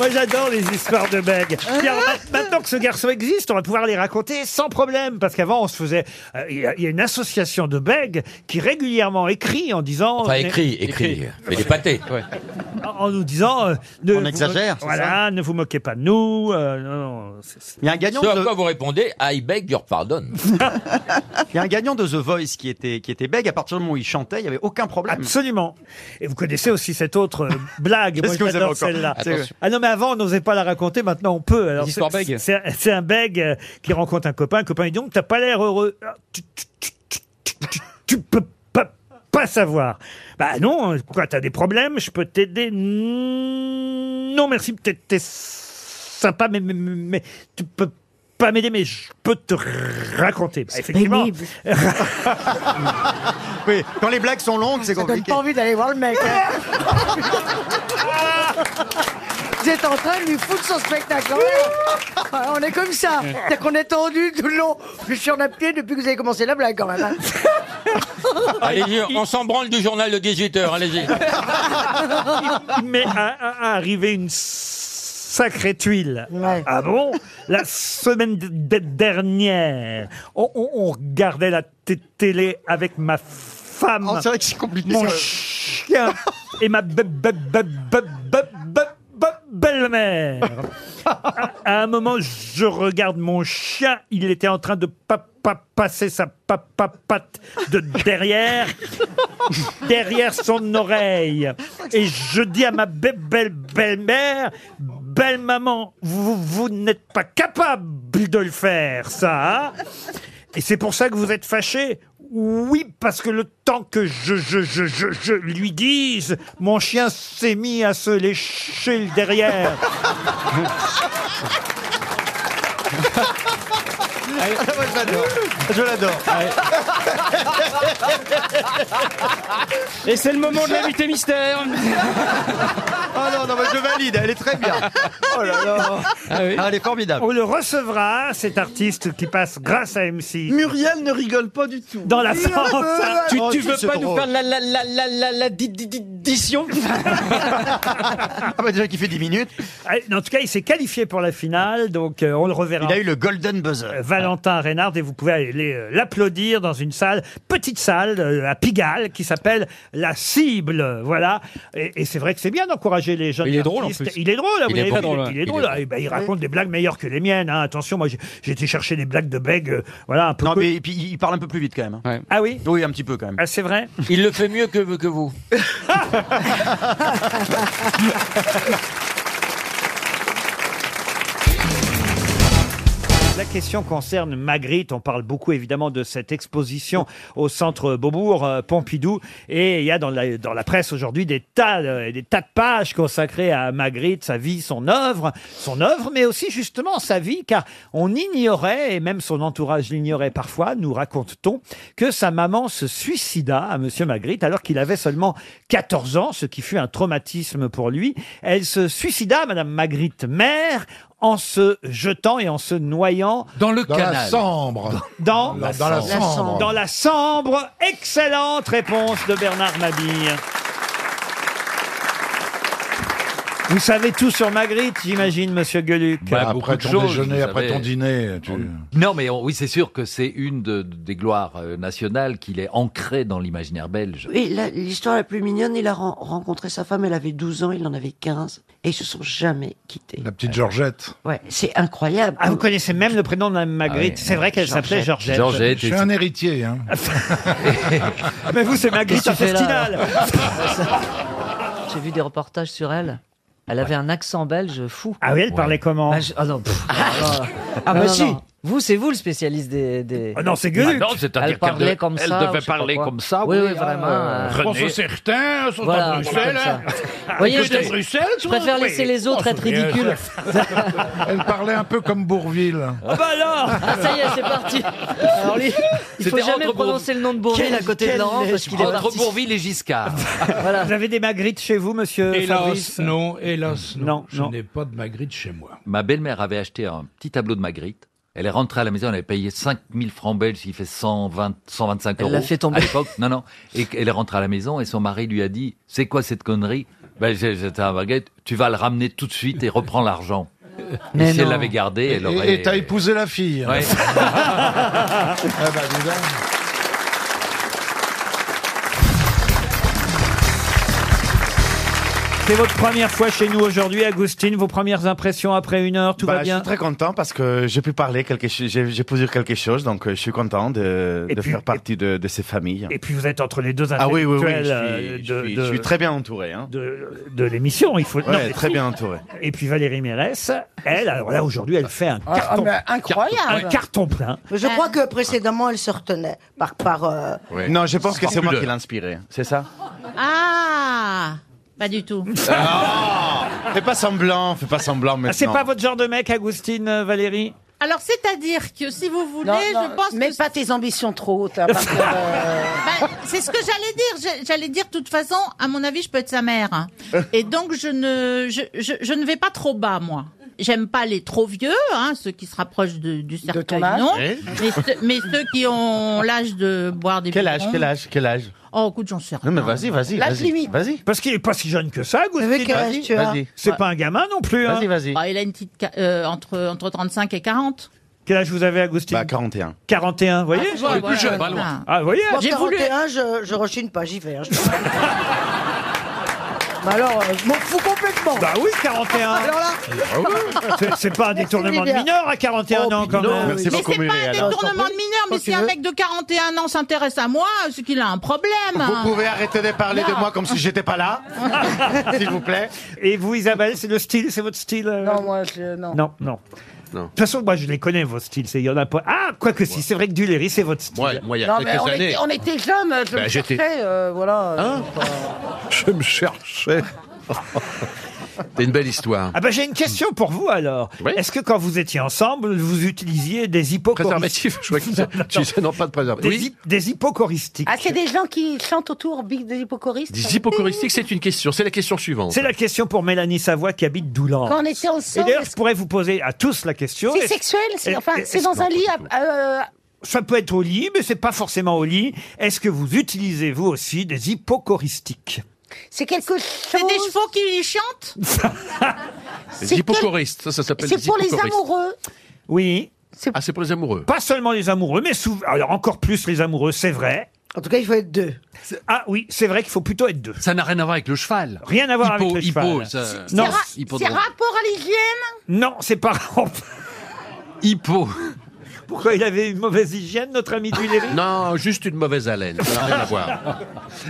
S1: Moi, j'adore les histoires de bègues.
S32: Ah.
S1: Puis alors, ma- Maintenant que ce garçon existe, on va pouvoir les raconter sans problème. Parce qu'avant, on se faisait. euh, Il y a- il y, a une association de bègues qui régulièrement écrit en disant.
S32: Enfin, écrit, écrit. Mais des pâtés.
S1: en nous disant euh, ne
S32: On
S1: vous-
S32: exagère, c'est
S1: Voilà, ne vous moquez pas de nous. euh, non, non, c'est- c'est-
S32: Il y a un gagnant. Ce à quoi vous répondez, I beg your pardon.
S31: Il y a un gagnant de The Voice qui était, qui était bègue. À partir du moment où il chantait, il n'y avait aucun problème.
S1: Absolument. Et vous connaissez aussi cette autre euh, blague. Moi,
S31: Est-ce que vous avez
S1: j'adore
S31: encore
S1: celle-là.
S31: Attention.
S1: Ah non, mais avant, on n'osait pas la raconter. Maintenant, on peut.
S32: Les
S1: c'est-
S32: histoires bègues.
S1: c'est un- c'est un bègue euh, qui rencontre un copain. Le copain, il dit donc, t'as pas l'air heureux. Ah, Tu, tu- tu- tu- tu- tu peux pas, pas savoir. Bah non, euh, quoi, t'as des problèmes, je peux t'aider. Mmh, Non, merci, t'es t'es sympa, mais, mais, mais tu peux pas m'aider, mais je peux te raconter. Bah, effectivement.
S31: Oui, quand les blagues sont longues, c'est compliqué.
S34: envie d'aller voir le mec. Vous êtes en train de lui foutre son spectacle. en l'air. Ah, On est comme ça. C'est qu'on est tendu tout le long. Je suis en pied depuis que vous avez commencé la blague quand même. hein.
S32: Allez-y, on s'en branle du journal de 18h, allez-y.
S34: hein.
S1: il met à, à- à arriver une sacrée tuile. Ah bon La semaine d- d- dernière, on, on- on regardait la t- télé avec ma femme.
S31: Oh, c'est vrai que c'est compliqué.
S1: Mon chien et ma be- be- be- be- be- be- be- belle-mère. À, à un moment, je regarde mon chien. Il était en train de pa- pa- passer sa pa- pa- patte de derrière derrière son oreille. Et je dis à ma be- belle belle-mère, belle maman, vous, vous n'êtes pas capable de le faire, ça. hein Et c'est pour ça que vous êtes fâché. Oui, parce que le temps que je, je, je, je, je lui dise, mon chien s'est mis à se lécher le derrière.
S31: Je l'adore.
S32: Et c'est le moment de l'invité mystère.
S31: Oh non, non, mais je valide, elle est très bien. Oh là là. Ah, elle est formidable.
S1: On le recevra, cet artiste qui passe grâce à MC.
S12: Muriel ne rigole pas du tout.
S1: Dans la
S12: Il
S1: France. hein.
S12: rigole.
S32: Tu,
S12: Oh,
S32: tu
S12: si,
S32: veux
S12: c'est
S32: pas nous
S12: drôle.
S32: faire la la la la la la di- di- di- diction
S31: Ah bah déjà qu'il fait 10 minutes.
S1: Ah, En tout cas, il s'est qualifié pour la finale, donc euh, on le reverra.
S31: Il a eu le golden buzzer.
S1: Euh, Valentin Reynard et vous pouvez aller euh, l'applaudir dans une salle, petite salle euh, à Pigalle qui s'appelle La Cible. Voilà. Et, et c'est vrai que c'est bien d'encourager les jeunes.
S32: Il est drôle, en
S1: artistes.
S32: plus.
S1: Il est drôle, hein, vous
S32: Il est
S1: l'avez
S32: très
S1: vu,
S32: drôle, ouais.
S1: il est
S32: Il est
S1: drôle.
S32: drôle.
S1: Ah, eh ben, il raconte des blagues meilleures que les miennes. hein. Attention, moi j'ai j'ai été chercher des blagues de bègue. euh, voilà, un peu.
S31: Non,
S1: co-
S31: mais et puis il parle un peu plus vite quand même. hein.
S1: Ah oui
S31: Oui, un petit peu quand même.
S1: Ah, c'est vrai
S32: Il le fait mieux que, que vous.
S1: La question concerne Magritte. On parle beaucoup évidemment de cette exposition au centre Beaubourg, euh, Pompidou. Et il y a dans la, dans la presse aujourd'hui des tas, euh, des tas de pages consacrées à Magritte, sa vie, son œuvre, son œuvre, mais aussi justement sa vie, car on ignorait, et même son entourage l'ignorait parfois, nous raconte-t-on, que sa maman se suicida à Monsieur Magritte alors qu'il avait seulement 14 ans, ce qui fut un traumatisme pour lui. Elle se suicida, Madame Magritte, mère, en se jetant et en se noyant dans le
S4: Dans la canal. Sambre.
S1: Dans,
S4: Dans la- dans la Sambre.
S1: Dans la Sambre. Excellente réponse de Bernard Mabille. Vous savez tout sur Magritte, j'imagine, monsieur Gueluc.
S4: Bah, après ton déjeuner, après ton dîner, tu...
S25: Non, mais on- oui, c'est sûr que c'est une de- des gloires euh, nationales qu'il est ancré dans l'imaginaire belge.
S34: Oui, la- l'histoire la plus mignonne, il a ren- rencontré sa femme, elle avait 12 ans, il en avait 15, et ils se sont jamais quittés.
S4: La petite Georgette.
S34: Ouais, c'est incroyable.
S1: Ah, vous connaissez même le prénom de Mme Magritte.
S34: Ah oui.
S1: C'est vrai qu'elle s'appelait Georgette.
S4: Je suis un héritier. Hein.
S1: Mais vous, c'est Magritte
S10: Qu'est-ce que tu fais là
S1: intestinale.
S10: J'ai vu des reportages sur elle. Elle avait un accent belge fou.
S1: Ah oui, elle parlait comment
S10: Ah, je- ah non. pff, alors,
S1: Ah,
S10: non,
S1: bah
S10: non,
S1: si.
S10: non. Vous, c'est vous le spécialiste des. des...
S1: Ah non, c'est Gueluc.
S25: Ah non, c'est-à-dire
S10: Elle parlait
S25: qu'elle de-
S10: comme
S25: elle
S10: ça.
S25: devait
S10: ou je sais pas
S25: parler
S10: quoi.
S25: comme ça,
S10: Oui,
S25: oui,
S10: oui, vraiment.
S25: euh, René.
S9: Pense aux certains, sont
S10: Voilà,
S9: à
S10: un truc
S9: Bruxelles.
S10: comme ça.
S9: hein.
S10: Vous voyez,
S9: Écoutez,
S10: je-
S9: Bruxelles,
S10: je
S9: tu
S10: préfère
S9: vois,
S10: laisser
S9: oui.
S10: les autres
S9: Oh,
S10: être
S9: c'est bien,
S10: ridicules.
S9: ça.
S4: Elle parlait un peu comme Bourville.
S12: Oh,
S1: Ah bah alors
S10: Ah, ça y est, c'est parti. Alors, lui, il faut
S25: C'était
S10: jamais
S25: entre Bourg-
S10: prononcer le nom de Bourville à côté de Laurent parce qu'il est
S25: Entre
S10: parti.
S25: Bourville et Giscard.
S1: Vous avez des Magritte chez vous, monsieur
S25: Hélas,
S1: Fabrice
S25: non,
S9: hélas,
S25: non.
S9: Je n'ai pas de Magritte chez moi.
S25: Ma belle-mère avait acheté un petit tableau de Magritte. Elle est rentrée à la maison, elle avait payé 5000 francs belges, il fait 120, 125
S10: Elle
S25: euros.
S10: l'a fait tomber.
S25: À l'époque, non, non. Et elle est rentrée à la maison et son mari lui a dit C'est quoi cette connerie ben, j'ai- J'étais à Magritte, tu vas le ramener tout de suite et reprends l'argent.
S4: Mais
S25: Et si elle
S4: non.
S25: l'avait gardé,
S4: Et
S25: elle aurait.
S4: et t'as épousé la fille.
S25: Ouais.
S4: Ah bah, dis donc.
S1: C'est votre première fois chez nous aujourd'hui, Agustine. Vos premières impressions après une heure, tout
S3: Bah,
S1: va bien
S3: Je suis très content parce que j'ai pu parler, quelque chose, j'ai, j'ai pu dire quelque chose, donc euh, je suis content de,
S1: Et
S3: de
S1: puis-
S3: faire partie de, de ces familles.
S1: Et puis vous êtes entre les deux
S3: ah oui, oui, oui,
S1: intellectuels
S3: je
S1: euh,
S3: suis,
S1: de-
S3: je suis-
S1: de-
S3: je suis très bien entouré. Hein.
S1: De, de l'émission, il faut...
S3: Ouais,
S1: mais-
S3: très bien entouré.
S1: Et puis Valérie Mérès, elle, alors là aujourd'hui, elle fait un
S3: Ah,
S1: carton,
S3: mais
S1: un
S3: incroyable.
S1: carton plein.
S8: Je crois que précédemment, elle se retenait par... par euh,
S3: Non, je pense que c'est moi
S25: Scrupule.
S3: qui l'ai inspiré, c'est ça
S32: Ah Pas du tout.
S3: Fais pas semblant, fais pas semblant maintenant.
S1: Ah, c'est pas votre genre de mec, Agustine, euh, Valérie
S8: Alors, c'est-à-dire que si vous voulez,
S32: je pense
S8: Mets pas tes ambitions trop hautes. hein, parce que, euh,
S32: Bah, c'est ce que j'allais dire. J'ai- J'allais dire, de toute façon, à mon avis, je peux être sa mère. hein. Et donc, je ne, je, je, je ne vais pas trop bas, moi. J'aime pas les trop vieux, hein, ceux qui se rapprochent de- du cercueil,
S3: âge
S32: non.
S3: Oui.
S32: Mais, ceux- mais ceux qui ont l'âge de boire des
S3: Quel âge,
S32: biberons.
S3: quel âge, quel âge
S32: Oh, écoute, j'en sais rien.
S3: Non, mais vas-y, vas-y. vas-y, Vas-y.
S1: Parce qu'il est pas si jeune que ça, Agustine.
S32: Mais quel âge tu as
S1: C'est pas un gamin non plus. hein.
S32: Ah, il a une petite, ca- euh, entre, entre 35 et 40.
S1: Quel âge vous avez, Agustine
S3: Bah, 41.
S1: 41, vous voyez
S32: Ah, tu vois, voilà, voilà.
S1: Ah, vous voyez
S8: moi, 41, je, je rechigne pas, j'y vais. hein, je- Mais alors, euh, je m'en fous complètement.
S1: Bah oui,
S32: Ah.
S1: 41.
S8: Alors là...
S1: C'est- C'est pas un
S8: Merci,
S1: détournement de
S8: Olivia.
S1: mineur à 41
S32: Oh,
S1: ans quand
S3: non,
S1: même.
S3: merci Mais beaucoup, c'est pas un Muriel.
S32: Détournement de mineur, mais si un mec de 41 ans s'intéresse à moi, c'est qu'il a un problème. hein.
S3: Vous pouvez arrêter de parler de
S32: Non.
S3: moi comme si j'étais pas là, s'il vous plaît.
S1: Et vous, Isabelle, c'est le style, c'est votre style euh,
S8: Non, moi, je... Non.
S1: Non, non. De toute façon, moi, je les connais, vos styles. C'est- Il y en a pas. Ah, quoi que si, c'est vrai que Duléry, c'est votre style.
S25: moi, il y
S8: Non, mais on était, on était jeunes, je
S1: Bah,
S8: me
S1: j'étais- Hein
S8: cherchais, euh, voilà. euh,
S4: Je me cherchais.
S1: C'est une belle histoire. Ah ben, j'ai une question pour vous, alors. Est-ce que quand vous étiez ensemble, vous utilisiez des hypocoristiques
S4: Préservatif, je crois que c'est- tu disais non, pas de
S1: Des,
S4: préservatif.
S1: hy- des hypocoristiques.
S8: Ah, c'est des gens qui chantent autour bi- des hypocoristes
S38: Des hypocoristiques, c'est une question. C'est la question suivante.
S1: C'est la question pour Mélanie Savoie qui habite Doulan.
S8: Quand on était
S1: Et
S8: ensemble,
S1: d'ailleurs, je pourrais vous poser à tous la question.
S8: c'est
S1: Est-ce-
S8: sexuel, c'est
S1: est-
S8: enfin,
S1: est-
S8: c'est dans un lit. à- euh,
S1: Ça peut être au lit, mais c'est pas forcément au lit. Est-ce que vous utilisez, vous aussi, des hypocoristiques
S8: C'est quelque chose. C'est
S32: des chevaux qui chantent
S38: Les
S8: quel-
S38: hypocoristes, ça, ça s'appelle
S8: C'est
S38: des
S8: pour les
S38: hypocoristes.
S8: amoureux.
S1: Oui.
S38: Ah, c'est pour les amoureux.
S1: Pas seulement les amoureux, mais souvent. Alors, encore plus les amoureux, c'est vrai.
S8: En tout cas, il faut être deux.
S1: Ah oui, c'est vrai qu'il faut plutôt être deux.
S38: Ça n'a rien à voir avec le cheval.
S1: Rien à voir
S38: Hippo-
S1: avec le
S38: hippo,
S1: cheval.
S38: ça-
S1: C'est-
S38: C'est
S1: Non,
S8: ra- C'est rapport à l'hygiène
S1: non c'est pas.
S38: Hippo.
S1: Pourquoi il avait une mauvaise hygiène, notre ami Duléry
S3: Non, juste une mauvaise haleine. Ça n'a rien à voir.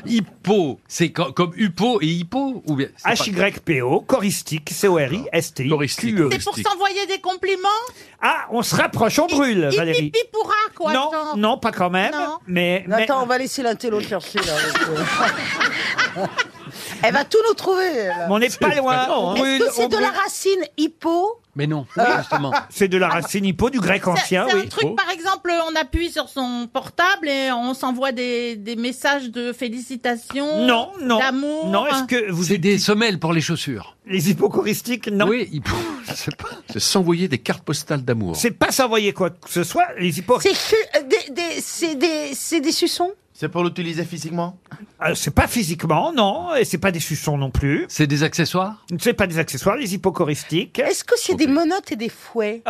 S3: Hippo, c'est co- comme Hippo et Hippo ou bien,
S1: HYPO, choristique, C-O-R-I-S-T-I.
S32: C'est pour s'envoyer des compliments
S1: E. Ah, on se rapproche, on brûle, Valérie.
S32: Pipi pourra, quoi.
S1: Non,
S32: genre.
S1: non, pas quand même.
S32: Non.
S1: Mais, mais-
S34: Attends, on va laisser l'intello chercher. Là, avec- Elle va tout nous trouver. elle.
S1: Mais on n'est pas C'est loin. vraiment, hein.
S34: Est-ce
S1: Brûle,
S34: que c'est
S1: on
S34: de la
S1: brûle.
S34: racine hippo
S3: Mais non,
S34: justement.
S1: C'est de la racine hippo, du grec
S32: C'est-
S1: ancien,
S32: c'est
S1: oui. Oh.
S32: un truc, par exemple, on appuie sur son portable et on s'envoie des, des messages de félicitations,
S3: Non, non.
S32: d'amour.
S1: que vous
S3: C'est des semelles pour les chaussures.
S1: Les hippocoristiques, non.
S3: Oui, hippo, je sais pas. C'est s'envoyer des cartes postales d'amour.
S1: C'est pas s'envoyer quoi que ce soit, les
S34: C'est
S1: hippocoristiques.
S34: su- euh, des, des- c'est des, c'est des suçons
S1: C'est pour l'utiliser physiquement Euh, C'est pas physiquement, non. Et c'est pas des suçons non plus.
S3: C'est des accessoires
S1: C'est pas des accessoires, les hippocoristiques.
S34: Est-ce que c'est des menottes et des fouets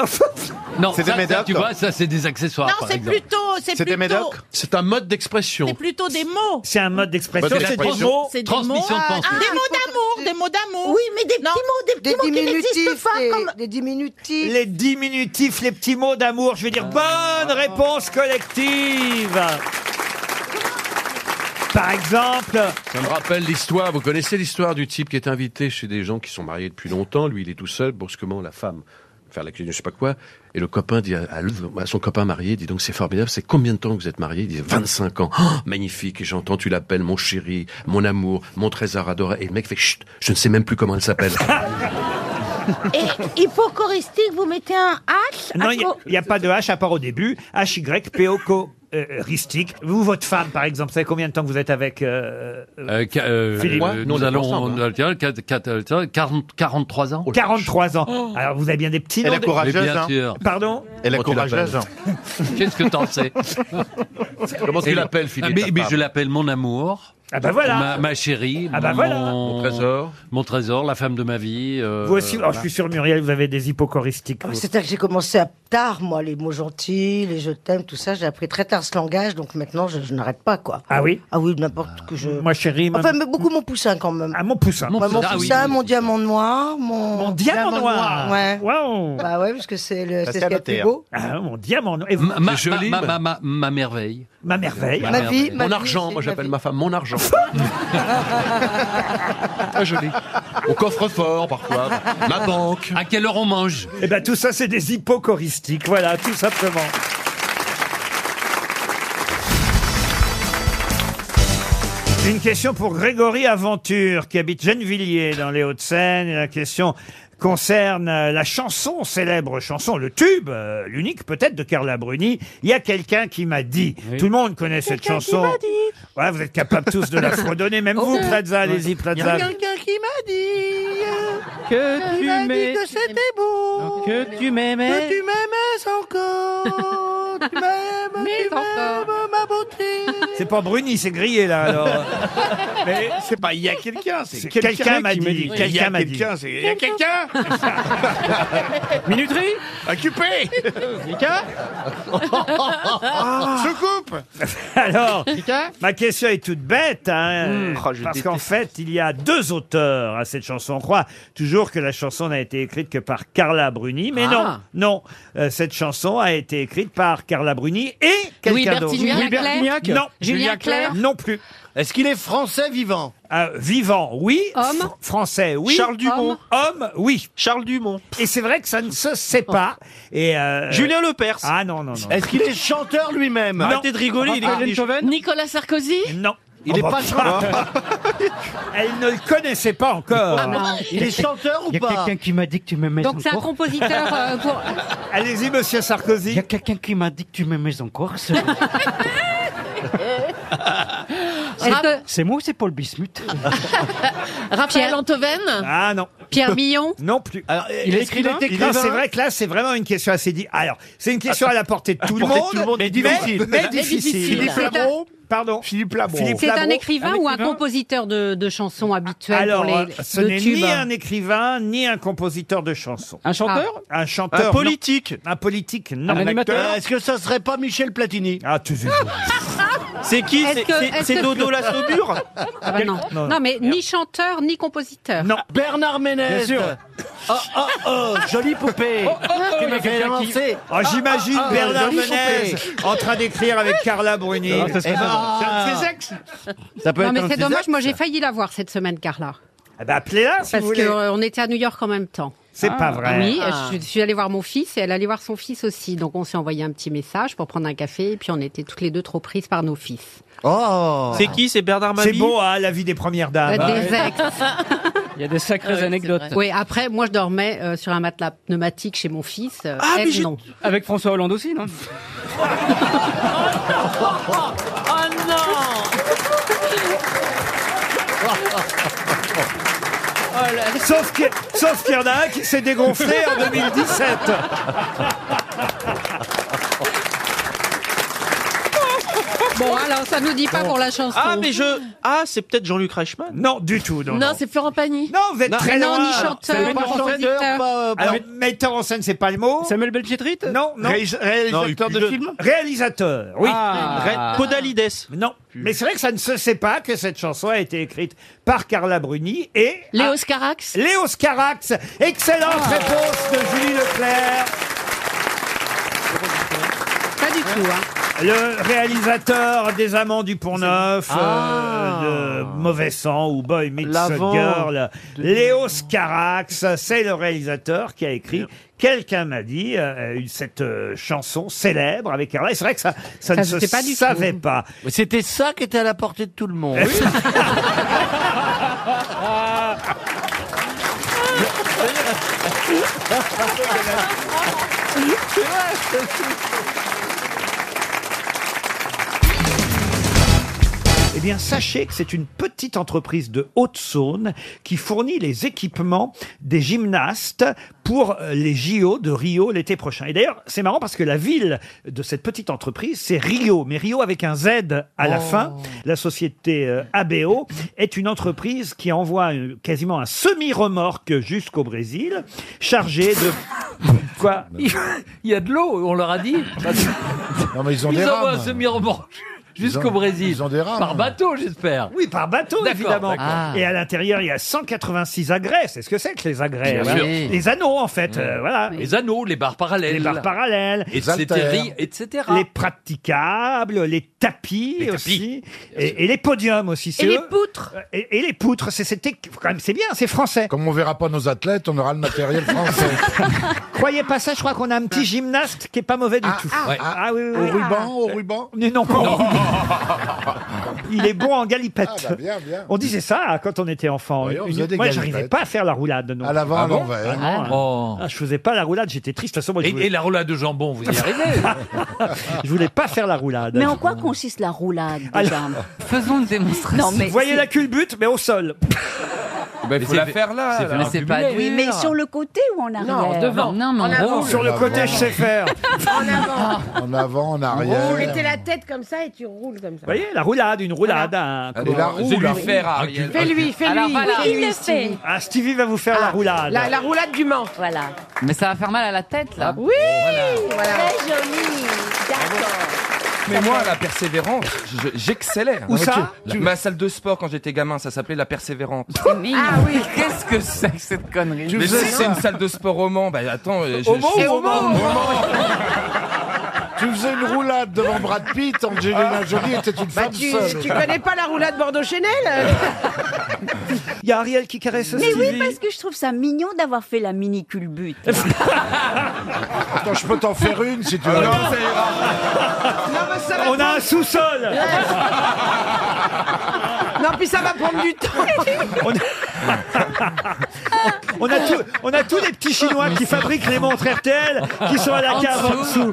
S3: Non, ça,
S1: C'est des
S3: ça,
S1: médocs,
S3: tu
S1: non
S3: vois, ça c'est des accessoires.
S32: Non,
S3: par
S32: c'est
S3: exemple.
S32: plutôt- c'est C'est des plutôt- médocs
S3: C'est un mode d'expression.
S32: C'est plutôt des mots.
S1: C'est un mode d'expression.
S3: Mode
S1: C'est des
S3: d'expression.
S1: mots.
S32: C'est des mots. Ah,
S3: Transmission de pensée.
S32: Des mots d'amour, des mots d'amour.
S34: Oui, mais des petits mots, des petits mots qui n'existent pas. Comme...
S1: Des diminutifs. Les diminutifs, les petits mots d'amour. Je vais dire bonne réponse collective. Par exemple.
S3: Ça me rappelle l'histoire, vous connaissez l'histoire du type qui est invité chez des gens qui sont mariés depuis longtemps, lui il est tout seul, brusquement la femme faire la cuisine, je sais pas quoi, et le copain dit à, à l'autre- à son copain marié, dit donc c'est formidable, c'est combien de temps que vous êtes mariés Il dit 25 ans, Oh, magnifique, et j'entends tu l'appelles mon chéri, mon amour, mon trésor adoré, et le mec fait chut, je ne sais même plus comment elle s'appelle.
S1: Ah,
S34: Et hippocoristique, vous mettez un H
S1: Non,
S34: à
S1: il n'y a,
S34: co-
S1: il y a pas de H à part au début. H Y P O co- euh, euh, ristique. Vous, votre femme, par exemple, vous savez combien de temps que vous êtes avec euh, euh,
S3: Euh, ca- euh,
S1: Philippe.
S3: euh, nous allons on a- tiens, quatre- quatre- euh, tiens, 40 43 ans.
S1: 43 ans.
S32: Oh.
S1: Alors, vous avez bien des petits
S3: Elle
S1: noms
S3: est
S1: de-
S3: courageuse, Mais bien hein. sûr.
S1: Pardon
S3: Elle est Comment tu courageuse, l'appelles Qu'est-ce que t'en sais Comment tu Et- l'appelles, Philippe, mais, ta mais femme je l'appelle mon amour.
S1: Ah bah voilà.
S3: Ma, ma chérie.
S1: Ah bah
S3: mon,
S1: voilà.
S3: Mon trésor. Mon trésor, la femme de ma vie. euh,
S1: Vous aussi, alors,
S3: voilà.
S1: je suis sûr, Muriel, vous avez des hippocoristiques. vous.
S34: C'est-à-dire que j'ai commencé Ah, à tard, moi, les mots gentils, les je t'aime, tout ça. J'ai appris très tard ce langage, donc maintenant, je, je n'arrête pas, quoi.
S1: Ah oui
S34: Ah oui, n'importe que je...
S1: Moi, chérie.
S34: Enfin,
S1: maman-
S34: mais beaucoup mon poussin, quand même.
S1: Ah, mon poussin.
S34: Mon,
S1: poussin,
S34: poussin,
S1: ah oui.
S34: mon diamant noir, mon... Mon
S1: diamant noir.
S34: Ouais.
S1: Waouh
S34: Bah ouais, parce que c'est le,
S1: Ça,
S34: c'est
S1: c'est
S34: ce qu'il y a de
S1: noté,
S34: plus
S1: hein.
S34: beau.
S1: Ah, mon diamant. Et vous-
S3: Ma, ma-
S1: C'est joli,
S3: ma-
S1: mais-
S3: ma- ma- ma merveille.
S1: Ma merveille.
S3: Ma
S34: Ma
S3: merveille.
S34: vie, ma
S3: mon
S34: vie,
S3: argent,
S34: c'est
S3: moi
S34: ma
S3: j'appelle
S34: vie.
S3: ma femme mon argent. ah, joli. Au coffre-fort parfois. ma banque. À quelle heure on mange
S1: Eh ben tout ça, c'est des hippocoristiques. Voilà, tout simplement. Une question pour Grégory Aventure, qui habite Gennevilliers, dans les Hauts-de-Seine. Et La question concerne euh, la chanson, célèbre chanson, le tube, euh, l'unique peut-être de Carla Bruni. Il y a quelqu'un qui m'a dit. Tout le monde connaît cette
S34: Quelqu'un qui
S1: chanson.
S34: m'a dit. Oh.
S1: Voilà, vous êtes capables tous de la fredonner, même vous, Plaza. Allez-y, Plaza.
S34: quelqu'un qui m'a dit euh,
S12: Que
S34: qui
S12: tu
S34: m'a dit
S12: m'aimes.
S34: que c'était beau,
S12: Que tu m'aimais.
S34: que tu m'aimais encore, tu m'aimes, tu m'aimes ma beauté.
S1: C'est pas Bruni, c'est grillé là. Alors.
S12: Mais c'est pas il y a quelqu'un, c'est
S1: Quelqu'un
S12: quelqu'un
S1: m'a
S12: qui
S1: dit,
S12: me dit.
S1: quelqu'un
S12: Il y a
S1: m'a dit.
S12: quelqu'un, c'est il y a quelqu'un.
S1: Minuterie
S12: Occupé. Quelqu'un Se coupe.
S1: Alors,
S12: Quelqu'un
S1: ma question est toute bête, hein,
S12: Mmh. Oh, je
S1: parce
S12: déteste.
S1: qu'en fait, il y a deux auteurs à cette chanson. On croit toujours que la chanson n'a été écrite que par Carla Bruni, mais
S12: Ah.
S1: non, non. Euh, cette chanson a été écrite par Carla Bruni et quelqu'un d'autre.
S12: Bertignac. Louis Bertignac
S1: Non.
S12: Julien Julien Clerc
S1: Non plus. Est-ce qu'il est français vivant Vivant, oui.
S12: Homme
S1: Fr- Français, Eh oui.
S12: Charles Dumont.
S1: Homme, oui. Charles Dumont. Et c'est vrai que ça ne se sait pas. Et Julien Lepers. Ah non, non, non.
S12: Est-ce qu'il est
S1: chanteur lui-même
S12: Arrêtez de rigoler, il est- Ah, il est-
S28: Nicolas Sarkozy
S1: Non.
S12: Il est pas
S1: chanteur. Elle ne le connaissait pas encore.
S12: Ah non. Il est chanteur ou Il y a pas quelqu'un
S1: qui m'a dit que tu m'aimais
S28: Donc c'est un compositeur euh, pour...
S1: Allez-y, monsieur Sarkozy. Il
S12: y a quelqu'un qui m'a dit que tu m'aimais encore. C'est
S1: Ah,
S28: Rap-
S12: c'est moi ou c'est Paul Bismuth
S28: Euh, Raphaël Antoven
S1: Ah non.
S28: Pierre Millon
S1: Non plus. euh,
S12: il est écrivain
S1: était-
S12: Il est
S1: Non, c'est
S12: écrivain
S1: vrai que là, c'est vraiment une question assez difficile. Alors, c'est une question à la portée de tout le monde,
S12: mais difficile.
S1: mais difficile.
S28: C'est un-
S1: Pardon.
S12: Philippe
S28: C'est un
S1: Labro.
S28: écrivain ou un compositeur de, de chansons habituel
S1: Alors,
S28: pour les,
S1: euh, ce
S28: de
S1: n'est
S28: tubes
S1: ni un écrivain, ni un compositeur de chansons. Un
S28: chanteur
S1: Un chanteur.
S12: Un
S1: non.
S12: politique
S1: Un Ah, politique, non. Euh,
S12: Un animateur
S1: Est-ce que ça serait pas Michel Platini
S12: Ah, tu C'est qui
S28: Est-ce
S12: C'est-
S28: que-
S12: c'est-
S28: est-ce
S12: c'est
S28: que-
S12: Dodo la Saubure
S28: Ah bah non.
S12: Non.
S28: non. mais ni chanteur, ni compositeur.
S1: Non.
S12: Bernard Ménez
S28: Bien sûr.
S12: Oh, oh, oh, jolie poupée
S1: oh,
S12: Tu m'as oh, fait avancer
S1: Ah, J'imagine
S12: Ah, ah, ah,
S1: Bernard
S12: jolie
S1: Menez
S12: poupée.
S1: en train d'écrire avec Carla Bruni.
S12: Ah, ça serait
S1: Eh ben,
S12: drôle.
S1: c'est un de ses ex. Ça peut
S28: non
S1: être
S28: mais
S1: un
S28: c'est
S1: de ses
S28: dommage,
S1: actes.
S28: moi j'ai failli la voir cette semaine Carla.
S1: Ah bah, appelez-la si
S28: Parce
S1: vous voulez.
S28: qu'on était à New York en même temps.
S1: C'est pas vrai.
S28: Oui,
S1: Ah.
S28: je suis- je suis allée voir mon fils et elle allait voir son fils aussi. Donc on s'est envoyé un petit message pour prendre un café et puis on était toutes les deux trop prises par nos fils.
S1: Oh
S12: C'est qui C'est Bernard Mabie
S1: C'est beau, hein, la vie des premières dames.
S28: Euh, des ex.
S12: Il y a des sacrées anecdotes.
S28: Oui, après, moi je dormais euh, sur un matelas pneumatique chez mon fils. euh,
S12: Ah, mais
S28: elle,
S12: j'ai-
S28: non.
S39: Avec François Hollande aussi, non
S12: Oh non
S28: Oh,
S1: Sauf que- sauf qu'il y en a un qui s'est dégonflé en 2017.
S28: Bon, alors ça nous dit pas pour la chanson.
S12: Ah, mais je. Ah, c'est peut-être Jean-Luc Reichmann
S1: Non, du tout, non.
S12: non.
S28: c'est Florent Pagny.
S1: Non, vous êtes très
S28: non,
S1: loin. Ah,
S28: ni chanteur, ni compositeur.
S1: Alors, metteur en scène, c'est pas le mot. Samuel Belpietrit Non, non.
S12: Réis- réalisateur de film
S1: Réalisateur, oui.
S12: Ah. Ré- Podalides.
S1: Non. Mais c'est vrai que ça ne se sait pas que cette chanson a été écrite par Carla Bruni et... Léo Scarax Léo Scarax Excellente
S28: Ah.
S1: réponse de Julie Leclerc
S28: Pas du tout, hein.
S1: Le réalisateur des Amants du Pont-Neuf,
S12: Ah.
S1: euh, de Mauvais Sang ou Boy Meets
S12: L'avant.
S1: Girl, Léo Scarax, c'est le réalisateur qui a écrit Quelqu'un m'a dit euh, une- cette euh, chanson célèbre avec Carla. Et Ah, c'est vrai que ça, ça,
S12: Ça,
S1: ne
S12: c'était
S1: se
S12: pas du
S1: savait
S12: tout.
S1: pas.
S12: C'était ça qui était à la portée de tout le monde.
S1: Eh bien, sachez que c'est une petite entreprise de Haute-Saône qui fournit les équipements des gymnastes pour euh, les JO de Rio l'été prochain. Et d'ailleurs, c'est marrant parce que la ville de cette petite entreprise, c'est Rio. Mais Rio avec un Z à la fin. La société euh, ABO est une entreprise qui envoie euh, quasiment un semi-remorque jusqu'au Brésil, chargé de... Quoi
S25: Il y a de l'eau, on leur a dit.
S1: Non, mais
S25: ils envoient un semi-remorque
S1: Ils
S25: jusqu'au
S1: ont-
S25: Brésil.
S1: ils ont des rames.
S25: Par
S4: hein.
S25: bateau, j'espère.
S1: Oui, par bateau,
S25: D'accord,
S1: évidemment.
S25: d'accord.
S5: Ah.
S1: Et à l'intérieur, il y a 186 agrès. C'est ce que c'est que les agrès.
S25: Bien
S1: voilà.
S25: sûr.
S1: Les anneaux, en
S4: Mmh.
S1: fait. euh, voilà.
S25: Mmh. Les anneaux, les barres parallèles.
S1: Les barres parallèles,
S25: Etc.,
S1: haltères.
S25: etc.
S1: les praticables, les tapis, aussi, et, et les podiums aussi. c'est
S4: Et les
S1: eux. Euh, Et, et les poutres, c'est c'était quand même c'est bien, c'est français.
S4: Comme on verra pas nos athlètes, on aura le matériel français.
S1: Croyez pas ça, je crois qu'on a un petit gymnaste qui est pas mauvais du tout.
S4: ah, Ouais.
S1: oui, oui,
S4: Au
S1: Ah. oui.
S4: ruban, au ruban.
S1: Mais non, pas au ruban. Il est bon en galipette.
S4: Ah, bah, bien, bien.
S1: On disait ça hein, quand on était enfant.
S4: Oui, on
S1: Une-
S4: faisait des
S1: Moi, j'arrivais
S4: galipettes.
S1: pas à faire la roulade. Non.
S4: À l'avant, à
S1: bon
S4: l'envers.
S1: Ah, non, hein. Ah, je faisais pas la roulade, j'étais triste. De toute façon, moi, je
S25: Oh. Et,
S1: voulais-
S25: et la roulade de jambon, vous y arrivez
S1: je voulais pas faire la roulade.
S5: Mais en quoi consiste la roulade
S36: Ah,
S5: déjà hein.
S1: Faisons une démonstration.
S5: Non, mais
S1: Vous voyez
S5: c'est-
S1: la culbute, mais au sol.
S25: Eh ben, Il faut la faire
S1: là, alors.
S25: C'est pas dur.
S5: Oui, mais sur le côté ou en
S25: Ah,
S5: arrière
S4: En avant.
S1: Sur le
S4: En
S1: côté,
S4: avant.
S1: je sais faire.
S34: Oh,
S8: En avant.
S4: En avant, en
S5: Oh,
S8: Vous
S4: arrière.
S8: mettez la tête comme ça et tu roules comme ça.
S1: Vous voyez, la roulade, une roulade. un-
S4: Allez, la roue, Fais-lui la roue. faire, Ariel.
S8: Fais-lui, fais-lui.
S4: Alors voilà.
S8: Fais-lui,
S4: Il le fait.
S8: Stevie.
S1: Ah, Stevie va vous faire la roulade.
S8: La, la roulade du Mans.
S5: Voilà.
S3: Mais ça va faire mal à la tête, là.
S8: Ah, Oui
S5: Très joli. D'accord.
S3: Mais moi, la persévérance, je- j'accélère.
S1: Où ça
S3: La- Ma salle de sport quand j'étais gamin, ça s'appelait la persévérance. Ah oui. Qu'est-ce que c'est que cette connerie Tu Mais faisais si ça c'est une salle de sport au Mans, bah attends. euh, je-
S4: Au Mans
S3: je-
S4: ou au
S3: Au
S4: Mans
S3: Mans.
S4: Tu faisais une roulade devant Brad Pitt, Angelina Jolie était une
S8: Bah,
S4: femme
S8: tu,
S4: seule.
S8: tu connais pas la roulade Bordeaux-Chenel
S1: Il y a Ariel qui caresse
S5: Mais oui, parce que je trouve ça mignon d'avoir fait la mini culbute.
S4: Attends, je peux t'en faire une si tu veux.
S3: Ah
S1: On a un sous-sol.
S8: Non, puis ça va prendre du temps.
S1: On On a, tout- on a tous les petits Chinois qui fabriquent les montres RTL qui sont à la
S12: En
S1: cave en
S12: dessous.
S1: dessous.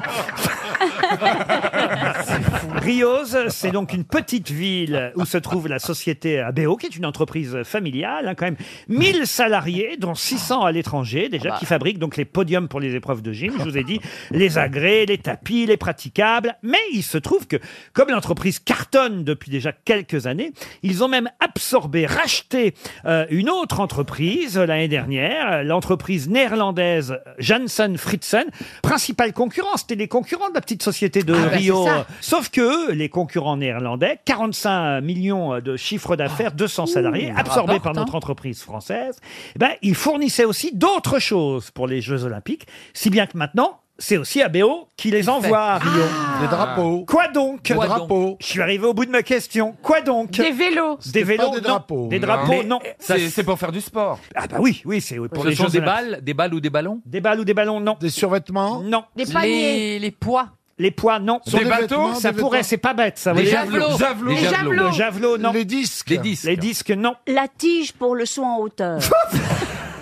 S1: Rios, c'est donc une petite ville où se trouve la société ABO, qui est une entreprise familiale, hein, quand même 1000 salariés, dont 600 à l'étranger déjà, qui fabriquent donc les podiums pour les épreuves de gym. Je vous ai dit les agrès, les tapis, les praticables. Mais il se trouve que, comme l'entreprise cartonne depuis déjà quelques années, ils ont même absorbé, racheté euh, une autre entreprise entreprise euh, l'année dernière, euh, l'entreprise néerlandaise Janssen Fritzen, principale concurrence. C'était les concurrents de la petite société de
S12: Ah, bah, c'est
S1: Rio.
S12: ça.
S1: Sauf que eux, les concurrents néerlandais, 45 millions de chiffre d'affaires, 200 salariés,
S12: ça
S1: absorbés
S12: rapporte,
S1: par
S12: hein.
S1: notre entreprise française, eh ben, ils fournissaient aussi d'autres choses pour les Jeux Olympiques, si bien que maintenant, c'est aussi ABO qui les envoie à Rio.
S3: Des drapeaux.
S1: Quoi donc
S3: Des Quoi donc drapeaux.
S1: Je suis arrivé au bout de ma question. Quoi donc
S40: Des vélos.
S1: Des
S3: C'était
S1: vélos,
S3: pas des
S1: non.
S3: drapeaux.
S1: Des drapeaux,
S3: Mais,
S1: non.
S3: euh, c'est- c'est
S1: pour faire du sport. Ah bah oui, oui, c'est pour
S25: Ce
S1: les
S25: sont
S1: Jeux
S25: des
S1: Olympiques.
S25: balles, des balles ou des ballons
S1: Des balles ou des ballons, non.
S3: Des survêtements
S1: Non.
S40: Des paniers.
S1: Les, poids Les poids, non.
S3: Ce sont Des des bateaux vêtements,
S1: Ça
S3: des
S1: pourrait,
S3: vêtements
S1: c'est pas bête, ça.
S3: Des
S1: oui.
S3: javelots. Des javelots. Des
S1: Le
S3: javelots.
S1: javelot. non. Les
S3: disques.
S1: Les disques. non.
S5: La tige pour le saut en hauteur.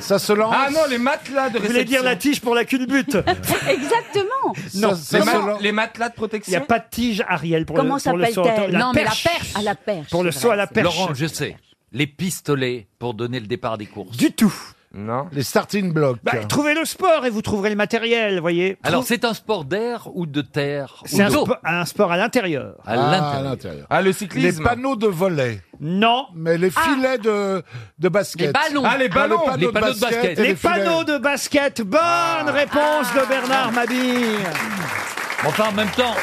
S3: Ça se lance.
S4: Ah non, les matelas de
S1: Vous voulez dire
S4: réception.
S1: la tige pour la culbute
S5: Exactement.
S1: Non,
S4: les,
S1: ça-
S4: ma- les matelas de
S1: Il n'y a
S4: protection.
S1: pas de tige, Ariel, pour
S5: Comment
S1: le, pour le saut en hauteur.
S5: s'appelle-t-elle
S1: La
S5: Non, mais la
S1: perche.
S5: perche. À la perche.
S1: Pour le
S5: c'est
S1: saut
S5: vrai,
S1: à la
S5: c'est
S1: perche.
S25: Laurent, je sais. Les pistolets pour donner le départ des courses.
S1: Du tout.
S4: Non.
S3: Les starting blocks.
S1: Bah, trouvez le sport et vous trouverez le matériel, voyez.
S25: Alors,
S1: Trou-
S25: c'est un sport d'air ou de terre ou
S1: c'est un,
S3: Oh.
S25: d'eau
S1: spo- un sport à l'intérieur.
S25: À l'intérieur.
S4: Ah, le
S3: Les panneaux de volet.
S1: Non. Ah.
S3: Mais les filets de, de basket.
S4: Ah, les ballons.
S3: Ah, les panneaux de basket. et
S1: Les
S3: filets.
S1: panneaux de basket. Bonne réponse de Bernard Mabille.
S25: Enfin, en même temps,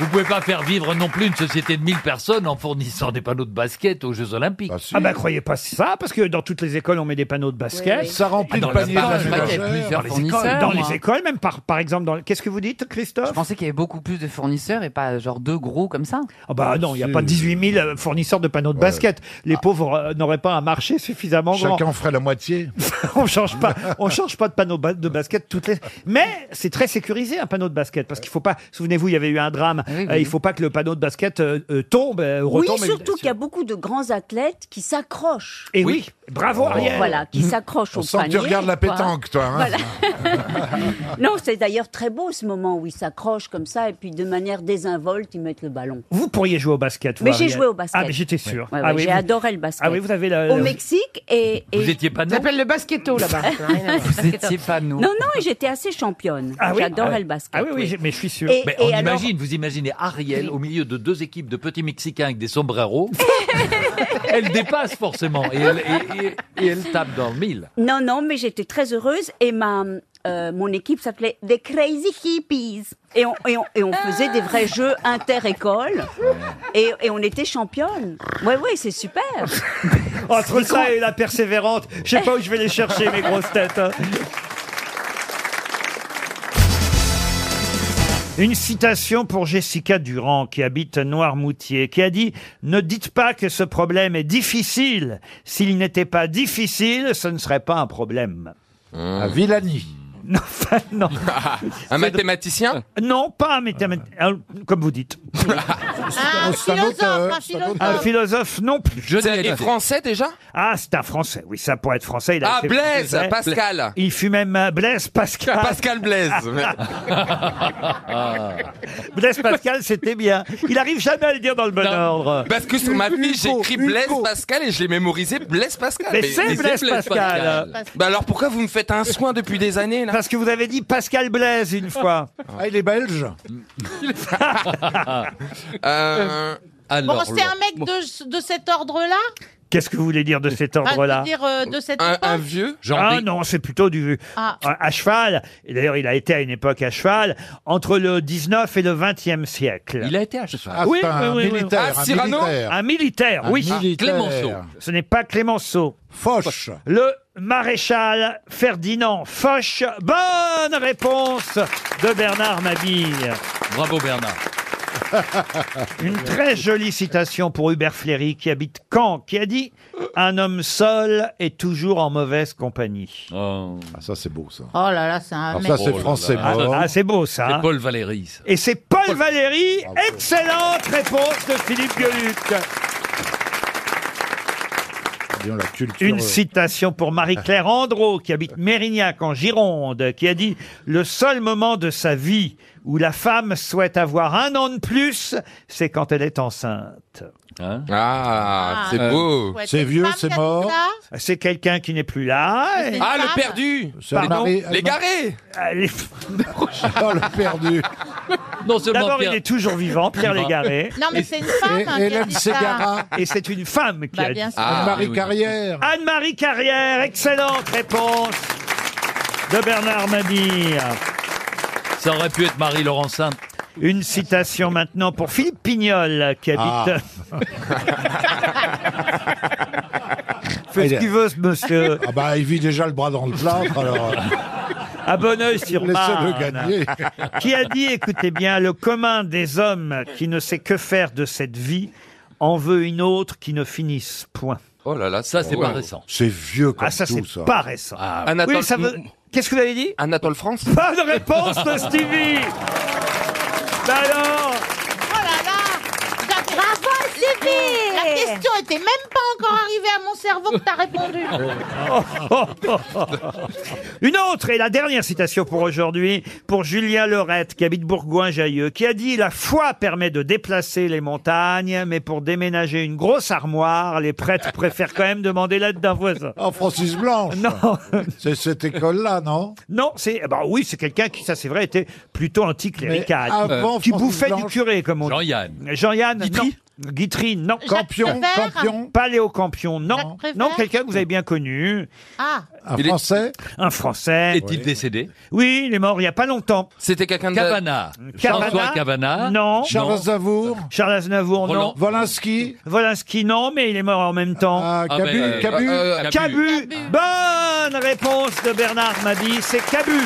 S25: vous pouvez pas faire vivre non plus une société de 1000 personnes en fournissant des panneaux de basket aux Jeux Olympiques.
S1: Ah bah croyez pas ça, parce que dans toutes les écoles on met des panneaux de basket.
S25: Oui, oui. Ça remplit Ah, dans le panier les de la écoles, ménagère. je crois qu'il y avait plusieurs
S1: Dans les écoles,
S41: fournisseurs,
S1: dans les
S41: moi.
S1: écoles, même par, par exemple, dans... qu'est-ce que vous dites Christophe
S41: Je pensais qu'il y avait beaucoup plus de fournisseurs et pas genre deux gros comme ça.
S1: Ah bah non, il n'y a pas 18 000 fournisseurs de panneaux de basket. Les
S41: Ah.
S1: pauvres euh, n'auraient pas un marché suffisamment grand.
S3: Chacun ferait la moitié.
S1: on change pas, on change pas de panneau ba- de basket toutes les. Mais c'est très sécurisé un panneau de basket parce qu'il faut pas. Souvenez-vous, il y avait eu un drame.
S5: oui.
S1: Euh, il faut pas que le panneau de basket euh, euh, tombe, euh,
S5: Oui,
S1: retombe.
S5: surtout qu'il y a beaucoup de grands athlètes qui s'accrochent.
S1: Et oui, bravo Ariel. Mhm.
S5: Voilà, qui s'accrochent au
S3: Oh. On sent que
S5: panier.
S3: tu regardes la
S5: quoi.
S3: pétanque, toi. hein.
S5: Voilà. Non, c'est d'ailleurs très beau ce moment où ils s'accrochent comme ça et puis de manière désinvolte, ils mettent le ballon.
S1: Vous pourriez jouer au basket. vous,
S5: Mais j'ai
S1: Ariel.
S5: joué au basket.
S1: Ah, mais j'étais sûr.
S5: Ouais, ouais,
S1: Ah oui,
S5: j'ai
S1: vous-
S5: adoré le basket. Oh,
S1: Ah oui, vous avez la-
S5: Au
S1: la-
S5: Mexique et. et-
S25: Vous étiez pas
S40: Ça s'appelle le basketto là-bas.
S5: Vous
S25: étiez pas nous.
S5: Non, non, et j'étais assez championne.
S25: Ah oui
S5: J'adorais
S25: Ah oui.
S5: le basket.
S25: Ah oui, oui,
S5: oui.
S1: j'ai- mais je suis sûr.
S5: Et-
S25: Mais on
S5: et alors-
S25: imagine, vous imaginez Ariel au milieu de deux équipes de petits Mexicains avec des sombreros. elle dépasse forcément et elle, et- et- et elle tape dans le mille.
S5: Non, non, mais j'étais très heureuse et ma, euh, mon équipe s'appelait The Crazy Hippies. Et on, et on, et on faisait des vrais jeux inter-école et, et on était championne. Ouais, ouais, c'est super.
S1: Entre ça et la persévérante, je sais pas où je vais les chercher, mes grosses têtes. hein. Une citation pour Jessica Durand, qui habite Noirmoutier, qui a dit « Ne dites pas que ce problème est difficile. S'il n'était pas difficile, ce ne serait pas un problème.
S3: À Villani.
S1: Non, enfin, non.
S12: Ah, Un mathématicien
S1: Non, pas un mathématicien, Euh, comme vous dites.
S32: Ah, un
S1: C'est un
S32: philosophe,
S1: auteur,
S32: un philosophe.
S1: Un philosophe non plus.
S12: C'est et français déjà
S1: Ah, c'est un Français, oui, ça pourrait être Français. il a
S12: Ah,
S1: été-
S12: Blaise,
S1: Ouais.
S12: Pascal.
S1: Il fut même euh, Blaise Pascal.
S12: Pascal Blaise.
S25: Ah,
S1: Blaise Pascal, c'était bien. Il arrive jamais à le dire dans le bon ordre.
S12: Parce que sur ma fiche, j'écris Blaise Pascal et je l'ai mémorisé Blaise Pascal.
S1: Mais c'est Blaise Pascal.
S12: Bah alors pourquoi vous me faites un soin depuis des années là
S1: Parce que vous avez dit Pascal Blaise une fois.
S3: Ah, il est belge
S12: Euh,
S32: Bon, c'est un mec de, de cet ordre-là
S1: Qu'est-ce que vous voulez dire de cet
S32: Enfin,
S1: ordre-là
S32: de dire, euh, de cette époque
S12: vieux
S1: Ah non, c'est plutôt du
S32: Ah.
S1: à, à cheval. Et D'ailleurs, il a été à une époque à cheval entre le 19 et le 20e siècle.
S25: Il a été à cheval.
S3: Ah,
S1: oui,
S3: c'est un
S1: oui, oui, oui.
S3: militaire, Ah, un Cyrano militaire.
S1: Un militaire,
S3: Un
S1: oui.
S3: militaire. Clémenceau.
S1: Ce n'est pas Clémenceau.
S3: Foch.
S1: Le maréchal Ferdinand Foch. Bonne réponse de Bernard Mabille.
S25: Bravo Bernard.
S1: Une très jolie citation pour Hubert Fléry qui habite Caen, qui a dit Un homme seul est toujours en mauvaise compagnie.
S3: Ah, ça, c'est beau, ça.
S32: Oh là là, c'est un
S3: Ah,
S32: mec.
S3: ça, c'est français.
S1: Ah,
S3: mort.
S1: ah, c'est beau ça. hein.
S25: C'est Paul Valéry. ça.
S1: Et c'est Paul, Valéry. Excellente réponse de Philippe Gueluc.
S4: hein,
S3: Disons, la culture.
S1: Une
S3: euh,
S1: citation pour Marie-Claire Andro, qui habite Mérignac en Gironde, qui a dit Le seul moment de sa vie où la femme souhaite avoir un an de plus, c'est quand elle est enceinte.
S25: Hein
S12: Ah, c'est
S1: Euh,
S12: beau.
S32: Ouais, t'es femme qui a dit ça
S1: C'est quelqu'un qui n'est plus là.
S32: C'est une
S12: Ah,
S32: femme
S12: le perdu
S3: C'est un mari-
S12: L'égaré
S1: Allez.
S3: Oh, le perdu.
S25: Non seulement
S1: D'abord, il
S25: Pierre-
S1: est toujours vivant, Pierre Légaré.
S2: Non, mais c'est une femme, hein, qui a Hélène dit ça. Ségara.
S1: Et c'est une femme qui
S2: Bah,
S1: a dit
S2: bien
S1: ça.
S2: sûr. Anne-Marie Ah, oui, oui. Carrière.
S1: Anne-Marie Carrière, excellente réponse de Bernard Mabille.
S25: Ça aurait pu être Marie Laurencin.
S1: Une citation maintenant pour Philippe Pignol, qui
S22: Ah.
S1: habite... Fais ce qu'il veut, ce monsieur.
S22: Ah bah, il vit déjà le bras dans le plâtre, alors...
S1: à Bonneuil-sur-Marne,
S22: Laissez-le gagner.
S1: qui a dit, écoutez bien, le commun des hommes qui ne sait que faire de cette vie en veut une autre qui ne finisse point.
S42: Oh là là, ça
S1: c'est pas récent.
S22: C'est vieux comme
S1: Ah ça c'est
S22: tout, ça.
S1: pas récent.
S42: Ah. Anatole-
S1: Oui, ça veut- Qu'est-ce que vous avez dit
S42: Anatole France
S1: Pas de réponse de Stevie. Bah alors
S2: Bravo,
S28: Oh.
S2: La question était même pas encore arrivée à mon cerveau que t'as répondu.
S1: Une autre et la dernière citation pour aujourd'hui, pour Julien Lorette, qui habite Bourgoin-Jailleux, qui a dit La foi permet de déplacer les montagnes, mais pour déménager une grosse armoire, les prêtres préfèrent quand même demander l'aide d'un voisin.
S22: Oh, Francis Blanche
S1: Non
S22: C'est cette école-là, non
S1: Non, c'est. Bah oui, c'est quelqu'un qui, ça c'est vrai, était plutôt anticlérical.
S22: Mais avant
S1: qui
S22: Francis
S1: bouffait
S22: Blanche-
S1: du curé, comme on dit.
S25: Jean-Yann.
S1: Jean-Yann, Guitry. Guitry, non.
S2: Jacques Campion, Prévert. Campion.
S1: Pas Léo Campion, non.
S2: Prévert.
S1: Non, quelqu'un que vous avez bien connu.
S2: Ah,
S22: Un Français
S1: Un Français.
S25: Est-il décédé
S1: Oui, il est mort il n'y a pas longtemps.
S42: C'était quelqu'un de...
S25: Cavana. François Cavana.
S1: Non.
S22: Charles Aznavour
S1: Charles Aznavour, non.
S25: Roland-
S22: Volinsky
S1: Volinsky, non, mais il est mort en même temps.
S22: Ah,
S25: Ah,
S22: Cabu, ben, euh, Cabu euh, euh,
S1: Cabu. Bonne réponse de Bernard Mabie, c'est Cabu.